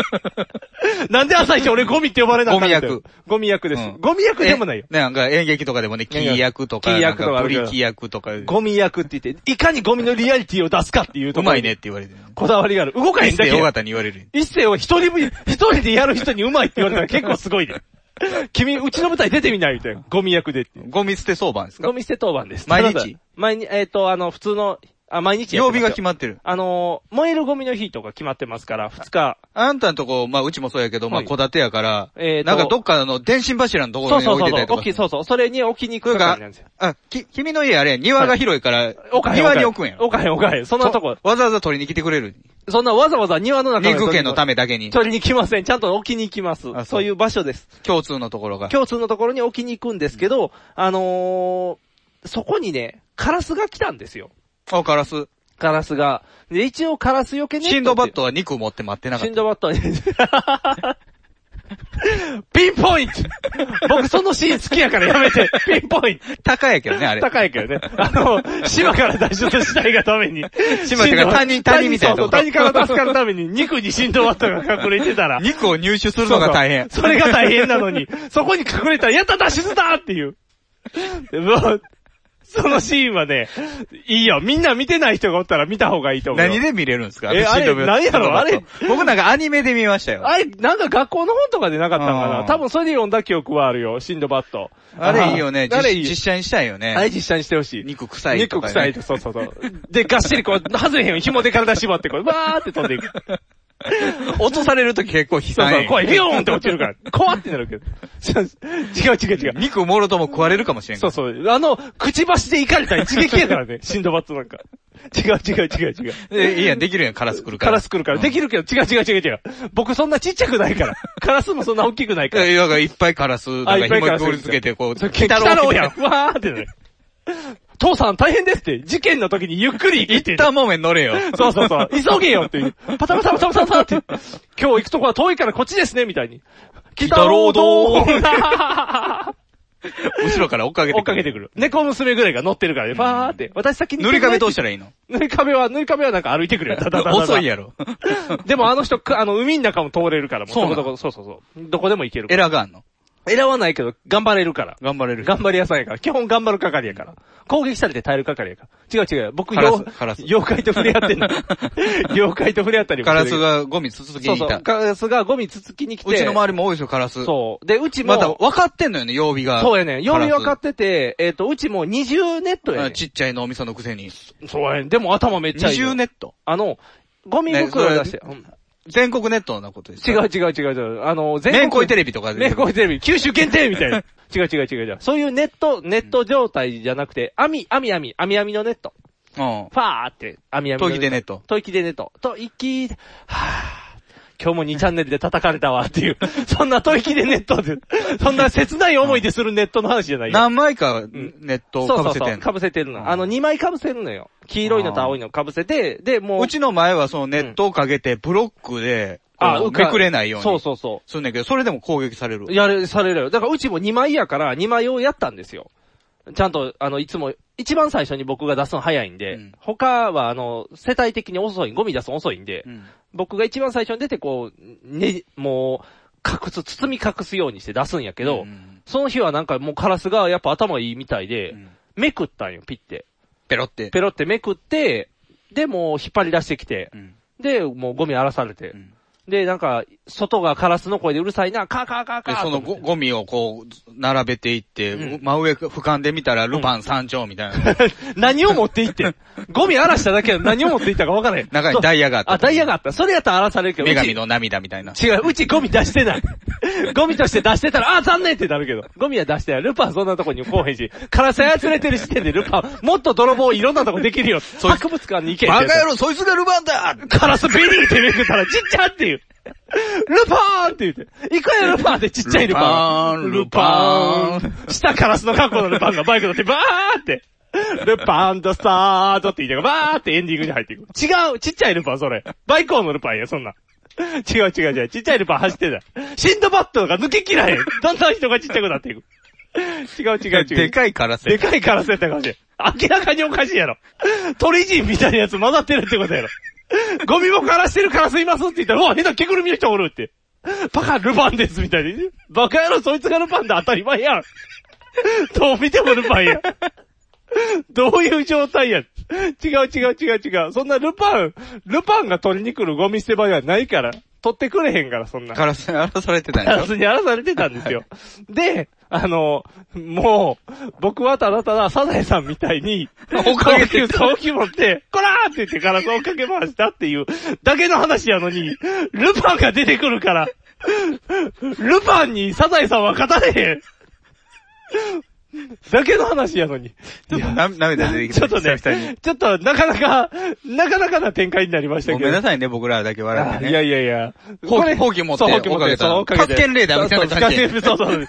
なんで朝一俺ゴミって呼ばれなかったんだよゴミ役。ゴミ役です。ゴミ役でもないよ。えなんか演劇とかでもね、キ役とか、木なん役とかかあプるけどリキ役とか。ゴミ役って言って、いかにゴミのリアリティを出すかっていうとうころまにいねって言われてる。こだわりがある。動かへんだ一け世尾や。形に言われる。一世を一人分、一人でやる人にうまいって言われたら結構すごい *laughs* で。君、うちの舞台出てみないみたいな。ゴミ役でって。ゴミ捨て当番ですかゴミ捨て当番です。毎日ただ毎日、えっ、と、あの、普通の、あ、毎日や曜日が決まってる。あのー、燃えるゴミの日とか決まってますから、2日。あんたのとこ、まあ、うちもそうやけど、まあ、はい戸建てやから、えーとなんかどっかの電信柱のとこそろうにそう置いそてたうそうり。と置か。き、そうそう。それに置きに行く係なんですよ。あ、き、君の家あれ、庭が広いから、置かへん庭に置くんやろ。置かへん置かへんそんなとこ。わざわざ取りに来てくれる。そんなわざわざ庭の中に肉圏のためだけに。取りに来ません。ちゃんと置きに行きます。そういう場所です。共通のところが。共通のところに置きに行くんですけど、あのー、そこにね、カラスが来たんですよ。あ、カラス。カラスが。で、一応カラスよけね。シンドバットは肉持って待ってなかっシンた。ドバットは、 *laughs* ピンポイント僕そのシーン好きやからやめて、ピンポイント高いけどね、あれ。 *laughs* 高いけどね。あの、島から脱出したいがために。 *laughs* 島っていうかシンドバット他人他人みたいなそうそうとこ他人から助かるために肉にシンドバットが隠れてた *laughs* ら。肉を入手するのが大変。そうそうそれが大変なのに、そこに隠れたら、やった脱出だっていう。でもうそのシーンはね、いいよ。みんな見てない人がおったら見た方がいいと思う。何で見れるんですかえあシれンドバ何やろあれシンドバット僕なんかアニメで見ましたよ。あれ、なんか学校の本とかでなかったんかうなん多分それで読んだ記憶はあるよ、シンドバット。あれいいよね。あれ実いい実写にしたいよね。あれ実写にしてほしい。肉臭いと肉かね臭いと、そうそうそう。で、がっしりこう、外れへんよ。紐で体縛って、こう、わーって飛んでいく。落とされるとき結構悲そう惨そう、怖い。ビューンってと落ちるから。怖ってなるけど。違う違う違う。肉もろとも食われるかもしれんかそうら。そう。あの、くちばしで行かれたら一撃やからね、シンドバットなんか。違う違う違う違う。え、いいやん、できるやん、カラス来るかカら。ラス来るから。できるけど、違う違う違う違う。僕そんなちっちゃくないから。カラスもそんな大きくないから。え、だからいっぱいカラス、なんあいかっぱい紐カラにくスくりつけて、こう、来たろうやん。わーってね。父さん大変ですって。事件の時にゆっくり行けって。一旦もめん乗れよ。そうそう *laughs* そう。急げよっていう。パタパタパタパタパタって。今日行くとこは遠いからこっちですね、みたいに。北郎道北郎後ろから追っかけてくる *laughs* 追っかけてくる。猫娘ぐらいが乗ってるからね、バーって。私先に。塗り壁どうしたらいいの塗り壁は、塗り壁はなんか歩いて *laughs* くるよ。ダダダダダ遅いやろ。でもあの人、くあの、海の中も通れるから、もそうなのどこどこそうそうそう。どこでも行けるか *laughs* らエラがあんの選ばないけど、頑張れるから。頑張れる。頑張り屋さんやから。基本頑張る係やから。攻撃されて耐える係やから。違う違う。僕、カラス妖カラス妖怪と触れ合 *laughs* ってんの。妖怪と触れ合ったりもカラしてスる。がゴミつつきそうにいそう。た。カラスがゴミつつきに来て。うちの周りも多いですよ、カラス。そう。で、うちも、また分かってんのよね、曜日が。そうやね。より分かっってて、えっ、と、うちも20ネットやねん。ちっちゃい脳みそのくせに。そうやねん。でも頭めっちゃいい。 20ネット。あの、ゴミ袋出して。ねそれうん全国ネットなことです違か。う違う違う違う。あの、全めんこいテレビとかでめんこいテレビ、九州限定みたいな。 *laughs* 違う違う違う違う。そういうネット、ネット状態じゃなくて、網、網網、網網のネット。うん。ファーって、網網の吐息でネット。吐息でネット。と、息、はぁ、今日も2チャンネルで叩かれたわっていう。 *laughs* そんな吐息でネットで、そんな切ない思いでするネットの話じゃないよ。何枚かネットをそかうそぶうせそてう、んの。被せてるの。あの、2枚被せるのよ。黄色いのと青いの被せて、で、もう。うちの前はそのネットをかけて、ブロックで、あこううかめくれないように。そうそうそう。すんねんけど、それでも攻撃される。やれ、されるよ。だからうちも2枚やから、2枚をやったんですよ。ちゃんと、あの、いつも、一番最初に僕が出すの早いんで、他は、あの、世帯的に遅い、ゴミ出すの遅いんで、僕が一番最初に出て、こう、ね、もう、隠す、包み隠すようにして出すんやけど、その日はなんかもうカラスがやっぱ頭いいみたいで、めくったんよ、ピッて。ペロって。ペロってめくって、で、もう引っ張り出してきて、で、もうゴミ荒らされて、で、なんか、外がカラスの声でうるさいな、カーカーカーカで、ーそのゴゴミをこう、並べていって、うん真上俯瞰で見たらルパン三丁みたい *laughs* な。 *laughs* 何を持っていって。ゴミ荒らしただけは何を持っていったか分からへん。中にダイヤがあったあ、ダイヤがあった。それやったら荒らされるけど。女神の。の涙みたいな。違う、うちゴミ出してない。ゴミとして出してたら、あ、残念ってなるけど。ゴミは出してない。ルパンそんなとこに来へんし、カラス操れてる時点でルパン、もっと泥棒いろんなとこできるよ。博物館に行けってバやつカ野郎、そいつがルパンだカラスビリーってめくったらちっちゃっていう。ルパーンって言って、行くよルパーンってちっちゃいルパン。ルパーンルパーン下カラスの格好のルパンがバイク乗ってバーンって。ルパンとスタートって言いながらバーってエンディングに入っていく。違う、ちっちゃいルパンそれ。バイク王のルパンや、そんなん。違う違う違う、ちっちゃいルパン走ってた。シンドバットが抜けきらへん。だんだん人がちっちゃくなっていく。違う違う違う。でかいカラス。でかいカラスやったかもしれん。明らかにおかしいやろ。鳥人みたいなやつ混ざってるってことやろ。ゴミも枯らしてるカラスいますって言ったら、うわ、変な着ぐるみの人おるって。バカルパンですみたいに。バカ野郎そいつがルパンだ当たり前やん。どう見てもルパンやん。どういう状態やん。違う違う違う違う。そんなルパン、ルパンが取りに来るゴミ捨て場ではないから。取ってくれへんから、そんな。カラスに荒らされてたんカやラろスに荒らされてたんですよ。で、あの、もう、僕はただただサザエさんみたいに、おかげで大き持って、こらーって言ってガラスをかけ回したっていう、だけの話やのに、ルパンが出てくるから、ルパンにサザエさんは勝たれへん。だけの話やのに。ちょっと涙出てきたちょっとね、久々にちょっとなかなか、なかなかな展開になりましたけど。ごめんなさいね、僕らだけ笑ってね。いやいやいや。ほこうれき、ほうき持って、そうほうき持って、そう追っかけた。発見レーダーみたいな感じで。そうそう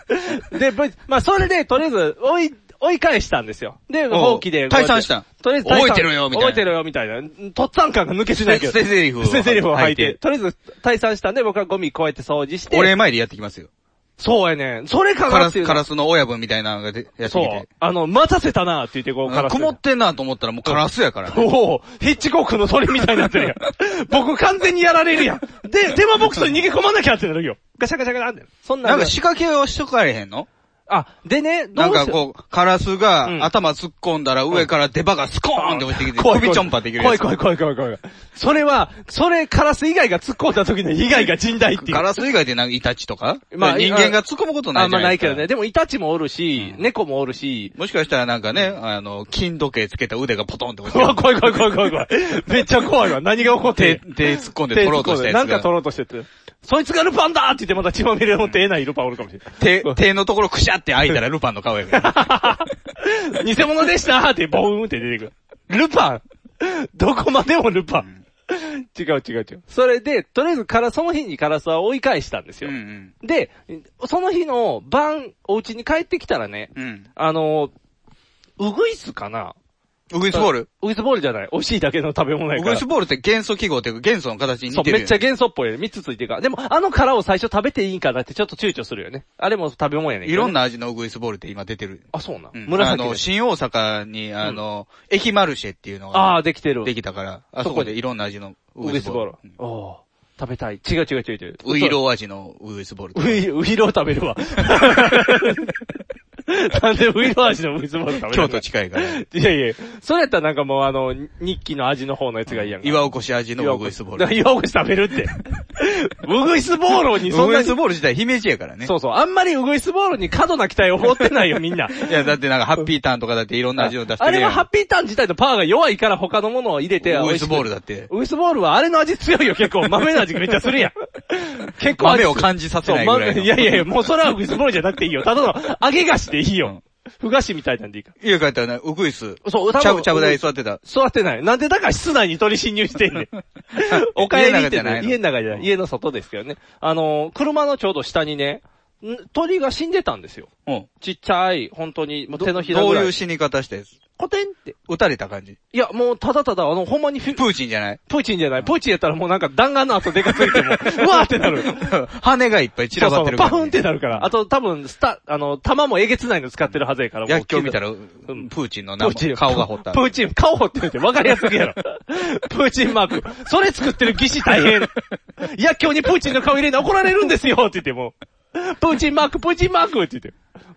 そう。で、ぶまあ、それで、とりあえず、追い、追い返したんですよ。で、放棄で。おう退散したとりあえず退散、覚えてろよみたいな覚えてろよ、みたいな。とっつぁん感が抜けてないけど。捨て台詞を捨て台詞を吐い吐いて。てとりあえず、退散したんで、僕はゴミこうやって掃除して。お礼参りやってきますよ。そうやね。それかカなラっていス、う。カラスの親分みたいなのがでやってきそうて。。あの、待たせたなって言って、こう、カラス。曇ってんなと思ったらもうカラスやからね。おおヒッチコックの鳥みたいになってるやん。僕完全にやられるやん。で、電話ボックスに逃げ込まなきゃってなるよ。ガシャガシャガシャって。そんななんんでか仕掛けをしとかれへんのあ、でね、どうしなんかこう、カラスが頭突っ込んだら上からデバがスコーンって落ちてきて、怖い飛び怖いちょんぱできるや怖いつ。怖い怖い怖い怖い。それは、それカラス以外が突っ込んだ時の被害が甚大っていう。カラス以外でなんかイタチとかまあ人間が突っ込むことないあ、じまゃあなないいでけすか。どね。でもイタチもおるし、猫もおるし。もしかしたらなんかね、あの、金時計つけた腕がポトンって落ちうてるわ、怖い怖い怖い怖い怖い。めっちゃ怖いわ。何が起こって。手突っ込んで取ろうとしたやつが手突っ込んでなんか取ろうとしてて。そいつがルパンだって言ってまた血まみれの手えないルパンおるかもしれな手、い。手のところクシャって開いたらルパンの顔やから。 *laughs* 偽物でしたってボーンって出てくる。ルパンどこまでもルパン、違う違う違う。それで、とりあえずから、その日にカラスは追い返したんですよ。で、その日の晩、お家に帰ってきたらね、うん。あの、ウグイスかなウグイスボールウグイスボールじゃない。美味しいだけの食べ物やウから。グイスボールって元素記号っていうか元素の形に似そう、てるよめね。っちゃ元素っぽいよね。3つついてるから。でも、あの殻を最初食べていいんかなってちょっと躊躇するよね。あれも食べ物やねんけいどねろんな味のウグイスボールって今出てる。あ、そうな。ん紫あのの、新大阪に、あの、駅マルシェっていうのが。ああ、できてる。できたから、あそこでいろんな味のウグイスボール。おおー食べたい。違う違う違う違う。ウイロー味のウグイスボールとウイ、ウイロー食べ *laughs* るわ。なんでウイロー味のウグイスボール食べる京都近いから。いやいや、それやったらなんかもうあの、日記の味の方のやつがいいやんか。岩おこし味のウグイスボール。だから岩越し食べる *laughs* って。ウグイスボーロにそんなウグイスに、ボール自体姫路やからね。そうそう、あんまりウグイスボーロに過度な期待を持ってないよみんな。いや、だってなんかハッピーターンとかだっていろんな味を出してあるやん。れはハッピーターン自体のパワーが弱いから他のものを入れて。ウグイスボールだって。ウグイスボールはあれの味強いよ、結構。豆の味めっちゃするやん。結構味豆を感じさせないぐらいのそう豆いやいやいや、もうそれはウグイスボールじゃなくていい *laughs* よ。ただの揚げ菓子でいいよ。ふ菓子みたいなんでいいから。家帰ったらね、ウグイス。そう多分ちゃぶちゃぶ台に座ってた。座ってない。なんでだから室内に鳥侵入して *laughs* んねん。お帰りってね、家家の中じゃない。家の外ですけどね。あのー、車のちょうど下にね、ん鳥が死んでたんですよ。うん。ちっちゃい、本当に、もう手のひらどぐうらい。いう死に方したやつコテンって。撃たれた感じ。いや、もうただただ、あの、ほんまにプーチンじゃない *laughs* プーチンじゃない。プーチンやったらもうなんか弾丸の後でかつい *laughs* ても、うわーってなる。羽がいっぱい散らばってるそう感そうパじ。フンってなるから。あと多分、スタ、あの、弾もえげつないの使ってるはずやから。薬莢見たら、ら、プーチンのプ名ーチ前ン。顔が掘ったプ。ーチン、顔掘ってるって分かりやすぎやろ。プーチンマーク。それ作ってる技師大変。薬莢にプーチンの顔入れるの怒られるんですよって言ってもう。プーチンマーク、プーチンマークって言って。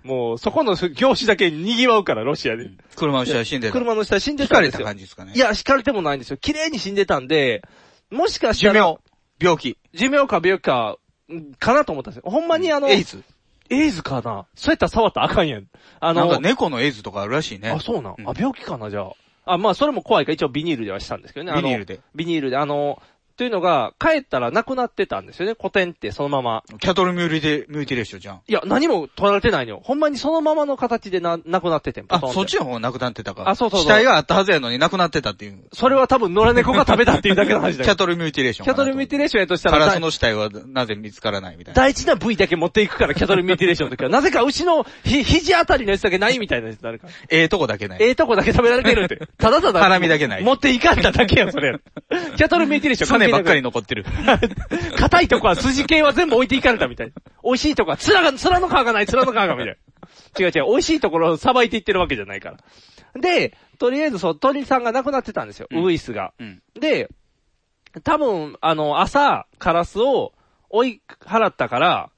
もう、そこの業種だけ賑わうから、ロシアで。車の下で死んでた。車の下死んで引かたんれですたよ。感じですかね。いや、惹かれてもないんですよ。綺麗に死んでたんで、もしかしたら。寿命。病気。寿命か病気か、んかなと思ったんですよ。ほんまにあの、エイズエイズかなそうやったら触ったらあかんやん。あの、なんか猫のエイズとかあるらしいね。あ、そうなん。あ、病気かな、じゃあ。あ、まあ、それも怖いから一応ビニールではしたんですけどね。あのビニールで。ビニールで、あの、というのが、帰ったらなくなってたんですよね、古典って、そのまま。キャトルミューリで、ミューティレーションじゃん。いや、何も取られてないのよ。ほんまにそのままの形でな、なくなっててん。あポトン、てそっちの方なくなってたか。あそうそうそ死う体があったはずやのになくなってたっていう。それは多分野良猫が食べたっていうだけの話だキよャトルミューティレーションキかなャと。トルミューティレーションやとしたカら、ラスの死体はなぜ見つからないみたい大事な部位だけ持っていくから、キャトルミューティレーションの時は。なぜか牛のひ、肘あたりのやつだけないみたいなやつになるから。な。ええとこだけない。ええとこだけ食べられてる *laughs* って。ただただ。ハラミだけない持っていかれただけやん、それ。 *laughs* キャトルミューティレーション関種係なばくっかり残ってる。 *laughs* 硬いとこは筋系は全部置いていかれたみたい。美味しいとこは、面が、面の皮がない、面の皮がみたいな。違う違う、美味しいところをさばいていってるわけじゃないから。で、とりあえずそう、鳥さんが亡くなってたんですよ、ウグイスが。で、多分、あの、朝、カラスを追い払ったから、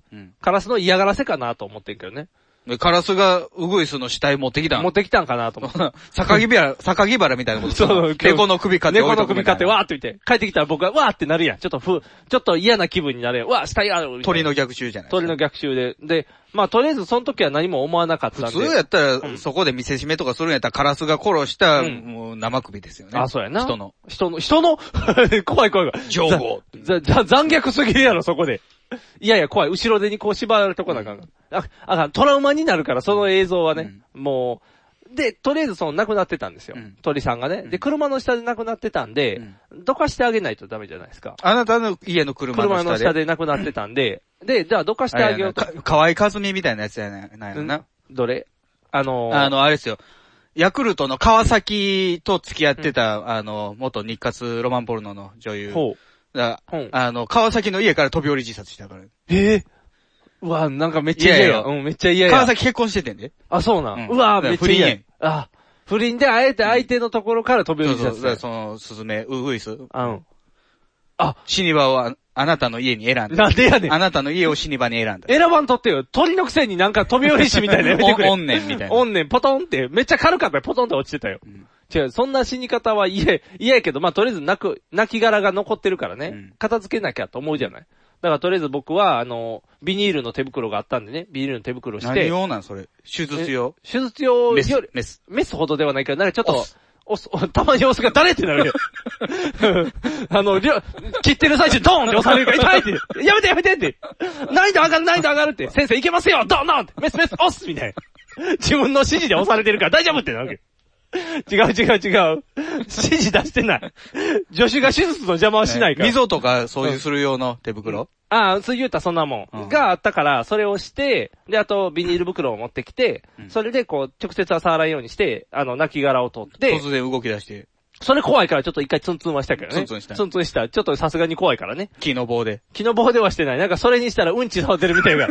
カラスの嫌がらせかなと思ってんけどね。でカラスがウグイスの死体持ってきたん持ってきたんかなと思って。坂木原、坂木原みたいなこと。そう *laughs* 猫の首かって置猫いとのく首みたい買ってな。わーって見て、帰ってきたら僕はわーってなるやん。ちょっとふ、ちょっと嫌な気分になれん。わー、死体ある。みたいな鳥の逆襲じゃない。鳥の逆襲で。で、まあとりあえずその時は何も思わなかったんで。普通やったら、そこで見せしめとかするんやったら、カラスが殺した、うんもう生首ですよね。あ、そうやな。人の。。人の、人の *laughs* 怖い怖い怖い。情報ざ。ざ、残虐すぎるやろ、そこで。いやいや、怖い。後ろ手にこう縛られとこなあかん。あ、あかん。トラウマになるから、その映像はね。もう、で、とりあえずその亡くなってたんですよ。鳥さんがね。で、車の下で亡くなってたんで、どかしてあげないとダメじゃないですか。あなたの家の車の下で。車の下で亡くなってたんで、 *laughs* で、じゃあどかしてあげようあと。れやなか河合和美みたいなやつやななんやろな。どれあのーあの、あれですよ。ヤクルトの川崎と付き合ってた、あの、元日活ロマンポルノの女優。ほだあの、川崎の家から飛び降り自殺したから。ええうわ、なんかめっちゃ嫌いや。やいやうん、めっちゃ嫌や。川崎結婚しててんで。あ、そうなん。ううんわ、めっちゃ嫌や不倫。あ、不倫であえて相手のところから飛びそ降うりそさう。だからせた。その、スズメ、ウグイス。うん。あ、シニバはあなたの家に選んだ。なんでやねんあなたの家をシニバに選んだ。選ばんとってよ。鳥のくせになんか飛び降りしみたいなやめてく *laughs* れ。おんねんみたいなおんねん、ポトンって。めっちゃ軽かったよ。ポトンって落ちてたよ。違う、そんな死に方は嫌や、嫌やけど、まあ、とりあえず泣く、泣き殻が残ってるからね。片付けなきゃと思うじゃない。だからとりあえず僕は、あの、ビニールの手袋があったんでね、ビニールの手袋して。何用なんそれ。手術用。手術用メスより、メス。メスほどではないけど、なんかちょっと、おす、 *laughs* おたまに押すが誰ってなるよ。 *laughs* あの、りょ、切ってる最中、ドーンって押されるから痛いって。やめてやめてって。難易度上がる難易度上がるって。先生いけますよドンドンって。メスメス押すみたいな。自分の指示で押されてるから大丈夫ってなるわけ。違う違う違う。指示出してない。助手が手術の邪魔はしないから。溝とかそういうする用の手袋。ああ、そう言うたらそんなもん。があったから、それをして、で、あと、ビニール袋を持ってきて、それで、こう、直接は触らないようにして、あの、亡き殻を取って、突然動き出して。それ怖いからちょっと一回ツンツンはしたけどね。ツンツンしたツンツンした。ちょっとさすがに怖いからね。木の棒で。木の棒ではしてない。なんかそれにしたらうんち触ってるみたいな。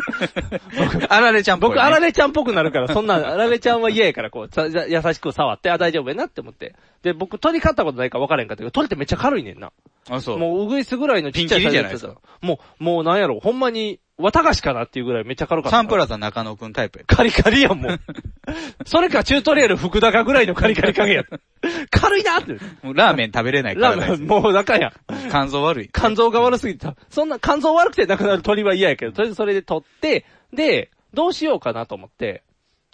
*laughs* あられちゃんっぽいね僕、あられちゃんっぽくなるから、そんな、あられちゃんは嫌やから、こう、さ優しく触って、あ、大丈夫やなって思って。で、僕、鳥飼ったことないから分からへんかったけど、鳥ってめっちゃ軽いねんな。あ、そう。もう、うぐいすぐらいのちっちゃいピンキリじゃなサいでイズすかやったもう、もうなんやろ、ほんまに、綿菓子かなっていうぐらいめっちゃ軽かった。サンプラザ中野くんタイプやカリカリやん、もう。 *laughs* それかチュートリアル福高ぐらいのカリカリ加減やった。軽いなって。もうラーメン食べれないから。 *laughs* ラーメンもうだかや。肝臓悪い。肝臓が悪すぎてた。そんな肝臓悪くて亡くなる鳥は嫌やけど、とりあえずそれで取って、で、どうしようかなと思って、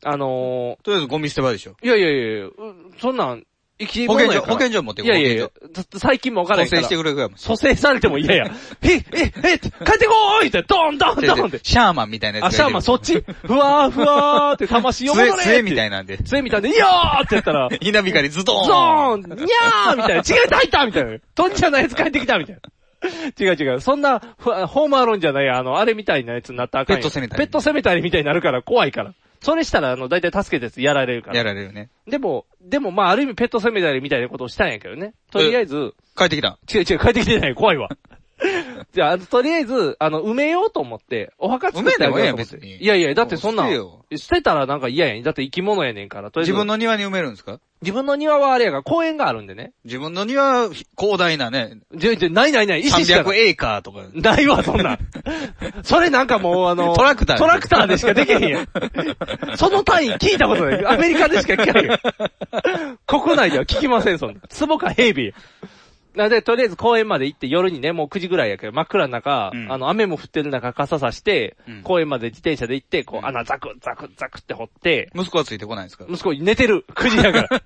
あのとりあえずゴミ捨て場でしょ。ー、いやいやいやいや、うそんなん、生き保物や健から所、保健所持っていこやいやいや、ずっと最近もわからへんから。蘇生してくれるから蘇生されても嫌や。え、え、え、帰ってこーいって、ドンドンドンって。シャーマンみたいなやつがあ、シャーマンそっちふわーふわーって魂を戻れ杖ーって杖みたいなんで。杖みたいで、いやーってやったら、稲光ズドーンゾーンにゃーみたいな。違うやつ入ったみたいな。とんちゃんのやつ帰ってきたみたいな。違う違う。そんな、ふあホームアローンじゃない、あの、あれみたいなやつになったらあかんよペットセメタリーペットセメタリーみたいになるから怖いから。それしたら、あの、大体助けたやつやられるから。やられるね。でも、でもまあ、ある意味ペットセメタリーみたいなことをしたんやけどね。とりあえず、帰ってきた。違う違う、帰ってきてない、怖いわ。 *laughs* じゃあ、あのとりあえず、あの、埋めようと思って、お墓作ってあげようと思って埋めんでもええやん別にいやいや、だってそんな捨てんよ、捨てたらなんか嫌やん。だって生き物やねんから、とりあえず。自分の庭に埋めるんですか自分の庭はあれやが、公園があるんでね。自分の庭、広大なね。じゃ、じゃ、ないないない、石しか300エーカーとか。ないわ、そ *laughs* んなん。それなんかもうあの、トラクタートラクターでしかできへんやん。 *laughs* その単位聞いたことない。アメリカでしか聞かないよ。国内では聞きません、そんな。壺かヘビー。なので、とりあえず公園まで行って夜にね、もう9時ぐらいやけど、真っ暗の中、あの、雨も降ってる中、傘さして、公園まで自転車で行って、こう、穴ザクザクザクって掘って、息子はついてこないんですか息子寝てる。9時だから。 *laughs* パ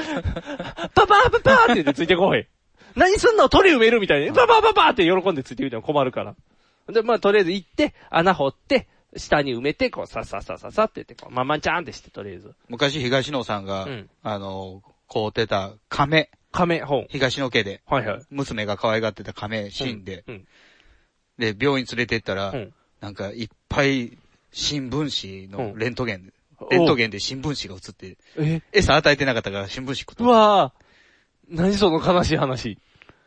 パーパパーって言ってついてこい。何すんの鳥埋めるみたいに、パパーパパーって喜んでついてみても困るから。で、まあとりあえず行って、穴掘って、下に埋めて、こう、さっさっさっさっさって言って、こう、まんまんちゃーんってして、とりあえず。昔東野さんが、うんあの、こうてた亀。亀、ほう。東野家で。はいはい。娘が可愛がってた亀、死んで。うんで、病院連れてったら、うんなんかいっぱい新聞紙うのんレントゲン、おレントゲンで新聞紙が映って、え餌与えてなかったから新聞紙食った。うわー何その悲しい話。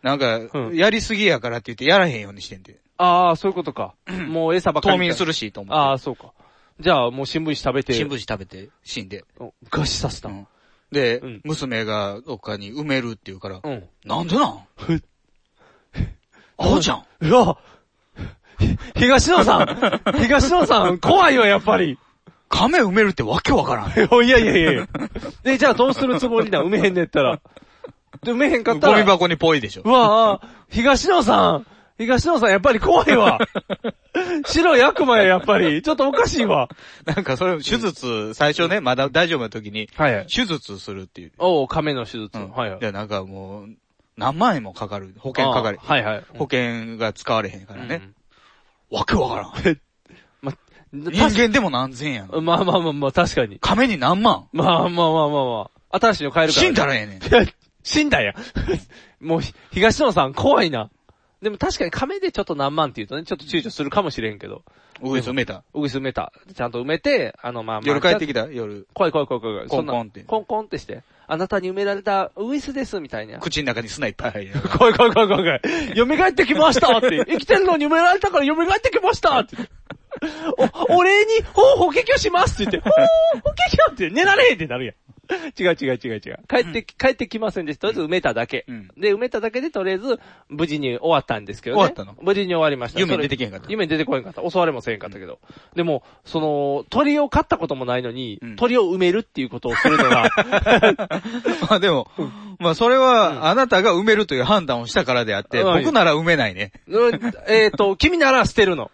なんか、やりすぎやからって言ってやらへんようにしてんで。ああ、そういうことか。もう餌ばっかり。冬眠するしと思ってああ、そうか。じゃあ、もう新聞紙食べて。新聞紙食べて死んで。餓死させた。で、娘がどっかに埋めるって言うから、うんなんで *laughs* なん青ちゃん。うわひ *laughs* 東野さん東野さん、怖いわ、やっぱり。 *laughs* 亀埋めるってわけわからん。いやいやいやいや。で、じゃあどうするつもりな埋めへんねやったら。で、埋めへんかったら。ゴミ箱にぽいでしょ。うわあ東野さん東野さんやっぱり怖いわ。 *laughs* 白い悪魔や、やっぱり。ちょっとおかしいわ。なんかそれ、手術、最初ね、まだ大丈夫な時に、手術するっていう。おう、亀の手術。はいはい。で、なんかもう、何万円もかかる。保険かかる。あーはいはい。保険が使われへんからね。わけわからん。人人間でも何千円やん。 *laughs* まあまあまあまあ、確かに。亀に何万まあまあまあまあまあ。新しいの変えるから。死んだらええねん。 *laughs* 死んだんや。もうひ、東野さん怖いな。でも確かに亀でちょっと何万って言うとね、ちょっと躊躇するかもしれんけど。ウグイス埋めた。ウグイス埋めた。ちゃんと埋めて、あのまあまあ。夜帰ってきた夜。怖い怖い怖い怖い怖い。コンコンそんなってコンコンってして。あなたに埋められたウグイスです、みたいな。口の中に砂いっぱい入る。怖い怖い怖い怖い怖い。蘇ってきました *laughs* って。生きてるのに埋められたから蘇ってきましたって。お、お礼に、ほう、法華経しま *laughs* すって言って、ほう、法華経って寝られへんってなるやん。違う違う違う違う。帰ってき、帰ってきませんでした。とりあえず埋めただけ。で、埋めただけでとりあえず、無事に終わったんですけどね。終わったの無事に終わりました。夢それ出てけへんかった夢出てこへんかった。襲われもせへんかったけど。でも、その、鳥を飼ったこともないのに、鳥を埋めるっていうことをするのが、 *laughs* *laughs* まあでも、まあそれは、あなたが埋めるという判断をしたからであって、うん僕なら埋めないね。うんえっと、君なら捨てるの。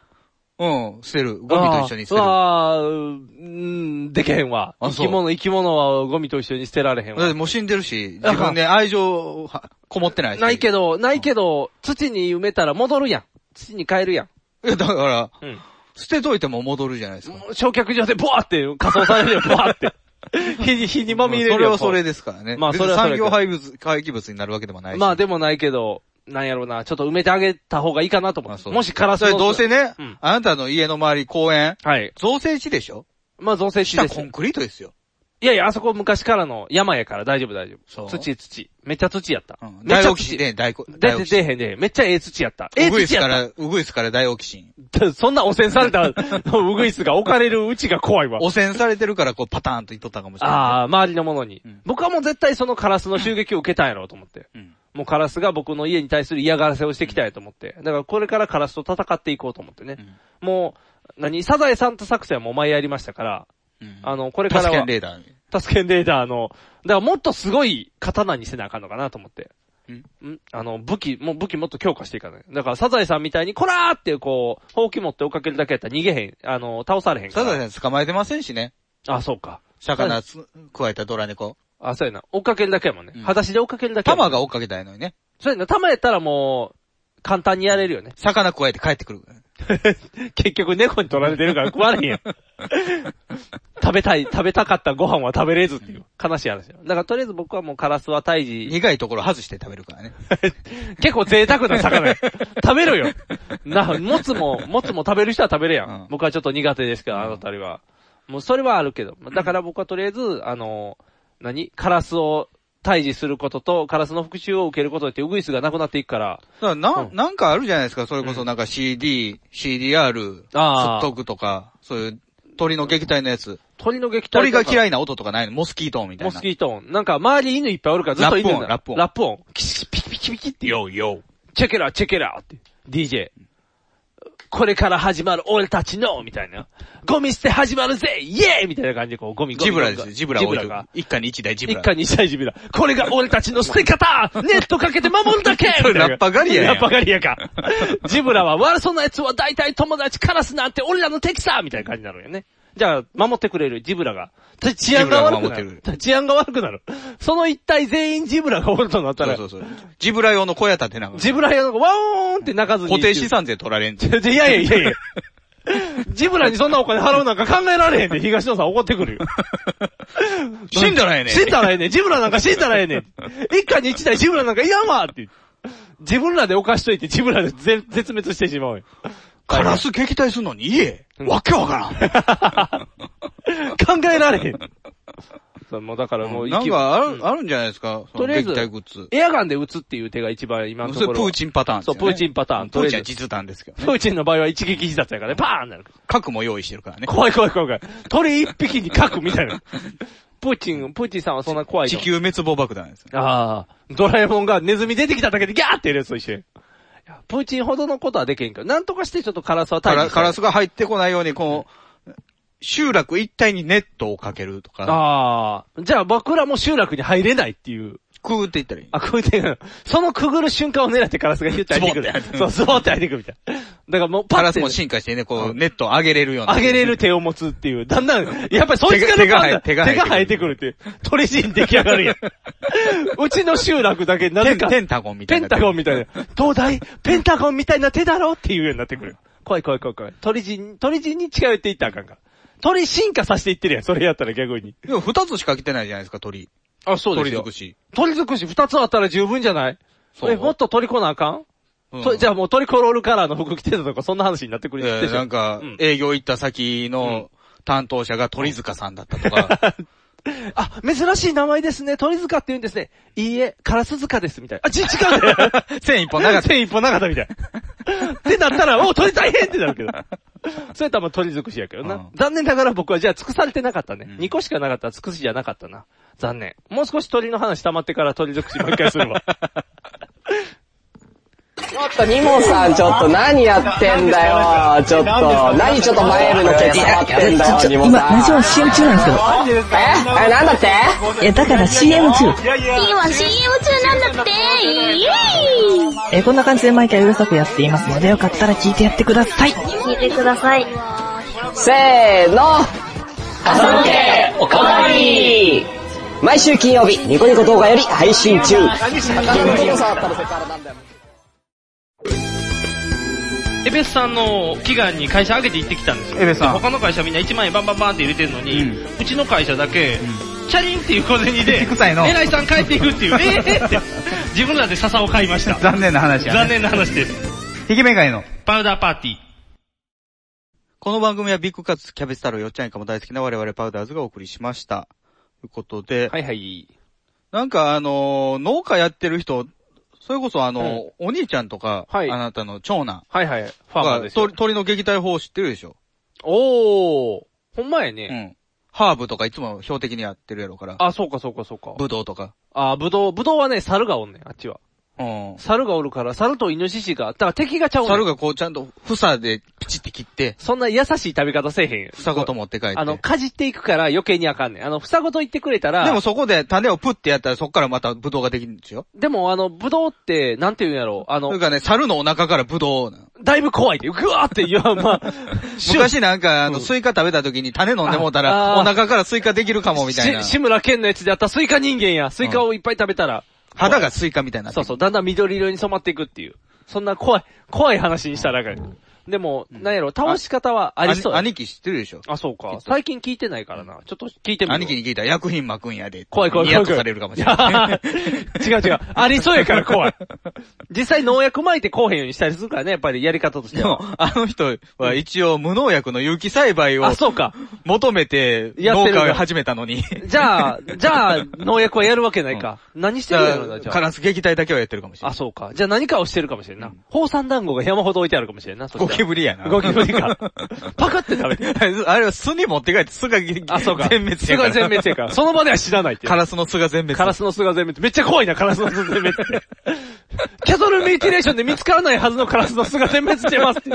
うん、捨てる。ゴミと一緒に捨てる。ああ、うん、でけへんわ。あ生そうき物、生き物はゴミと一緒に捨てられへんだっわて。もう死んでるし、自分で愛情はこもってないし。ないけど、ないけど、土に埋めたら戻るやん。土に変えるやん。いやだから、捨てといても戻るじゃないですか。焼却場でボワって仮装されるよ、ボワって。火に、火にまみれるよ。それはこうそれですからね。まあ、それはそ別れに産けど業廃物、廃棄物になるわけでもないし。まあ、でもないけど、なんやろうな、ちょっと埋めてあげた方がいいかなと思う。もしカラスそれどうせね、んあなたの家の周り公園、はい、造成地でしょまあ、造成地です。コンクリートですよ。いやいや、あそこ昔からの山やから大丈夫大丈夫。土土。めっちゃ土やった。めっ大ちゃオキシ土。ンね、大オ出て出へんで、めっちゃええ土やった。ええウグイス土やかった。ら、ウグイスから大オキシン。 *laughs* そんな汚染されたウグイスが置かれるうちが怖いわ。汚染されてるからこうパターンと言っとったかもしれない。ああ、周りのものに、僕はもう絶対そのカラスの襲撃を受けたんやろうと思って。もうカラスが僕の家に対する嫌がらせをしてきたんやと思って。だからこれからカラスと戦っていこうと思ってね。もう、何サザエさんと作戦はもう前やりましたから、あの、これからは。助けんレーダー。タスケンレーダーの、だからもっとすごい刀にせなあかんのかなと思って。んあの、武器、もう武器もっと強化していかない。だから、サザエさんみたいに、こらーってこう、ほうき持って追っかけるだけやったら逃げへん、あの、倒されへんかサら。ザエさん捕まえてませんしね。あ、そうか。魚つ、加えたドラ猫。あ、そうやな。追っかけるだけやもんね。裸足で追っかけるだけ。玉が追っかけたいのにね。そうやな。玉やったらもう、簡単にやれるよね。魚加えて帰ってくる。 *laughs* 結局猫に取られてるから食われへんやん。食べたい、食べたかったご飯は食べれずっていう。悲しい話よ。だからとりあえず僕はもうカラスは退治。苦いところ外して食べるからね。結構贅沢な *laughs* 魚や。食べろよ。な、もつも、もつも食べる人は食べるやん。僕はちょっと苦手ですけど、あのたりは。もうそれはあるけど。だから僕はとりあえず、あの、何カラスを退治することと、カラスの復讐を受けることによってウグイスがなくなっていくから。だからな、なんかあるじゃないですか。それこそなんか CD、CDR、あーストックとか、そういう鳥の撃退のやつ。鳥の撃退鳥が嫌いいな音とかないのモスキート音みたいな。モスキート音。なんか周り犬いっぱいおるからずっと犬だラップ音ラップ音。キシピキピキピキって。よよチェケラチェケラって。DJ。これから始まる俺たちのみたいな。ゴミ捨て始まるぜイエーイみたいな感じでこうゴミゴミジブラですよ。ジブラを置いジてブラが。一家に一台ジブラ。一家に一台ジブラ。これが俺たちの捨 *laughs* て方ネットかけて守るだけみたいなラッパガリアやんラッパガリアか。ジブラは悪そうな奴は大体友達カラスなんて俺らの敵さみたいな感じになるよね。じゃあ、守ってくれるジブラが。治安が悪くなジブラが守る。治安が悪くなる。その一体全員ジブラがおるとなったら、そうそうそう。ジブラ用の小屋建てなの。ジブラ屋がワーンって泣かずに。固定資産税取られんじゃん。いやいやいやいや。ジブラにそんなお金払うなんか考えられへんって東野さん怒ってくるよ。死んだらええねん死んだらええねん。ジブラなんか死んだらええねん。一家に一台ジブラなんかいらんわって。自分らで犯しといて、ジブラで全絶滅してしまうよ。カラス撃退するのに家わけわからん。考えられへん。そうもうだ *laughs* からもうなん息かあはる、あるんじゃないですか。そのとりあえず撃退グッズ。エアガンで撃つっていう手が一番今のとそこれプろは。ーチンパターンですそよう、ねプーチンパターン。プーチンはとりあえず実弾ですけどね。プーチンの場合は一撃必殺やからね、パーンなる。核も用意してるからね。怖い怖い怖い怖い。鳥一匹に書くみたいな。プーチン、プーチンさんはそんな怖い地と。球滅亡爆弾ですよ。ああ、ドラえもんがネズミ出てきただけでギャーってやるやつと一緒やいやプーチンほどのことはできへんけど、なんとかしてちょっとカラスはカ退治ラしたカいラスが入ってこないように、こう、集落一帯にネットをかけるとか。ああ、じゃあ僕らも集落に入れないっていう。くぐっていったらいい。あ、くぐっていくの。そのくぐる瞬間を狙ってカラスがヒュッて入ってくズボンって入っるてく。るそう、ズボンって入ってくるみたいな。だからもうパカラッスても進化してね、こう、ネットを上げれるような。上げれる手を持つっていう。だんだん、やっぱりそいつが手がなんか手が手手がが生生えてくるっていう。鳥人出来上 *laughs* がるやん。うちの集落だけなぜか。ペンペンタゴンみたいなペンタゴンみたいな。東大、ペンタゴンみたいな手だろっていうようになってくる。怖い怖い怖い怖い。鳥人、鳥人に近寄っていったらあかんから。鳥進化させていってるやん、それやったら逆に。でも二つしか来てないじゃないですか、鳥。あ、そうですよ。鳥尽くし。鳥尽くし二つあったら十分じゃないそうえ、もっと鳥来なあかん、うんとじゃあもうトリコロールカラーの服着てたとか、そんな話になってくるでしょ、えーなんか、営業行った先の担当者が鳥塚さんだったと *laughs* か。あ、珍しい名前ですね。鳥塚って言うんですね。いいえ、カラス塚です、みたいな。あ、ち、違う線一本長かった線一本長ったみたいな。ってなったら、おう、鳥大変ってなるけど。それとはもう鳥尽くしやけどな。残念ながら僕はじゃあ尽くされてなかったね。2個しかなかったら尽くしじゃなかったな。残念。もう少し鳥の話溜まってから鳥尽くしもう一回するわ。ちょっとニモさん、ちょっと何やってんだよ、ちょっと。何ちょっと前よりのケツ触ってんだよ、ニモ今、ラジさん。オ CM 中なんですけど。ええ、なんだっていや、だから CM 中。今 CM 中なんだってイエーイえーこんな感じで毎回うるさくやっていますので、よかったら聞いてやってください。聞いてください。せーの。朝向け、おかわり毎週金曜日、ニコニコ動画より配信中。エベスさんの祈願に会社上げて行ってきたんですよ。エベスさん他の会社みんな1万円バンバンバンって入れてるのに、うちの会社だけ、チャリンっていう小銭で、 *laughs* 臭いの偉いさん帰っていくっていう、えー *laughs* って、自分らで笹を買いました。残念な話やね残念な話です。ひげめがいの。パウダーパーティー。この番組はビッグカツ、キャベツ太郎、よっちゃんいかも大好きな我々パウダーズがお送りしました。ということで。はいはい。なんかあのー農家やってる人、それこそあのーお兄ちゃんとか、あなたの長男。はいはい。ファァーマーですよ鳥鳥の撃退法知ってるでしょおー。ほんまやね。うん。ハーブとかいつも標的にやってるやろから。あ、そうかそうかそうか。ブドウとか。あー、ぶどう、ぶどうはね、猿がおんねん、あっちは。うん。猿がおるから、猿とイノシシが、だから敵がちゃうねん。猿がこうちゃんと房でピチって切って。そんな優しい食べ方せえへんよ。房ごと持って帰って。あの、かじっていくから余計にあかんねん。あの、房ごと言ってくれたら、でもそこで種をプッてやったらそこからまたブドウができるんですよ。でもあの、ぶどうって、なんて言うんやろう、あの、というかね、猿のお腹からブドウなの。だいぶ怖いって、ぐわーって、いや、まあ、 *laughs* 昔なんか、あの、スイカ食べた時に種飲んでもうたら、ああーお腹からスイカできるかもみたいなし。志村けんのやつであったスイカ人間や、スイカをいっぱい食べたら、肌がスイカみたいな。そうそう、だんだん緑色に染まっていくっていう。そんな怖い、怖い話にしたらあかんよでも、なんやろ、倒し方はありそうや。兄貴知ってるでしょあ、そうか。最近聞いてないからな。ちょっと聞いてみよう。兄貴に聞いたら薬品巻くんやで。怖い怖い怖いニヤッと怖いされるかもしれない。違う違 *laughs* う。ありそうやから怖い。実際農薬撒いてこうへんようにしたりするからね、やっぱりやり方として *laughs* でもは。、あの人は一応無農薬の有機栽培をあ、そうか。求めてやって農るから家を始めたのに。じゃあ、じゃあ、農薬はやるわけないか。何してるんやろな、じゃあ。カラス撃退だけはやってるかもしれない。あ、そうか。じゃあ何かをしてるかもしれんな。宝山団子が山ほど置いてあるかもしれんな。そしたゴらキブリやな。ゴキブリ *laughs* か。パカって食べて。あれは巣に持って帰って巣が全あ、そうか。滅やすかごいら。全滅やから。その場では知らないって。カラスの巣が全滅。カラスの巣が全滅。めっちゃ怖いな、カラスの巣全 *laughs* 滅って。キャトルミューティレーションで見つからないはずのカラスの巣が全滅してますって。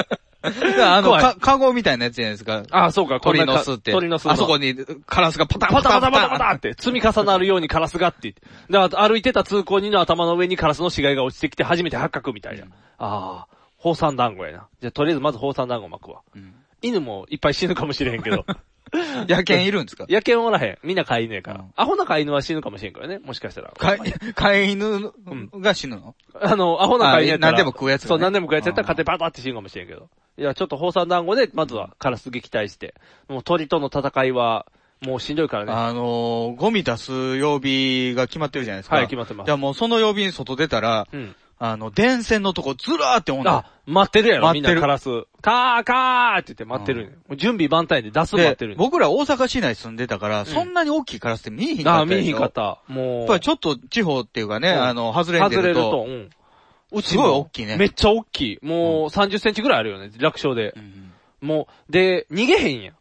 あの、怖いか、カゴみたいなやつじゃないですか。あ、そうか、こん鳥なの巣って。鳥の巣のあそこにカラスがパタンパタパタパタンパタって、積み重なるようにカラスがって言って。だから歩いてた通行人の頭の上にカラスの死骸が落ちてきて初めて発覚みたいな。ああ、宝山団子やな。じゃあとりあえずまず宝山団子巻くわ。犬もいっぱい死ぬかもしれへん *laughs* けど。野犬いるんですか野犬おらへん。みんな飼い犬やから。アホな飼い犬は死ぬかもしれんからね、もしかしたら。飼い、飼い犬が死ぬのあの、アホな飼い犬やったら。あ何でも食うやつがねそう、何でも食うやつやったら勝手バタって死ぬかもしれんけど。いや、ちょっと宝山団子で、まずはカラス撃退して。もう鳥との戦いは、もうしんどいからね。あのー、ゴミ出す曜日が決まってるじゃないですか。はい決まってますじゃあもうその曜日に外出たら、うんあの、電線のとこずらーって女。あ、待ってるやろ、待みっんなてるカラス。カーカーって言って待ってるね。もう準備万端で出す待でってる、ね。僕ら大阪市内住んでたから、そんなに大きいカラスって見えひんかあったあ、見でえしょひんかった。やもっう。ぱりちょっと地方っていうかね、うんあの、外れてると。外れるとうん。すごい大きいね。めっちゃ大きい。もう30センチぐらいあるよね、楽勝で。もう、で、逃げへんやん。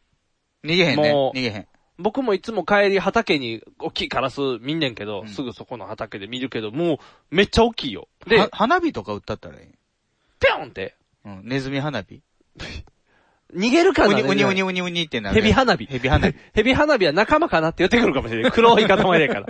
逃げへんね。も逃うげへん。僕もいつも帰り畑に大きいカラス見んねんけど、すぐそこの畑で見るけど、もうめっちゃ大きいよ。では、花火とか打ったったらいい。ぴょんって。うん、ネズミ花火。逃げるかうなにうにうにうにうにってなるねヘビ花火。ヘビ *laughs* 花火。ヘビ花火は仲間かなって言ってくるかもしれない。黒い塊やから。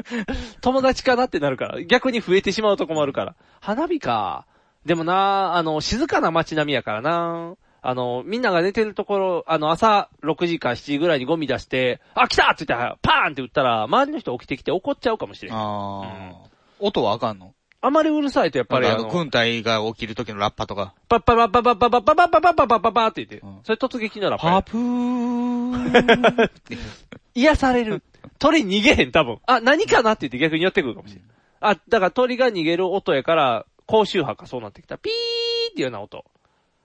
友達かなってなるから。逆に増えてしまうと困るから。花火か。でもな、あの、静かな街並みやからな。あの、みんなが寝てるところ、あの、朝6時か7時ぐらいにゴミ出して、あ、来たって言ったら、パーンって打ったら、周りの人起きてきて怒っちゃうかもしれん。あー音はあかんのあまりうるさいとやっぱりなんあかあの、の、軍隊が起きる時のラッパとか。パッパッパッパッパッパッパッパッパッパッパッパッパッって言って、それ突撃ならパプー。 *laughs* 癒される。 *laughs* 鳥逃げへん、多分。あ、何かなって言って逆に寄ってくるかもしれん。あ、だから鳥が逃げる音やから、高周波かそうなってきた。ピーっていうような音。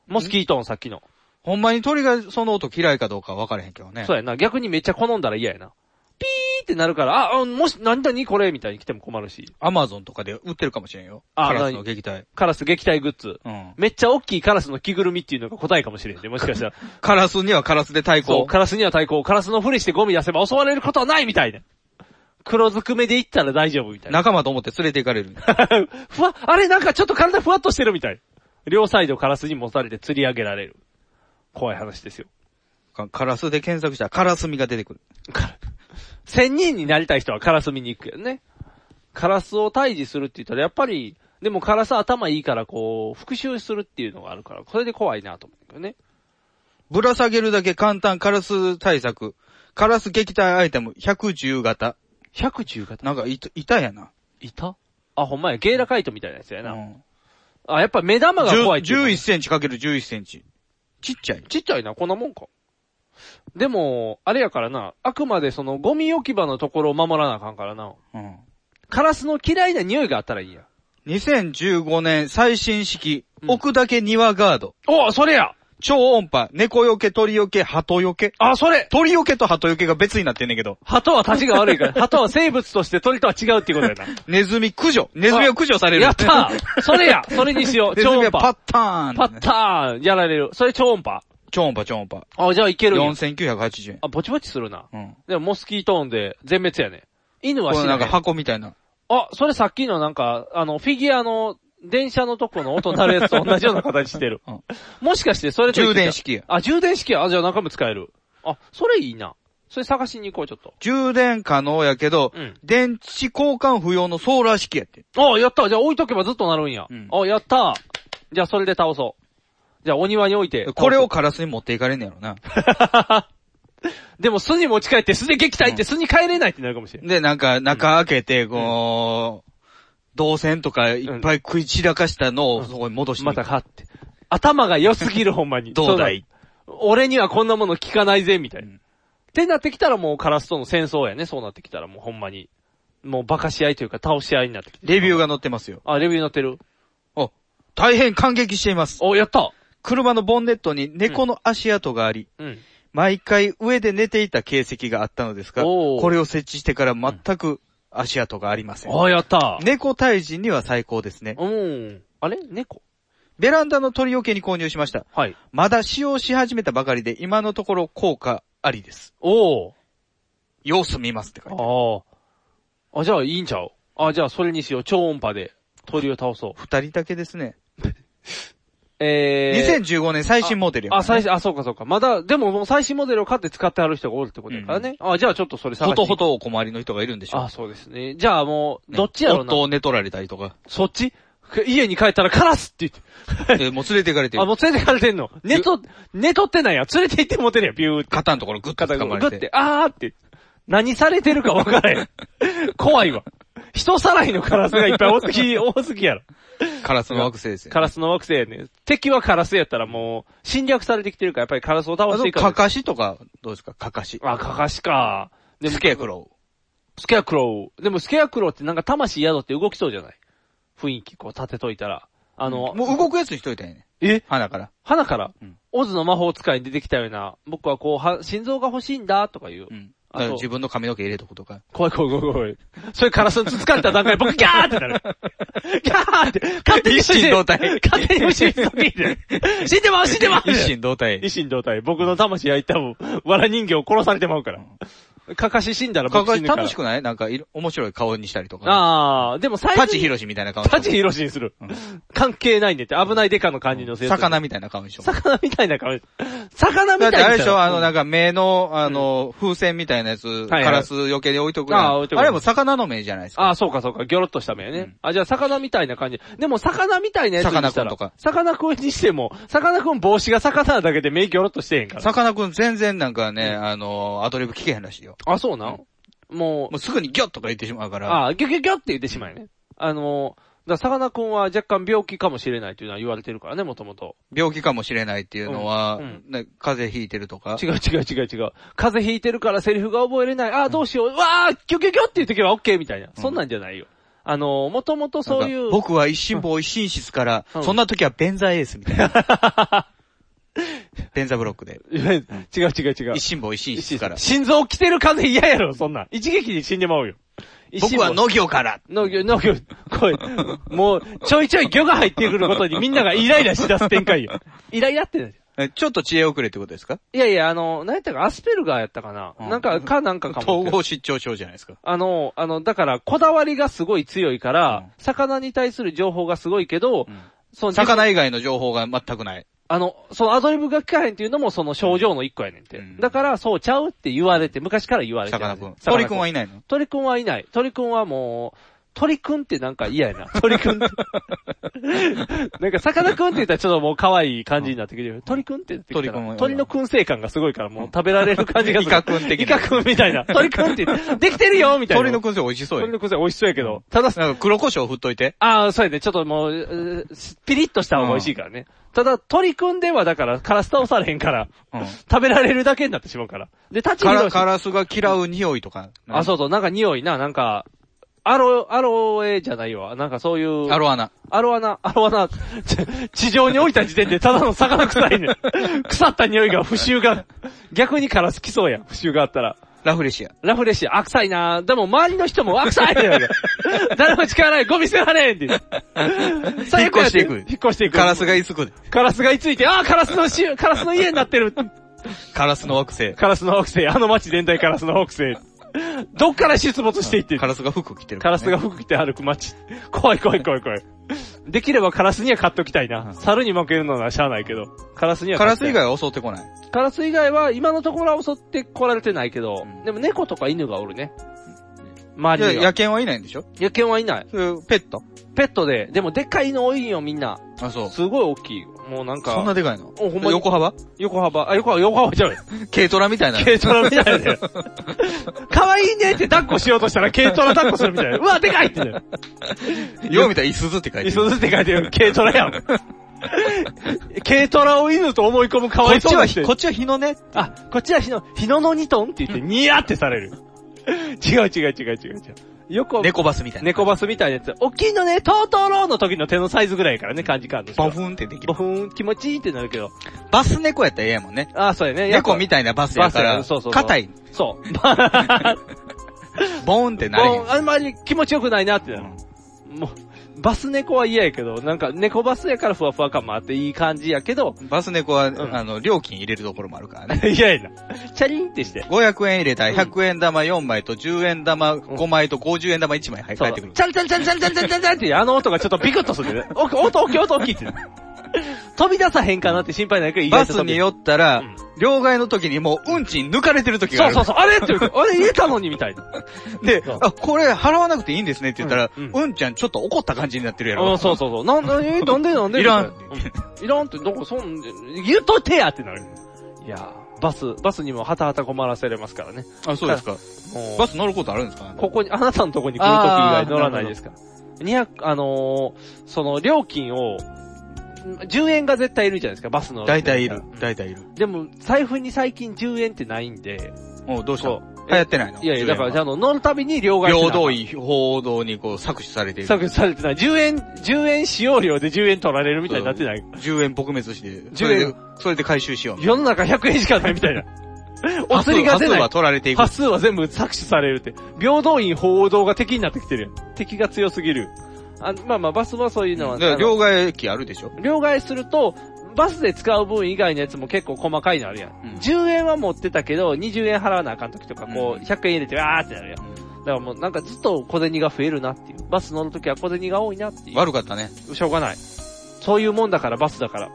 モスキートーンさっきの。ほんまに鳥がその音嫌いかどうか分からへんけどね。そうやな。逆にめっちゃ好んだら嫌やな。ピーってなるから、あ、あもし、何々これみたいに来ても困るし。アマゾンとかで売ってるかもしれんよ。あカラスの撃退。カラス撃退グッズ。うん。めっちゃ大きいカラスの着ぐるみっていうのが答えかもしれ *laughs* んね。もしかしたら。カラスにはカラスで対そう、抗。カラスには対抗。カラスのふりしてゴミ出せば襲われることはないみたいな。黒ずくめで行ったら大丈夫みたいな。仲間と思って連れて行かれる。 *laughs* ふわ、あれなんかちょっと体ふわっとしてるみたい。両サイドカラスに持たれて釣り上げられる。怖い話ですよ。かカラスで検索したらカラスミが出てくる。千人になりたい人はカラス見に行くけどね。カラスを退治するって言ったらやっぱり、でもカラス頭いいからこう、復讐するっていうのがあるから、それで怖いなと思うけどね。ぶら下げるだけ簡単カラス対策。カラス撃退アイテム110型。 110型なんかいた、いたやな。いたあ、ほんまや、ゲイラカイトみたいなやつやな。あ、やっぱ目玉が怖いってい10う11センチかける11センチ。ちっちゃい。ちっちゃいな、こんなもんか。でも、あれやからな、あくまでそのゴミ置き場のところを守らなあかんからな。うん。カラスの嫌いな匂いがあったらいいや。 2015年最新式、置くだけ庭ガード。おそれや超音波、猫よけ、鳥よけ、鳩よけ。あ、それ鳥よけと鳩よけが別になってんねんけど。鳩は立ちが悪 *laughs* いから、鳩は生物として鳥とは違うっていうことやな。ネズミ駆除 *laughs* ネズミを駆除される。やったーそれやそれにしよう *laughs* ネズミ超は音波パッターンパッターンやられる。それ超音波。超音波、超音波。あ、じゃあいけるんや4980円。あ、ぼちぼちするな。うん。でもモスキートーンで全滅やね。犬こは死れぬ。なんか箱みたいな。あ、それさっきのなんか、あの、フィギュアの、電車のとこの音鳴るやつと同じような形してる。もしかしてそれと一緒充電式やあ、充電式や。あ、じゃあ中身使える。あ、それいいな。それ探しに行こう、ちょっと。充電可能やけど、うん電池交換不要のソーラー式やって。あ、やった。じゃあ置いとけばずっと鳴るんや。あ、やった。じゃあそれで倒そう。じゃあお庭に置いて。これをカラスに持っていかれんねやろな。でも巣に持ち帰って巣で撃退って巣に帰れないってなるかもしれん。で、なんか中開けて、こう、銅線とかいっぱい食い散らかしたのをそこに戻して。また買って。頭が良すぎる、ほんまに。 *laughs* どうだいそうだ俺にはこんなもの聞かないぜ、みたいな。ってなってきたらもうカラスとの戦争やね、そうなってきたらもうほんまに。もう馬鹿し合いというか倒し合いになってきて。レビューが載ってますよ。あ、レビュー載ってる。お、大変感激しています。お、やった車のボンネットに猫の足跡があり、うん。毎回上で寝ていた形跡があったのですが、おーこれを設置してから全く足跡がありません。あ、やった猫退治には最高ですね。うん。あれ猫ベランダの鳥よけに購入しました。はい。まだ使用し始めたばかりで、今のところ効果ありです。おー。様子見ますって書いてああ。あ、じゃあいいんちゃうあ、じゃあそれにしよう。超音波で鳥を倒そう。二人だけですね。えー。 2015年最新モデルやもんあ、ねあ最新、あ、そうかそうか。まだ、でももう最新モデルを買って使ってある人がおるってことやからね。あ、じゃあちょっとそれ探しほてといこほう。とお困りの人がいるんでしょ。あ、そうですね。じゃあもう、どっちやろうな。夫を寝取られたりとか。そっち家に帰ったらカラスって言って。もう連れて行かれてる。あ、もう連れて行かれてんの。寝と、寝とってないや。連れて行って持てるや、ビューって。肩のところグッと肩掴まれてグッて、あーって。何されてるか分からへん。怖いわ。人さらいのカラスがいっぱい多す *laughs* ぎ、多すぎやろ。カラスの惑星ですよ。カラスの惑星やね。敵はカラスやったらもう、侵略されてきてるから、やっぱりカラスを倒あしてと、いかないカとカシとか、どうですかカカシ。あ、カカシか。でもスケアクロスケアクロウ。でもスケアクロウってなんか魂宿って動きそうじゃない雰囲気こう立てといたら。あの、もう動くやつにしといたんやね。え鼻から。花から、オズの魔法使いに出てきたような、僕はこう、は心臓が欲しいんだとか言う。だからあと自分の髪の毛入れとくとか。怖い怖い怖い怖い。それカラスにつつかれた段階で僕ギャーって *laughs* なる。ギャーって、勝手に一心同体勝手に虫に飛び入れる死んでまう死んでまう一心同体。一心同体。僕の魂は一旦、わら人形を殺されてまうから。かかし死んだらか僕か死しぬから。楽しくないなんかいろ、面白い顔にしたりとか。ああ、でも最近。タチヒロシみたいな顔タチヒロシにする。関係ないねって、危ないデカの感じのせ魚みみたいな顔にしよう。魚みたいな顔に魚みだたっていな。あれでしょあの、なんか、か目の、あの、風船みたいなやつ、はいガラス余計で置いとくやんあー置いとくあれも魚の目じゃないですか。ああ、そうかそうか、ギョロッとした目ね。あ、じゃあ魚みたいな感じ。でも魚みたいなやつにしたら。魚くんとか。魚くんにしても、魚くん帽子が魚なだけで目ギョロッとしてへんから。さかなクン全然なんかね、あの、アドリブ聞けへんらしいよ。あ、そうなん、ももう。うすぐにギョッとか言ってしまうから。ああ、ギョギョギョって言ってしまうよね。あの、だから魚くんは若干病気かもしれないというのは言われてるからね、もともと。病気かもしれないっていうのは、ね、風邪ひいてるとか。違う違う違う違う。風邪ひいてるからセリフが覚えれない。ああ、どうしよう。うわあ、ギョギョギョっていう時はオッケーみたいな。そんなんじゃないよ。あの、もともとそういう。僕は一心棒一心室から、うんそんな時は便座エースみたいな。 *laughs* 便座ブロックで。違 *laughs* う違う違う。一心棒一心室から。心臓来てる風嫌やろ、そんなん。一撃で死んでまうよ。僕は農業から。農業、農業、こい。もう、ちょいちょい魚が入ってくることにみんながイライラしだす展開 *laughs* よ。イライラってない。えちょっと知恵遅れってことですかいやいや、あの、何やったか、アスペルガーやったかな、なんか、かなんかかも。統合失調症じゃないですか。あの、あの、だから、こだわりがすごい強いから、魚に対する情報がすごいけど、その魚以外の情報が全くない。あの、そのアドリブが聞かへんっていうのもその症状の一個やねんて。だから、そうちゃうって言われて、昔から言われてる。魚くん魚鳥くんはいないの鳥くんはいない。鳥くんはもう、鳥くんってなんか嫌やな。鳥 *laughs* くんって。なんか、魚くんって言ったらちょっともう可愛い感じになってくる。鳥くんって言ってきたら鳥の燻製感がすごいからもう食べられる感じがする。イ *laughs* カくん的イカくんみたいな。鳥くんって言って、できてるよみたいな。鳥の燻製美味しそうや。鳥の燻製美味しそうやけど。ただ、なんか黒胡椒振っといて。ああ、そうやね。ちょっともううー、ピリッとした方が美味しいからね。ただ、取り組んではだから、カラス倒されへんから、食べられるだけになってしまうから。で、立ちカラ広カラスが嫌う匂いとか。あ、そうそう、なんか匂いな、なんか、アロ、アロエじゃないわ。なんかそういう。アロアナ。アロアナ、アロアナ、 *laughs* ち地上に置いた時点でただの魚臭 *laughs* いね。腐った匂いが、腐臭が、逆にカラス来そうやん、腐臭があったら。ラフレシア。ラフレシア、あ、臭いなでも周りの人も、あ、臭い *laughs* ね誰も力ない、ゴミ捨てられんって。引っ越していく。引っ越していく。カラスがいつくで。カラスが居ついて、ああ、カラスのし、カラスの家になってる。カラスの惑星。カラスの北星、あの街全体カラスの北星。どっから出没していってるカラスが服着てる、カラスが服着て歩く街。怖い怖い怖い怖い。できればカラスには買っときたいな。猿に負けるのはしゃあないけど。カラスにはカ買ラっとスきた以い外は襲ってこない。カラス以外は今のところは襲って来られてないけど、でも猫とか犬がおるね。周りにいやは。野犬はいないんでしょ野犬はいない。ペットペットで、でもでっかいの多いよみんな。あ、そう。すごい大きい。もうなんか。そんなでかいのおほんまに横幅横幅。あ、横幅、横幅じゃない。軽トラみたいな。軽トラみたい *laughs* な。可愛いねって抱っこしようとしたら軽トラ抱っこするみたい *laughs* な。うわ、でかいってなる。よう見たらイスズって書いてる。イスズって書いてる。軽トラやん。 *laughs* 軽トラを犬と思い込む可こっ愛いちそうはな人ひ、こっちは日のね。あ、こっちは日の、日野のニトンって言ってニヤってされる。違う違う違う違う違う。横。猫バスみたいな。猫バスみたいなやつ。大きいのね、トートローの時の手のサイズぐらいやからね、感じ感としてはボフンってできる。ボフン、気持ちいいってなるけど。バス猫やったらええやもんね。あ、そうやね。猫みたいなバスやからバスそうそうそう。硬い。 *laughs* そう。ボーンってなれへもんう、。あんまり気持ちよくないなってなる。もう、バス猫は嫌やけど、なんか猫バスやからふわふわ感もあっていい感じやけど、バス猫は、あの、料金入れるところもあるからね。 *laughs* 嫌やな。チャリンってして。 500円入れたら100円玉4枚と10円玉5枚と50円玉1枚入そう返ってくる。チャンチャンチャンチャンチャンチャンチャンチャンってあの音がちょっとビクッとするんだよね。お音大きい音大きいってなる。飛び出さへんかなって心配ないけど、意バ外スと飛びに寄ったら、両替の時にもううんち抜かれてる時があそうる。そうそう、あれって言うとあれ入れたのにみたいな。で、あ、これ払わなくていいんですねって言ったら、うんちゃんちょっと怒った感じになってるやうろ。んそうそうそう。なんで、えなんでなんでいらんみたいなうんいらんって、どこそん、言うとてやってなる。いやーバス、バスにもはたはた困らせれますからね。あ、そうですか。バス乗ることあるんですかここに、あなたのとこに来るとき以外乗らないですから。200、あのー、その料金を、10円が絶対いるじゃないですか、バスの。大体いる。大体いる。でも、財布に最近10円ってないんで。もうどうしたこう流行ってないのいやいや、 10円だはから、じゃああの、乗るたびに両替平等位。院、報道にこう搾取されている。削除されてない。10円、10円使用料で10円取られるみたいになってない。 10円撲滅して、 10それ円で、それで回収しよう。世の中100円しかないみたい *laughs* な。お釣りが出端ない。数は取られていく端数は全部搾取されるって。平等院報道が敵になってきてるやん。敵が強すぎる。あまあまあ、バスはそういうのは。だからあの両替機あるでしょ両替すると、バスで使う分以外のやつも結構細かいのあるやん。10円は持ってたけど、20円払わなあかん時とか、こう、100円入れて、わーってなるやん。だからもうなんかずっと小銭が増えるなっていう。バス乗るときは小銭が多いなっていう。悪かったね。しょうがない。そういうもんだから、バスだから。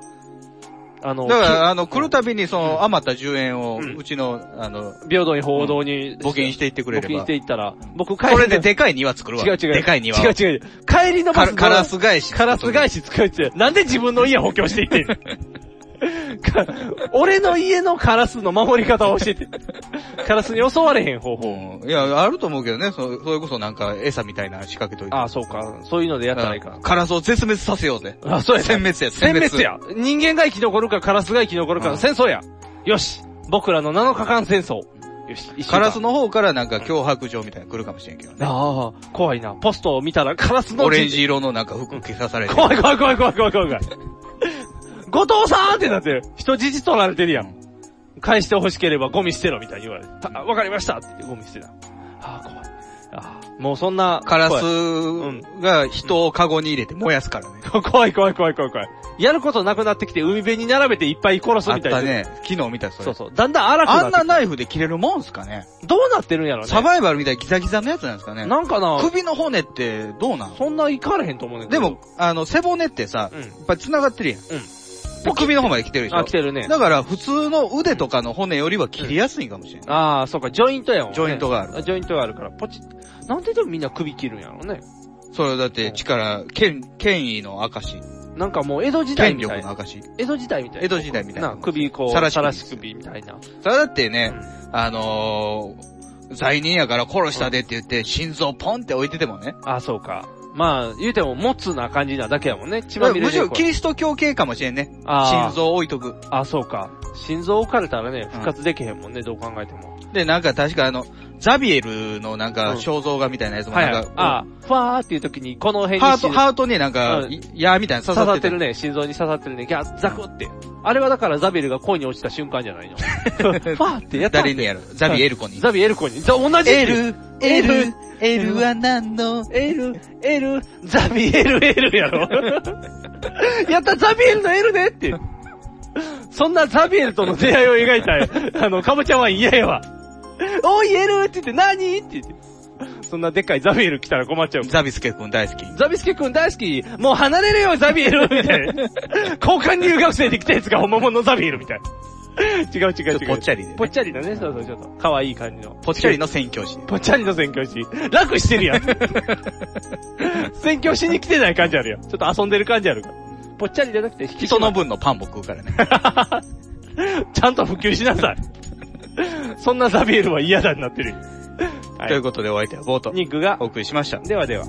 あの、だかきら、あの、来るたびに、その、余った10円を、うちの、あの、平等に報道に、募金していってくれれば募金していったら、僕帰りこれででかい庭作るわ。 *laughs* 違う違う。でかい庭を。違う違う。帰りのバスカカラス返し。カラス返し使うって、なんで自分の家補強していってんの *laughs* か俺の家のカラスの守り方を教えて。カラスに襲われへん方法。いや、あると思うけどね、そ、それこそなんか餌みたいな仕掛けといて。ああ、そうか。そういうのでやったらいいか。カラスを絶滅させようぜ。あ、そうや。殲滅や、殲滅や。人間が生き残るか、カラスが生き残るか、戦争や。よし。僕らの7日間戦争。よし。一週カ間ラスの方からなんか脅迫状みたいなの来るかもしれんけどね。ああ、怖いな。ポストを見たらカラスのオレンジ色のなんか服着さされて。 *laughs* 怖い怖い怖い怖い怖い怖い怖い。後藤さんってなってる。人質取られてるやん。返して欲しければゴミ捨てろみたいに言われて。たわかりましたって言ってゴミ捨てた。ああ、怖い。ああ、もうそんな。カラス怖いが人をカゴに入れて燃やすからね。怖い怖 *laughs* い怖い怖い怖い。やることなくなってきて海辺に並べていっぱい殺すみたいな。あったね。昨日見たそれ。そうそう。だんだん荒くなってあんなナイフで切れるもんすかね。どうなってるんやろね。サバイバルみたいなギザギザのやつなんですかね。なんかな首の骨ってどうなんそんないかれへんと思うねんけでども、あの、背骨ってさ、やっぱり繋がってるやん。うん首の方まで来てるでしょ。あ来てるねだから普通の腕とかの骨よりは切りやすいかもしれない。ああ、そうか、ジョイントやもんね。ジョイントがあるジョイントがあるから、ポチッ。なんででもみんな首切るんやろね。それだって力、権、権威の証。なんかもう江戸時代権みた力いのな。証。江戸時代みたいな。江戸時代みたいなな、首こう、さらし首さらし首みたいな。それだってね、あのー、罪人やから殺したでって言って、心臓ポンって置いててもね。あ、そうか。まあ、言うても、持つな感じなだけやもんね。血まみれむでしこうろキリスト教系かもしれんね。あー心臓置いとく。あ、そうか。心臓置かれたらね、復活できへんもんね、どう考えても。で、なんか確かあの、ザビエルのなんか肖像画みたいなやつもはなんいか、。あ、ファーっていう時に、この辺にハー心ト、臓。ハートになんかう、んい矢みたいなの刺刺ささっっててるるね、心臓に刺さってるね、ギャッ、ザクって。あれはだからザビエルが恋に落ちた瞬間じゃ *laughs* ないの。ファーってやったって誰にやるザビエルコにザビエルコに。ザ同じっていう L L、 L は何の ?L、L、ザビエル L やろ。やった、ザビエルの L ねって。そんなザビエルとの出会いを描いた、あの、かぼちゃは嫌やわ。おい、L って言って何って言って。そんなでっかいザビエル来たら困っちゃう。ザビスケ君大好き。ザビスケ君大好きもう離れるよ、ザビエルみたいな。交換留学生で来たやつが本物のザビエルみたいな。違う違う違う。ぽっちゃりで。ぽっちゃりだね、そうそう、ちょっと。可愛い感じの。ぽっちゃりの宣教師。ぽっちゃりの宣教師。楽してるや *laughs* ん。宣教師に来てない感じあるやん。ちょっと遊んでる感じあるから。ぽっちゃりじゃなくて、人の分のパンも食うからね。 *laughs* ちゃんと普及しなさい。そんなザビエルは嫌だになってる。ということでお相手はボート。ニックがお送りしました。ではでは。